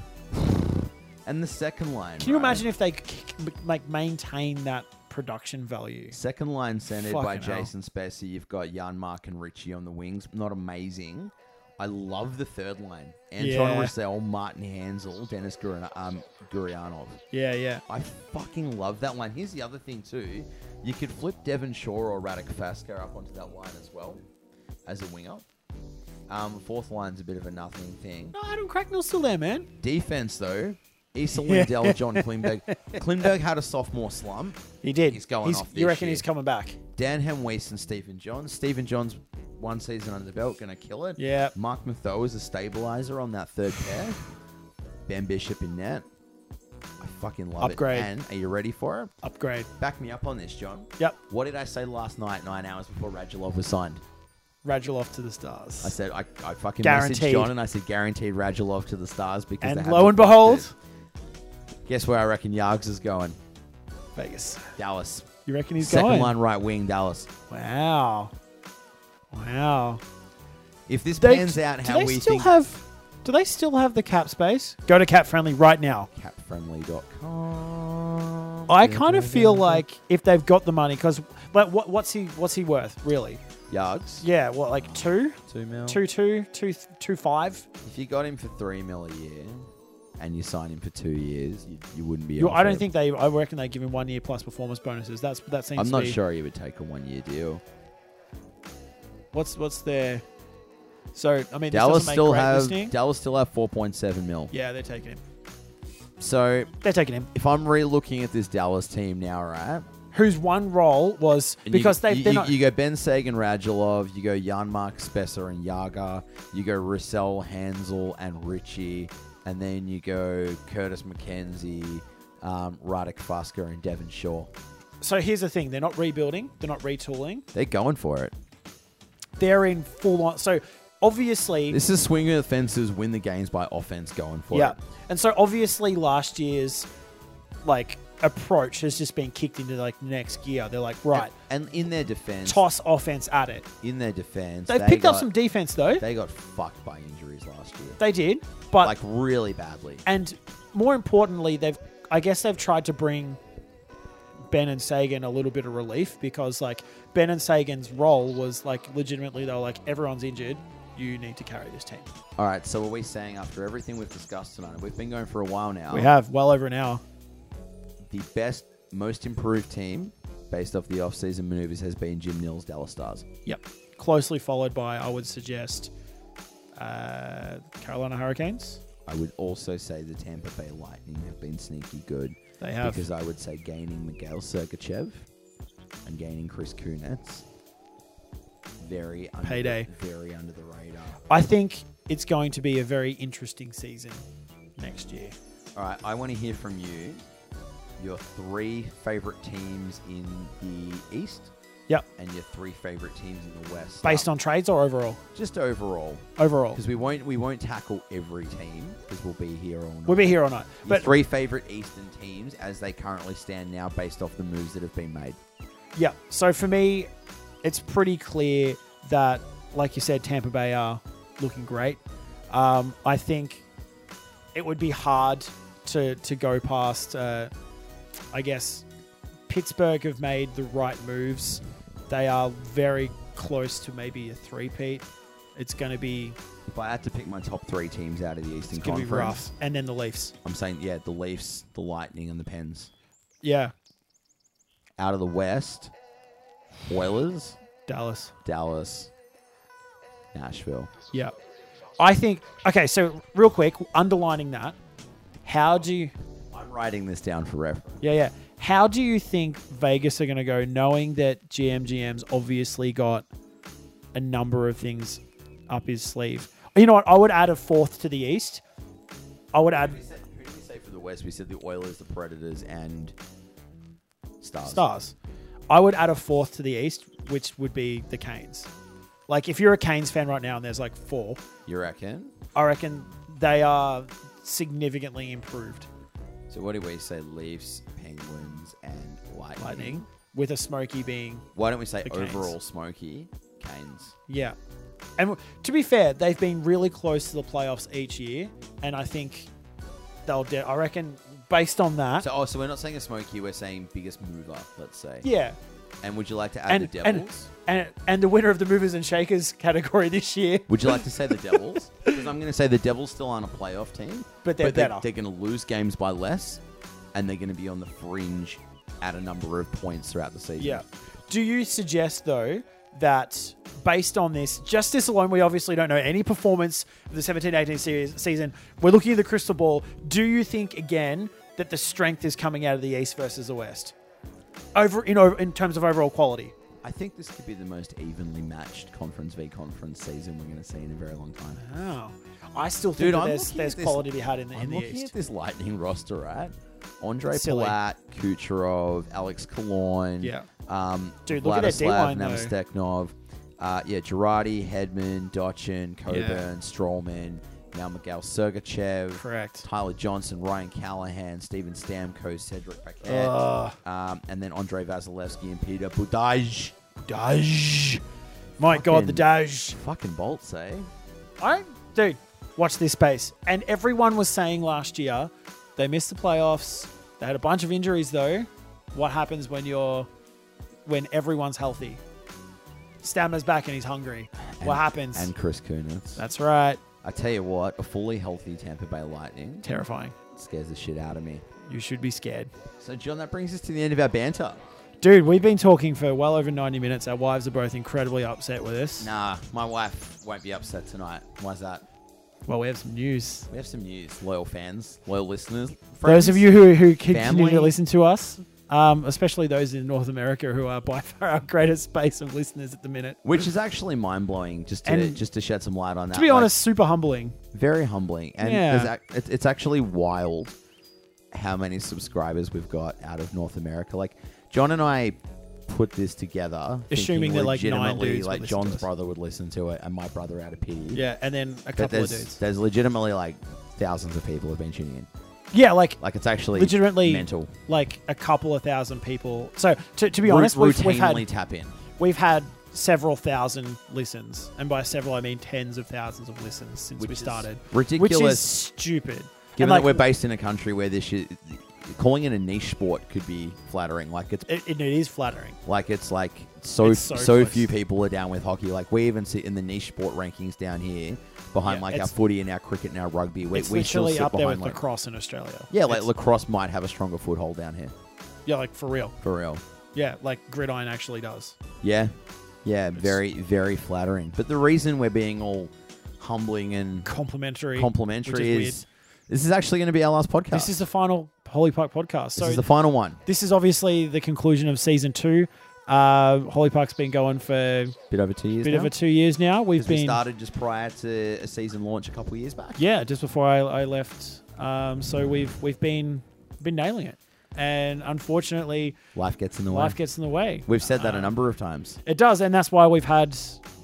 S2: and the second line.
S1: Can you
S2: right?
S1: imagine if they c- c- like maintain that production value?
S2: Second line centered by
S1: Fucking hell.
S2: Jason Spacey. You've got Jan Mark and Richie on the wings. Not amazing. I love the third line. Anton
S1: Yeah.
S2: Russell, Martin Hansel, Dennis Guran- um, Gurianov.
S1: Yeah, yeah.
S2: I fucking love that line. Here's the other thing too. You could flip Devon Shore or Radek Faskar up onto that line as well as a winger. Um, fourth line's a bit of a nothing thing.
S1: No, Adam Cracknell's still there, man.
S2: Defense though, Issa Lindell, John Klimberg. Klimberg had a sophomore slump.
S1: He did.
S2: He's going off this
S1: You reckon
S2: year.
S1: he's coming back?
S2: Dan Hemwace and Stephen Johns. Stephen Johns, one season under the belt, gonna kill it.
S1: Yeah.
S2: Mark Matho is a stabilizer on that third pair. Ben Bishop in net. I fucking love
S1: Upgrade.
S2: it. And are you ready for it?
S1: Upgrade.
S2: Back me up on this, John.
S1: Yep.
S2: What did I say last night, nine hours before Radulov was signed?
S1: Radulov to the
S2: I
S1: stars.
S2: said I, I fucking messaged
S1: Guaranteed.
S2: John and I said guaranteed Radulov to the stars because
S1: And
S2: they had
S1: lo
S2: the
S1: and behold,
S2: best bid. guess where I reckon Yargs is going?
S1: Vegas.
S2: Dallas.
S1: You reckon he's
S2: Second
S1: going?
S2: line right wing, Dallas.
S1: Wow. Wow.
S2: If this
S1: They,
S2: pans out
S1: do
S2: how
S1: they
S2: we
S1: still
S2: think
S1: have? Do they still have the cap space? Go to cap friendly right now.
S2: capfriendly.com.
S1: I kind of feel like if they've got the money, because like what, what's he what's he worth really?
S2: Yards.
S1: Yeah, what like two,
S2: Two mil.
S1: two, two, two, two, five.
S2: If you got him for three mil a year and you sign him for two years, you, you wouldn't be.
S1: You,
S2: able
S1: I
S2: to-
S1: don't think they. I reckon they give him one year plus performance bonuses. That's that seems.
S2: I'm
S1: to
S2: not
S1: be-
S2: sure he would take a one year deal.
S1: What's what's their. So I mean,
S2: Dallas
S1: this doesn't make
S2: still
S1: great
S2: have
S1: listening.
S2: Dallas still have 4.7 mil.
S1: yeah, they're taking him.
S2: So
S1: They're taking him.
S2: if I'm re-looking at this Dallas team now, right?
S1: Whose one role was
S2: and you-
S1: because they
S2: you,
S1: they're
S2: you,
S1: not.
S2: you go Ben Sagan, Radulov, you go Janmark, Spesser, and Yaga, you go Russell, Hansel, and Richie, and then you go Curtis McKenzie, um, Radek Fasker, and Devon Shaw.
S1: so here's the thing: they're not rebuilding. They're not retooling.
S2: They're going for it.
S1: They're in full on. So obviously,
S2: This is swing of the fences, win the games by offense, going for
S1: Yeah.
S2: it.
S1: And so obviously last year's like approach has just been kicked into like next year. They're like, right,
S2: And in their defense,
S1: toss offense at it.
S2: in their defense,
S1: They
S2: they
S1: picked up
S2: got-
S1: some defense though. They,
S2: They got fucked by injuries last year,
S1: did, but
S2: like really badly.
S1: and more importantly, they've I guess they've tried to bring Ben and Sagan a little bit of relief because like Ben and Sagan's role was like legitimately they were like everyone's injured, you need to carry this team.
S2: All right, so are we saying after everything we've discussed tonight, and we've been going for a while now,
S1: We have well over an hour.
S2: the best, most improved team based off the off-season maneuvers has been Jim Nils Dallas Stars.
S1: Yep. Closely followed by, I would suggest, uh, Carolina Hurricanes.
S2: I would also say the Tampa Bay Lightning have been sneaky good.
S1: They have.
S2: Because I would say gaining Miguel Sergachev and gaining Chris Kunitz. Very under,
S1: Payday.
S2: Very under the radar.
S1: I think it's going to be a very interesting season next year.
S2: All right, I want to hear from you. Your three favorite teams in the East
S1: Yep.
S2: and your three favorite teams in the West.
S1: Based on trades or overall?
S2: just overall.
S1: Overall.
S2: because we won't we won't tackle every team because we'll be here all night.
S1: We'll be here or not.
S2: Your
S1: But
S2: three favorite Eastern teams as they currently stand now, based off the moves that have been made.
S1: yeah. So for me, it's pretty clear that, like you said, Tampa Bay are looking great. Um, I think it would be hard to, to go past, uh, I guess, Pittsburgh have made the right moves. They are very close to maybe a three-peat. It's going to be
S2: If I had to pick my top three teams out of the Eastern
S1: it's going to
S2: Conference,
S1: be rough. And then the Leafs.
S2: I'm saying yeah, the Leafs, the Lightning, and the Pens.
S1: Yeah,
S2: Out of the West, Oilers,
S1: Dallas.
S2: Dallas, Nashville.
S1: Yeah. I think okay. So real quick, underlining that, how do you?
S2: I'm writing this down for reference.
S1: Yeah, yeah. How do you think Vegas are going to go, knowing that GMGM's obviously got a number of things up his sleeve? You know what? I would add a fourth to the East. I would add
S2: Who did we say for the West? We said the Oilers, the Predators, and Stars.
S1: stars. I would add a fourth to the East, which would be the Canes. Like if you're a Canes fan right now, and there's like four,
S2: You reckon?
S1: I reckon they are significantly improved.
S2: So what do we say? Leafs, Penguins, and Lightning.
S1: Lightning with a Smoky being
S2: Why don't we say
S1: The Canes.
S2: overall Smoky Canes?
S1: Yeah. And to be fair, they've been really close to the playoffs each year, and I think they'll. De- I reckon based on that,
S2: So, oh, so we're not saying a Smoky, we're saying biggest mover, let's say.
S1: yeah.
S2: And would you like to add
S1: And
S2: the
S1: and,
S2: Devils?
S1: and and the winner of the movers and shakers category this year.
S2: Would you like to say the Devils? Because I'm going to say the Devils still aren't a playoff team,
S1: But they're
S2: they-
S1: better.
S2: They're going to lose games by less, and they're going to be on the fringe at a number of points throughout the season.
S1: Yeah. Do you suggest though that based on this, just this alone, we obviously don't know any performance of the 17-18 series season. We're looking at the crystal ball. Do you think again that the strength is coming out of the East versus the West? Over in over in terms of overall quality.
S2: I think this could be the most evenly matched conference v conference season we're going to see in a very long time.
S1: Oh, I still think
S2: Dude,
S1: that
S2: I'm
S1: there's,
S2: looking
S1: there's
S2: at this-
S1: quality to be had in the, in
S2: I'm
S1: the
S2: looking
S1: East.
S2: at this Lightning roster, right? Andre
S1: Silly.
S2: Palat, Kucherov, Alex Kalorn,
S1: Yeah.
S2: um,
S1: Dude, look at their
S2: Vladislav
S1: D-line, though.
S2: Namsteknov, uh, yeah, Girardi, Hedman, Dotchin, Coburn,
S1: Yeah.
S2: Strollman, now Miguel Sergachev,
S1: Correct.
S2: Tyler Johnson, Ryan Callahan, Steven Stamkos, Cedric Paquette,
S1: Ugh.
S2: um, and then Andre Vasilevsky and Peter Budaj.
S1: Daj. My God, the Daj.
S2: Fucking bolts, eh?
S1: I dude, watch this space. And everyone was saying last year they missed the playoffs. They had a bunch of injuries though. What happens when you're when everyone's healthy? Stamina's back and he's hungry. what
S2: And-
S1: happens?
S2: And Chris Kunitz.
S1: That's right.
S2: I tell you what, a fully healthy Tampa Bay Lightning
S1: Terrifying.
S2: scares the shit out of me.
S1: You should be scared.
S2: So, John, that brings us to the end of our banter.
S1: Dude, we've been talking for well over 90 minutes. Our wives are both incredibly upset with us.
S2: Nah, my wife won't be upset tonight. Why's that?
S1: Well, we have some news.
S2: We have some news, loyal fans, loyal listeners.
S1: Those of you who, who continue
S2: family.
S1: to listen to us, um, especially those in North America who are by far our greatest base of listeners at the minute.
S2: which is actually mind blowing, just to
S1: And-
S2: just to shed some light on that.
S1: To be
S2: Like,
S1: honest, super humbling.
S2: very humbling, and
S1: Yeah.
S2: there's ac- it's, it's actually wild how many subscribers we've got out of North America. Like John and I put this together,
S1: Assuming
S2: thinking
S1: that, like, nine
S2: legitimately,
S1: dudes would
S2: like
S1: listen to
S2: John's
S1: us.
S2: brother would listen to it, and my brother out of pity.
S1: Yeah, and then a
S2: but
S1: couple of
S2: there's
S1: dudes.
S2: there's legitimately like thousands of people have been tuning in.
S1: yeah, like
S2: Like it's actually
S1: legitimately,
S2: mental.
S1: like a couple of thousand people. So to, to be
S2: Ru-
S1: honest, we've,
S2: routinely
S1: we've had
S2: tap in.
S1: we've had several thousand listens, and by several I mean tens of thousands of listens since
S2: Which
S1: we
S2: is
S1: started. which is
S2: ridiculous.
S1: stupid.
S2: Given
S1: And, like,
S2: that we're based in a country where this shit, calling it a niche sport could be flattering. Like it's
S1: it, it is flattering.
S2: like it's like so
S1: It's so
S2: so,
S1: close.
S2: few people are down with hockey. Like we even sit in the niche sport rankings down here behind
S1: Yeah,
S2: like our
S1: it's-
S2: footy and our cricket and our rugby. We,
S1: It's
S2: we still
S1: literally
S2: sit
S1: up there
S2: behind
S1: with
S2: like,
S1: lacrosse in Australia.
S2: Yeah, like
S1: It's-
S2: lacrosse might have a stronger foothold down here
S1: yeah, like for real.
S2: for real.
S1: Yeah, like Gridiron actually does.
S2: Yeah, yeah, very very flattering. But the reason we're being all humbling and
S1: Complimentary. which
S2: complimentary
S1: is,
S2: is, this is actually going to be our last podcast.
S1: weird. This is the final Holy Park podcast.
S2: This
S1: So
S2: is the final one.
S1: this is obviously the conclusion of season two. Uh, Holy Park's been going for a
S2: Bit over two years.
S1: bit
S2: now.
S1: of a two years now. We've
S2: 'Cause we
S1: been
S2: started just prior to a season launch a couple years back.
S1: yeah, just before I, I left. Um, so we've we've been been nailing it, and unfortunately,
S2: Life gets in the way.
S1: life gets Ah. in the way.
S2: We've said that a number of times.
S1: It does, and that's why we've had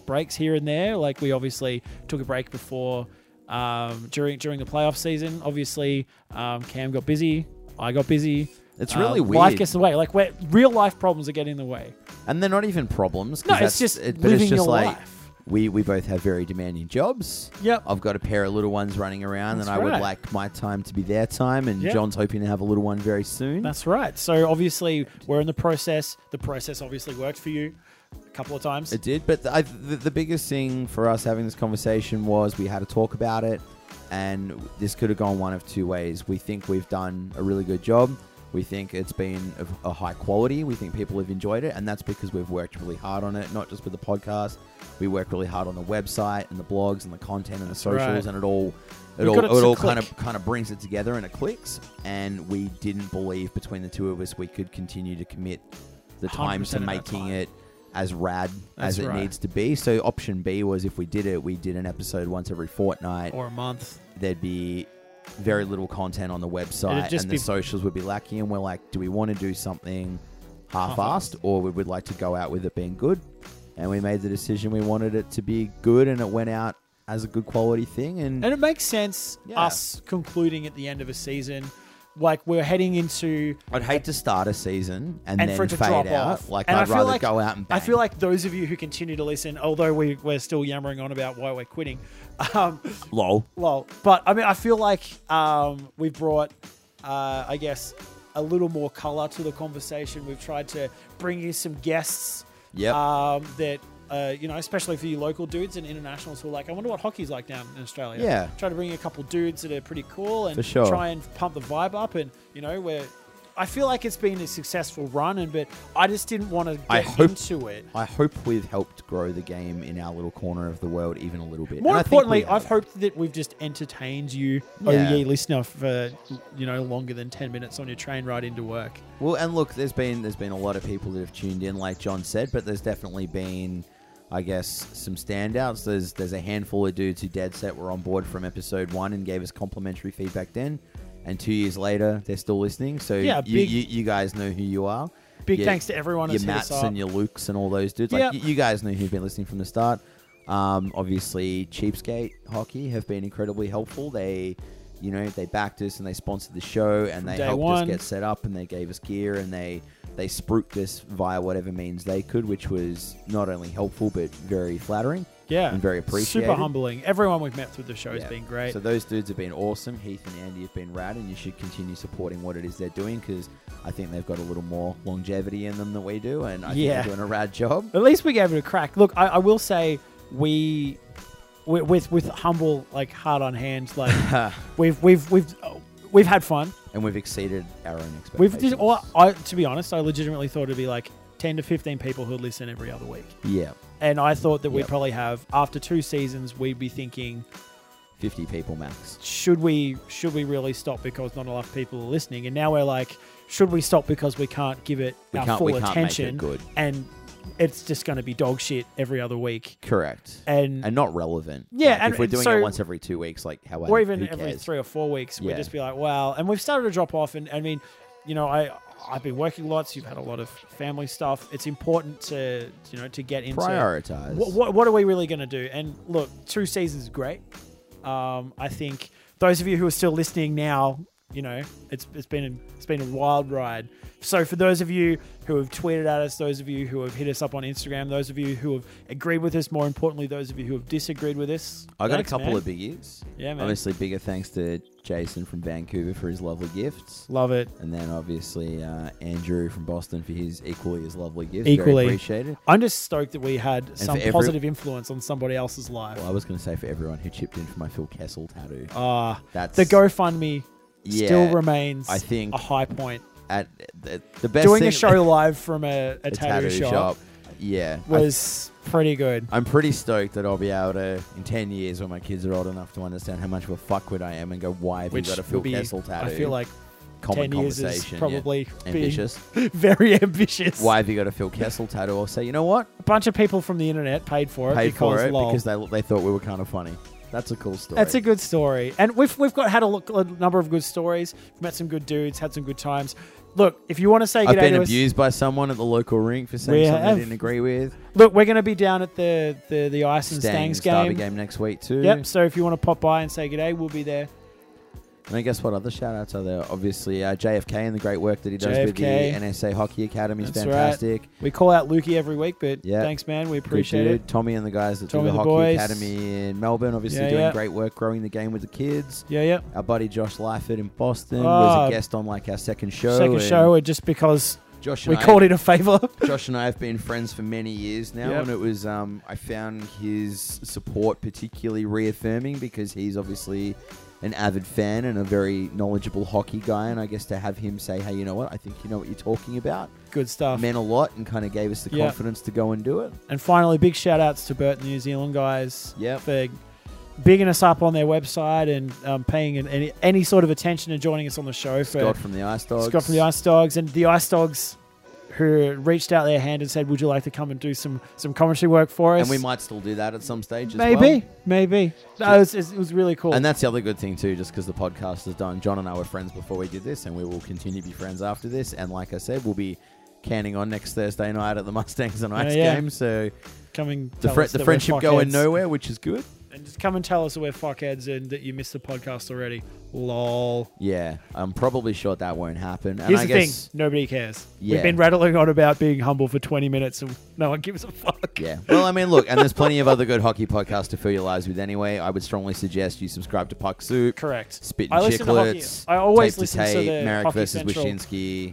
S1: breaks here and there. Like we obviously took a break before um, during during the playoff season. Obviously, um, Cam got busy. I got busy.
S2: It's really
S1: Uh, Life
S2: weird.
S1: gets in the way. Like where real life problems are getting in the way.
S2: And they're not even problems. 'cause
S1: No, it's
S2: that's-
S1: just
S2: it-
S1: living your life.
S2: We, we both have very demanding jobs.
S1: Yep.
S2: I've got a pair of little ones running around,
S1: That's
S2: and I would
S1: right.
S2: like my time to be their time. And
S1: Yep.
S2: John's hoping to have a little one very soon.
S1: That's right. So obviously we're in the process. The process obviously worked for you a couple of times.
S2: It did, but the, I, the, the biggest thing for us having this conversation was we had to talk about it, and this could have gone one of two ways. We think we've done a really good job, We think it's been of a high quality. We think people have enjoyed it, and that's because we've worked really hard on it. Not just with the podcast, we worked really hard on the website and the blogs and the content and the
S1: right.
S2: socials, and it all it
S1: We
S2: all
S1: got
S2: it,
S1: it to
S2: all kind of
S1: click.
S2: kind of brings it together and it clicks. And we didn't believe between the two of us we could continue to commit the time
S1: 100%
S2: to
S1: of our
S2: making
S1: time.
S2: it as rad
S1: That's
S2: as it
S1: right.
S2: needs to be. So option B was if we did it, we did an episode once every fortnight.
S1: or a month.
S2: There'd be very little content on the website,
S1: just
S2: and
S1: be-
S2: the socials would be lacking. And we're like, do we want to do something half-assed, or we would like to go out with it being good? And we made the decision we wanted it to be good, and it went out as a good quality thing. And,
S1: And it makes sense
S2: Yeah.
S1: us concluding at the end of a season. Like we're heading into
S2: I'd hate to start a season and,
S1: and
S2: then
S1: for it to
S2: fade
S1: drop
S2: out.
S1: off.
S2: Like
S1: and
S2: I'd
S1: I feel
S2: rather
S1: like,
S2: go out and
S1: I feel
S2: bang.
S1: like those of you who continue to listen, although we we're still yammering on about why we're quitting, um,
S2: lol.
S1: lol. But I mean, I feel like um, we've brought, uh, I guess, a little more color to the conversation. We've tried to bring you some guests.
S2: Yep.
S1: Um, that. Uh, you know, especially for you local dudes and internationals who are like, I wonder what hockey's like down in Australia.
S2: Yeah.
S1: Try to bring you a couple dudes that are pretty cool and
S2: For sure.
S1: try and pump the vibe up. And, you know, we're, I feel like it's been a successful run, and but I just didn't want to
S2: I
S1: get
S2: hope-
S1: into it.
S2: I hope we've helped grow the game in our little corner of the world even a little bit.
S1: More
S2: And I think
S1: importantly,
S2: we have.
S1: I've hoped that we've just entertained you,
S2: Yeah.
S1: OE listener, for you know longer than ten minutes on your train ride into work.
S2: Well, and look, there's been there's been a lot of people that have tuned in, like John said, but there's definitely been, I guess, some standouts. There's there's a handful of dudes who dead set were on board from episode one and gave us complimentary feedback then, and two years later they're still listening. So
S1: Yeah,
S2: you,
S1: big-
S2: you, you guys know who you are.
S1: Big
S2: Your-
S1: thanks to everyone
S2: Your
S1: who's hit us
S2: Matts
S1: up.
S2: and your Lukes and all those dudes.
S1: Yep.
S2: Like you, you guys know who've been listening from the start. Um, obviously, Cheapskate Hockey have been incredibly helpful. They, you know, they backed us and they sponsored the show and they
S1: day
S2: helped us
S1: one.
S2: get set up and they gave us gear and they they spruiked us via whatever means they could, which was not only helpful but very flattering.
S1: Yeah,
S2: and very appreciated.
S1: Super humbling. Everyone we've met through the show has
S2: Yeah.
S1: been great.
S2: So those dudes have been awesome. Heath and Andy have been rad, and you should continue supporting what it is they're doing because I think they've got a little more longevity in them than we do, and
S1: Yeah.
S2: I think they're doing a rad job.
S1: At least we gave it a crack. Look, I, I will say we, wi- with with humble like heart on hand, like we've we've we've oh, we've had fun.
S2: and we've exceeded our own expectations.
S1: We've just, or I to be honest, I legitimately thought it'd be like ten to fifteen people who listen every other week,
S2: yeah,
S1: and I thought that we
S2: Yep.
S1: probably have after two seasons we'd be thinking.
S2: fifty people max.
S1: should we should we really stop because not enough people are listening? And now we're like, should we stop because we can't give it
S2: We
S1: our
S2: can't-
S1: full
S2: we can't make it
S1: attention?
S2: good.
S1: And it's just going to be dog shit every other week,
S2: Correct.
S1: and,
S2: And not relevant.
S1: Yeah,
S2: Like,
S1: and-
S2: if we're
S1: and
S2: doing
S1: so-
S2: it once every two weeks, like how
S1: or even
S2: who
S1: every
S2: cares?
S1: three or four weeks,
S2: Yeah.
S1: we'd just be like, wow. And we've started to drop off. And I mean, you know, I I've been working lots. You've had a lot of family stuff. It's important to you know to get into
S2: prioritize.
S1: what, what, what are we really going to do? And look, two seasons is great. Um, I think those of you who are still listening now, you know, it's, it's been it's been a wild ride. So for those of you who have tweeted at us, those of you who have hit us up on Instagram, those of you who have agreed with us, more importantly, those of you who have disagreed with us,
S2: I got
S1: thanks,
S2: a couple
S1: man.
S2: of biggies.
S1: Yeah, man.
S2: Obviously, bigger thanks to Jason from Vancouver for his lovely gifts.
S1: love it.
S2: And then obviously uh, Andrew from Boston for his equally as lovely gifts.
S1: Equally.
S2: Very appreciated.
S1: I'm just stoked that we had some
S2: for every-
S1: positive influence on somebody else's life.
S2: Well, I was going to say for everyone who chipped in for my Phil Kessel tattoo.
S1: Ah,
S2: That's
S1: the GoFundMe
S2: yeah,
S1: still remains
S2: I think-
S1: a high point.
S2: at the, the best
S1: doing
S2: thing,
S1: the show live from a, a
S2: the
S1: tattoo, shop,
S2: Yeah, I
S1: was pretty good.
S2: I'm pretty stoked that I'll be able to, in 10 years, when my kids are old enough to understand how much of a fuckwit I am and go, why have
S1: Which
S2: you got a Phil
S1: would be,
S2: Kessel tattoo?
S1: I feel like
S2: Common
S1: 10 years is
S2: conversation, yeah.
S1: probably
S2: ambitious.
S1: being very ambitious.
S2: Why have you got a Phil Kessel tattoo? I'll say, you know what?
S1: A bunch of people from the internet paid for it
S2: Paid
S1: because
S2: for it
S1: lol.
S2: because they, they thought we were kind of funny. That's a cool story.
S1: That's a good story, and we've we've got had a look a number of good stories. We've met some good dudes, had some good times. Look, if you want to say
S2: I've
S1: good day
S2: been
S1: to
S2: abused by someone at the local rink for saying
S1: We
S2: something I
S1: have.
S2: didn't agree with.
S1: us, look, we're going to be down at the the, the Ice and
S2: Stang
S1: Stangs
S2: Derby
S1: game.
S2: game next week too.
S1: Yep. So if you want to pop by and say good day, we'll be there.
S2: And I guess what other shout outs are there? Obviously, uh, JFK and the great work that he does with the
S1: JFK.
S2: NSA Hockey Academy is
S1: That's right.
S2: fantastic.
S1: We call out Lukey every week, but
S2: Yeah.
S1: thanks, man. We
S2: Good
S1: appreciate
S2: dude.
S1: it.
S2: Tommy and the guys that
S1: Tommy
S2: do
S1: and
S2: the
S1: the
S2: Hockey
S1: boys.
S2: Academy in Melbourne, obviously
S1: Yeah,
S2: doing
S1: yeah.
S2: great work growing the game with the kids.
S1: Yeah, yeah.
S2: Our buddy Josh Lyford in Boston was
S1: Ah.
S2: a guest on like our second show.
S1: Second
S2: and
S1: show, and just because
S2: Josh
S1: we
S2: and I,
S1: called it a favor.
S2: Josh and I have been friends for many years now,
S1: Yep.
S2: and it was um, I found his support particularly reaffirming because he's obviously an avid fan and a very knowledgeable hockey guy, and I guess to have him say, "Hey, you know what? I think you know what you're talking about,"
S1: Good stuff.
S2: meant a lot and kind of gave us the
S1: Uh. Yeah.
S2: confidence to go and do it.
S1: And finally, big shout outs to Burt New Zealand guys
S2: Yep.
S1: for bigging us up on their website and um, paying an- any, any sort of attention and joining us on the show. For
S2: Scott from the Ice Dogs.
S1: Scott from the Ice Dogs and the Ice Dogs who reached out their hand and said, "Would you like to come and do some some commentary work for us?"
S2: and we might still do that at some stage. As
S1: maybe
S2: well.
S1: maybe. No, it was, it was really cool.
S2: And that's the other good thing too, just because the podcast is done. John and I were friends before we did this, and we will continue to be friends after this. And like I said, we'll be canning on next Thursday night at the Mustangs and Ice
S1: yeah.
S2: game. So
S1: coming
S2: the, fri the friendship going nowhere, which is good.
S1: And just come and tell us that we're fuckheads and that you missed the podcast already. Lol.
S2: Yeah, I'm probably sure that won't happen. And
S1: Here's
S2: I
S1: the
S2: guess,
S1: thing: nobody cares.
S2: Yeah.
S1: We've been rattling on about being humble for 20 minutes, and no one gives a fuck.
S2: Yeah. Well, I mean, look, and there's plenty of other good hockey podcasts to fill your lives with anyway. I would strongly suggest you subscribe to Puck Soup.
S1: Correct.
S2: Spit
S1: I
S2: and
S1: listen to hockey-
S2: Chicklets.
S1: I always
S2: Tape
S1: listen
S2: to
S1: to
S2: tape,
S1: the
S2: Merrick
S1: Hockey
S2: versus
S1: Central.
S2: Wishinsky.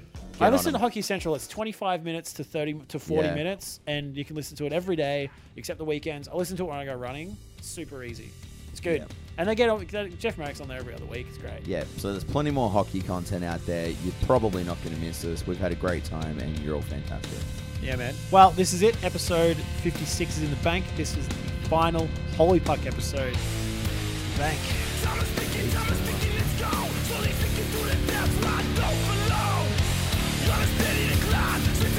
S1: I
S2: Get on
S1: listen to
S2: them.
S1: Hockey Central. It's 25 minutes to 30 to 40
S2: Yeah.
S1: minutes, and you can listen to it every day except the weekends. I listen to it when I go running. It's super easy. It's good.
S2: Yeah.
S1: And they get on, Jeff Merrick's on there every other week. It's great.
S2: Yeah, so there's plenty more hockey content out there. You're probably not going to miss us. We've had a great time, and you're all fantastic.
S1: Yeah, man. Well, this is it. Episode 56 is in the bank. This is the final Holy Puck episode. Bank.
S4: Time is ticking, time is ticking, let's go. Slowly sinking through the depths, right down below. You're a steady decline, since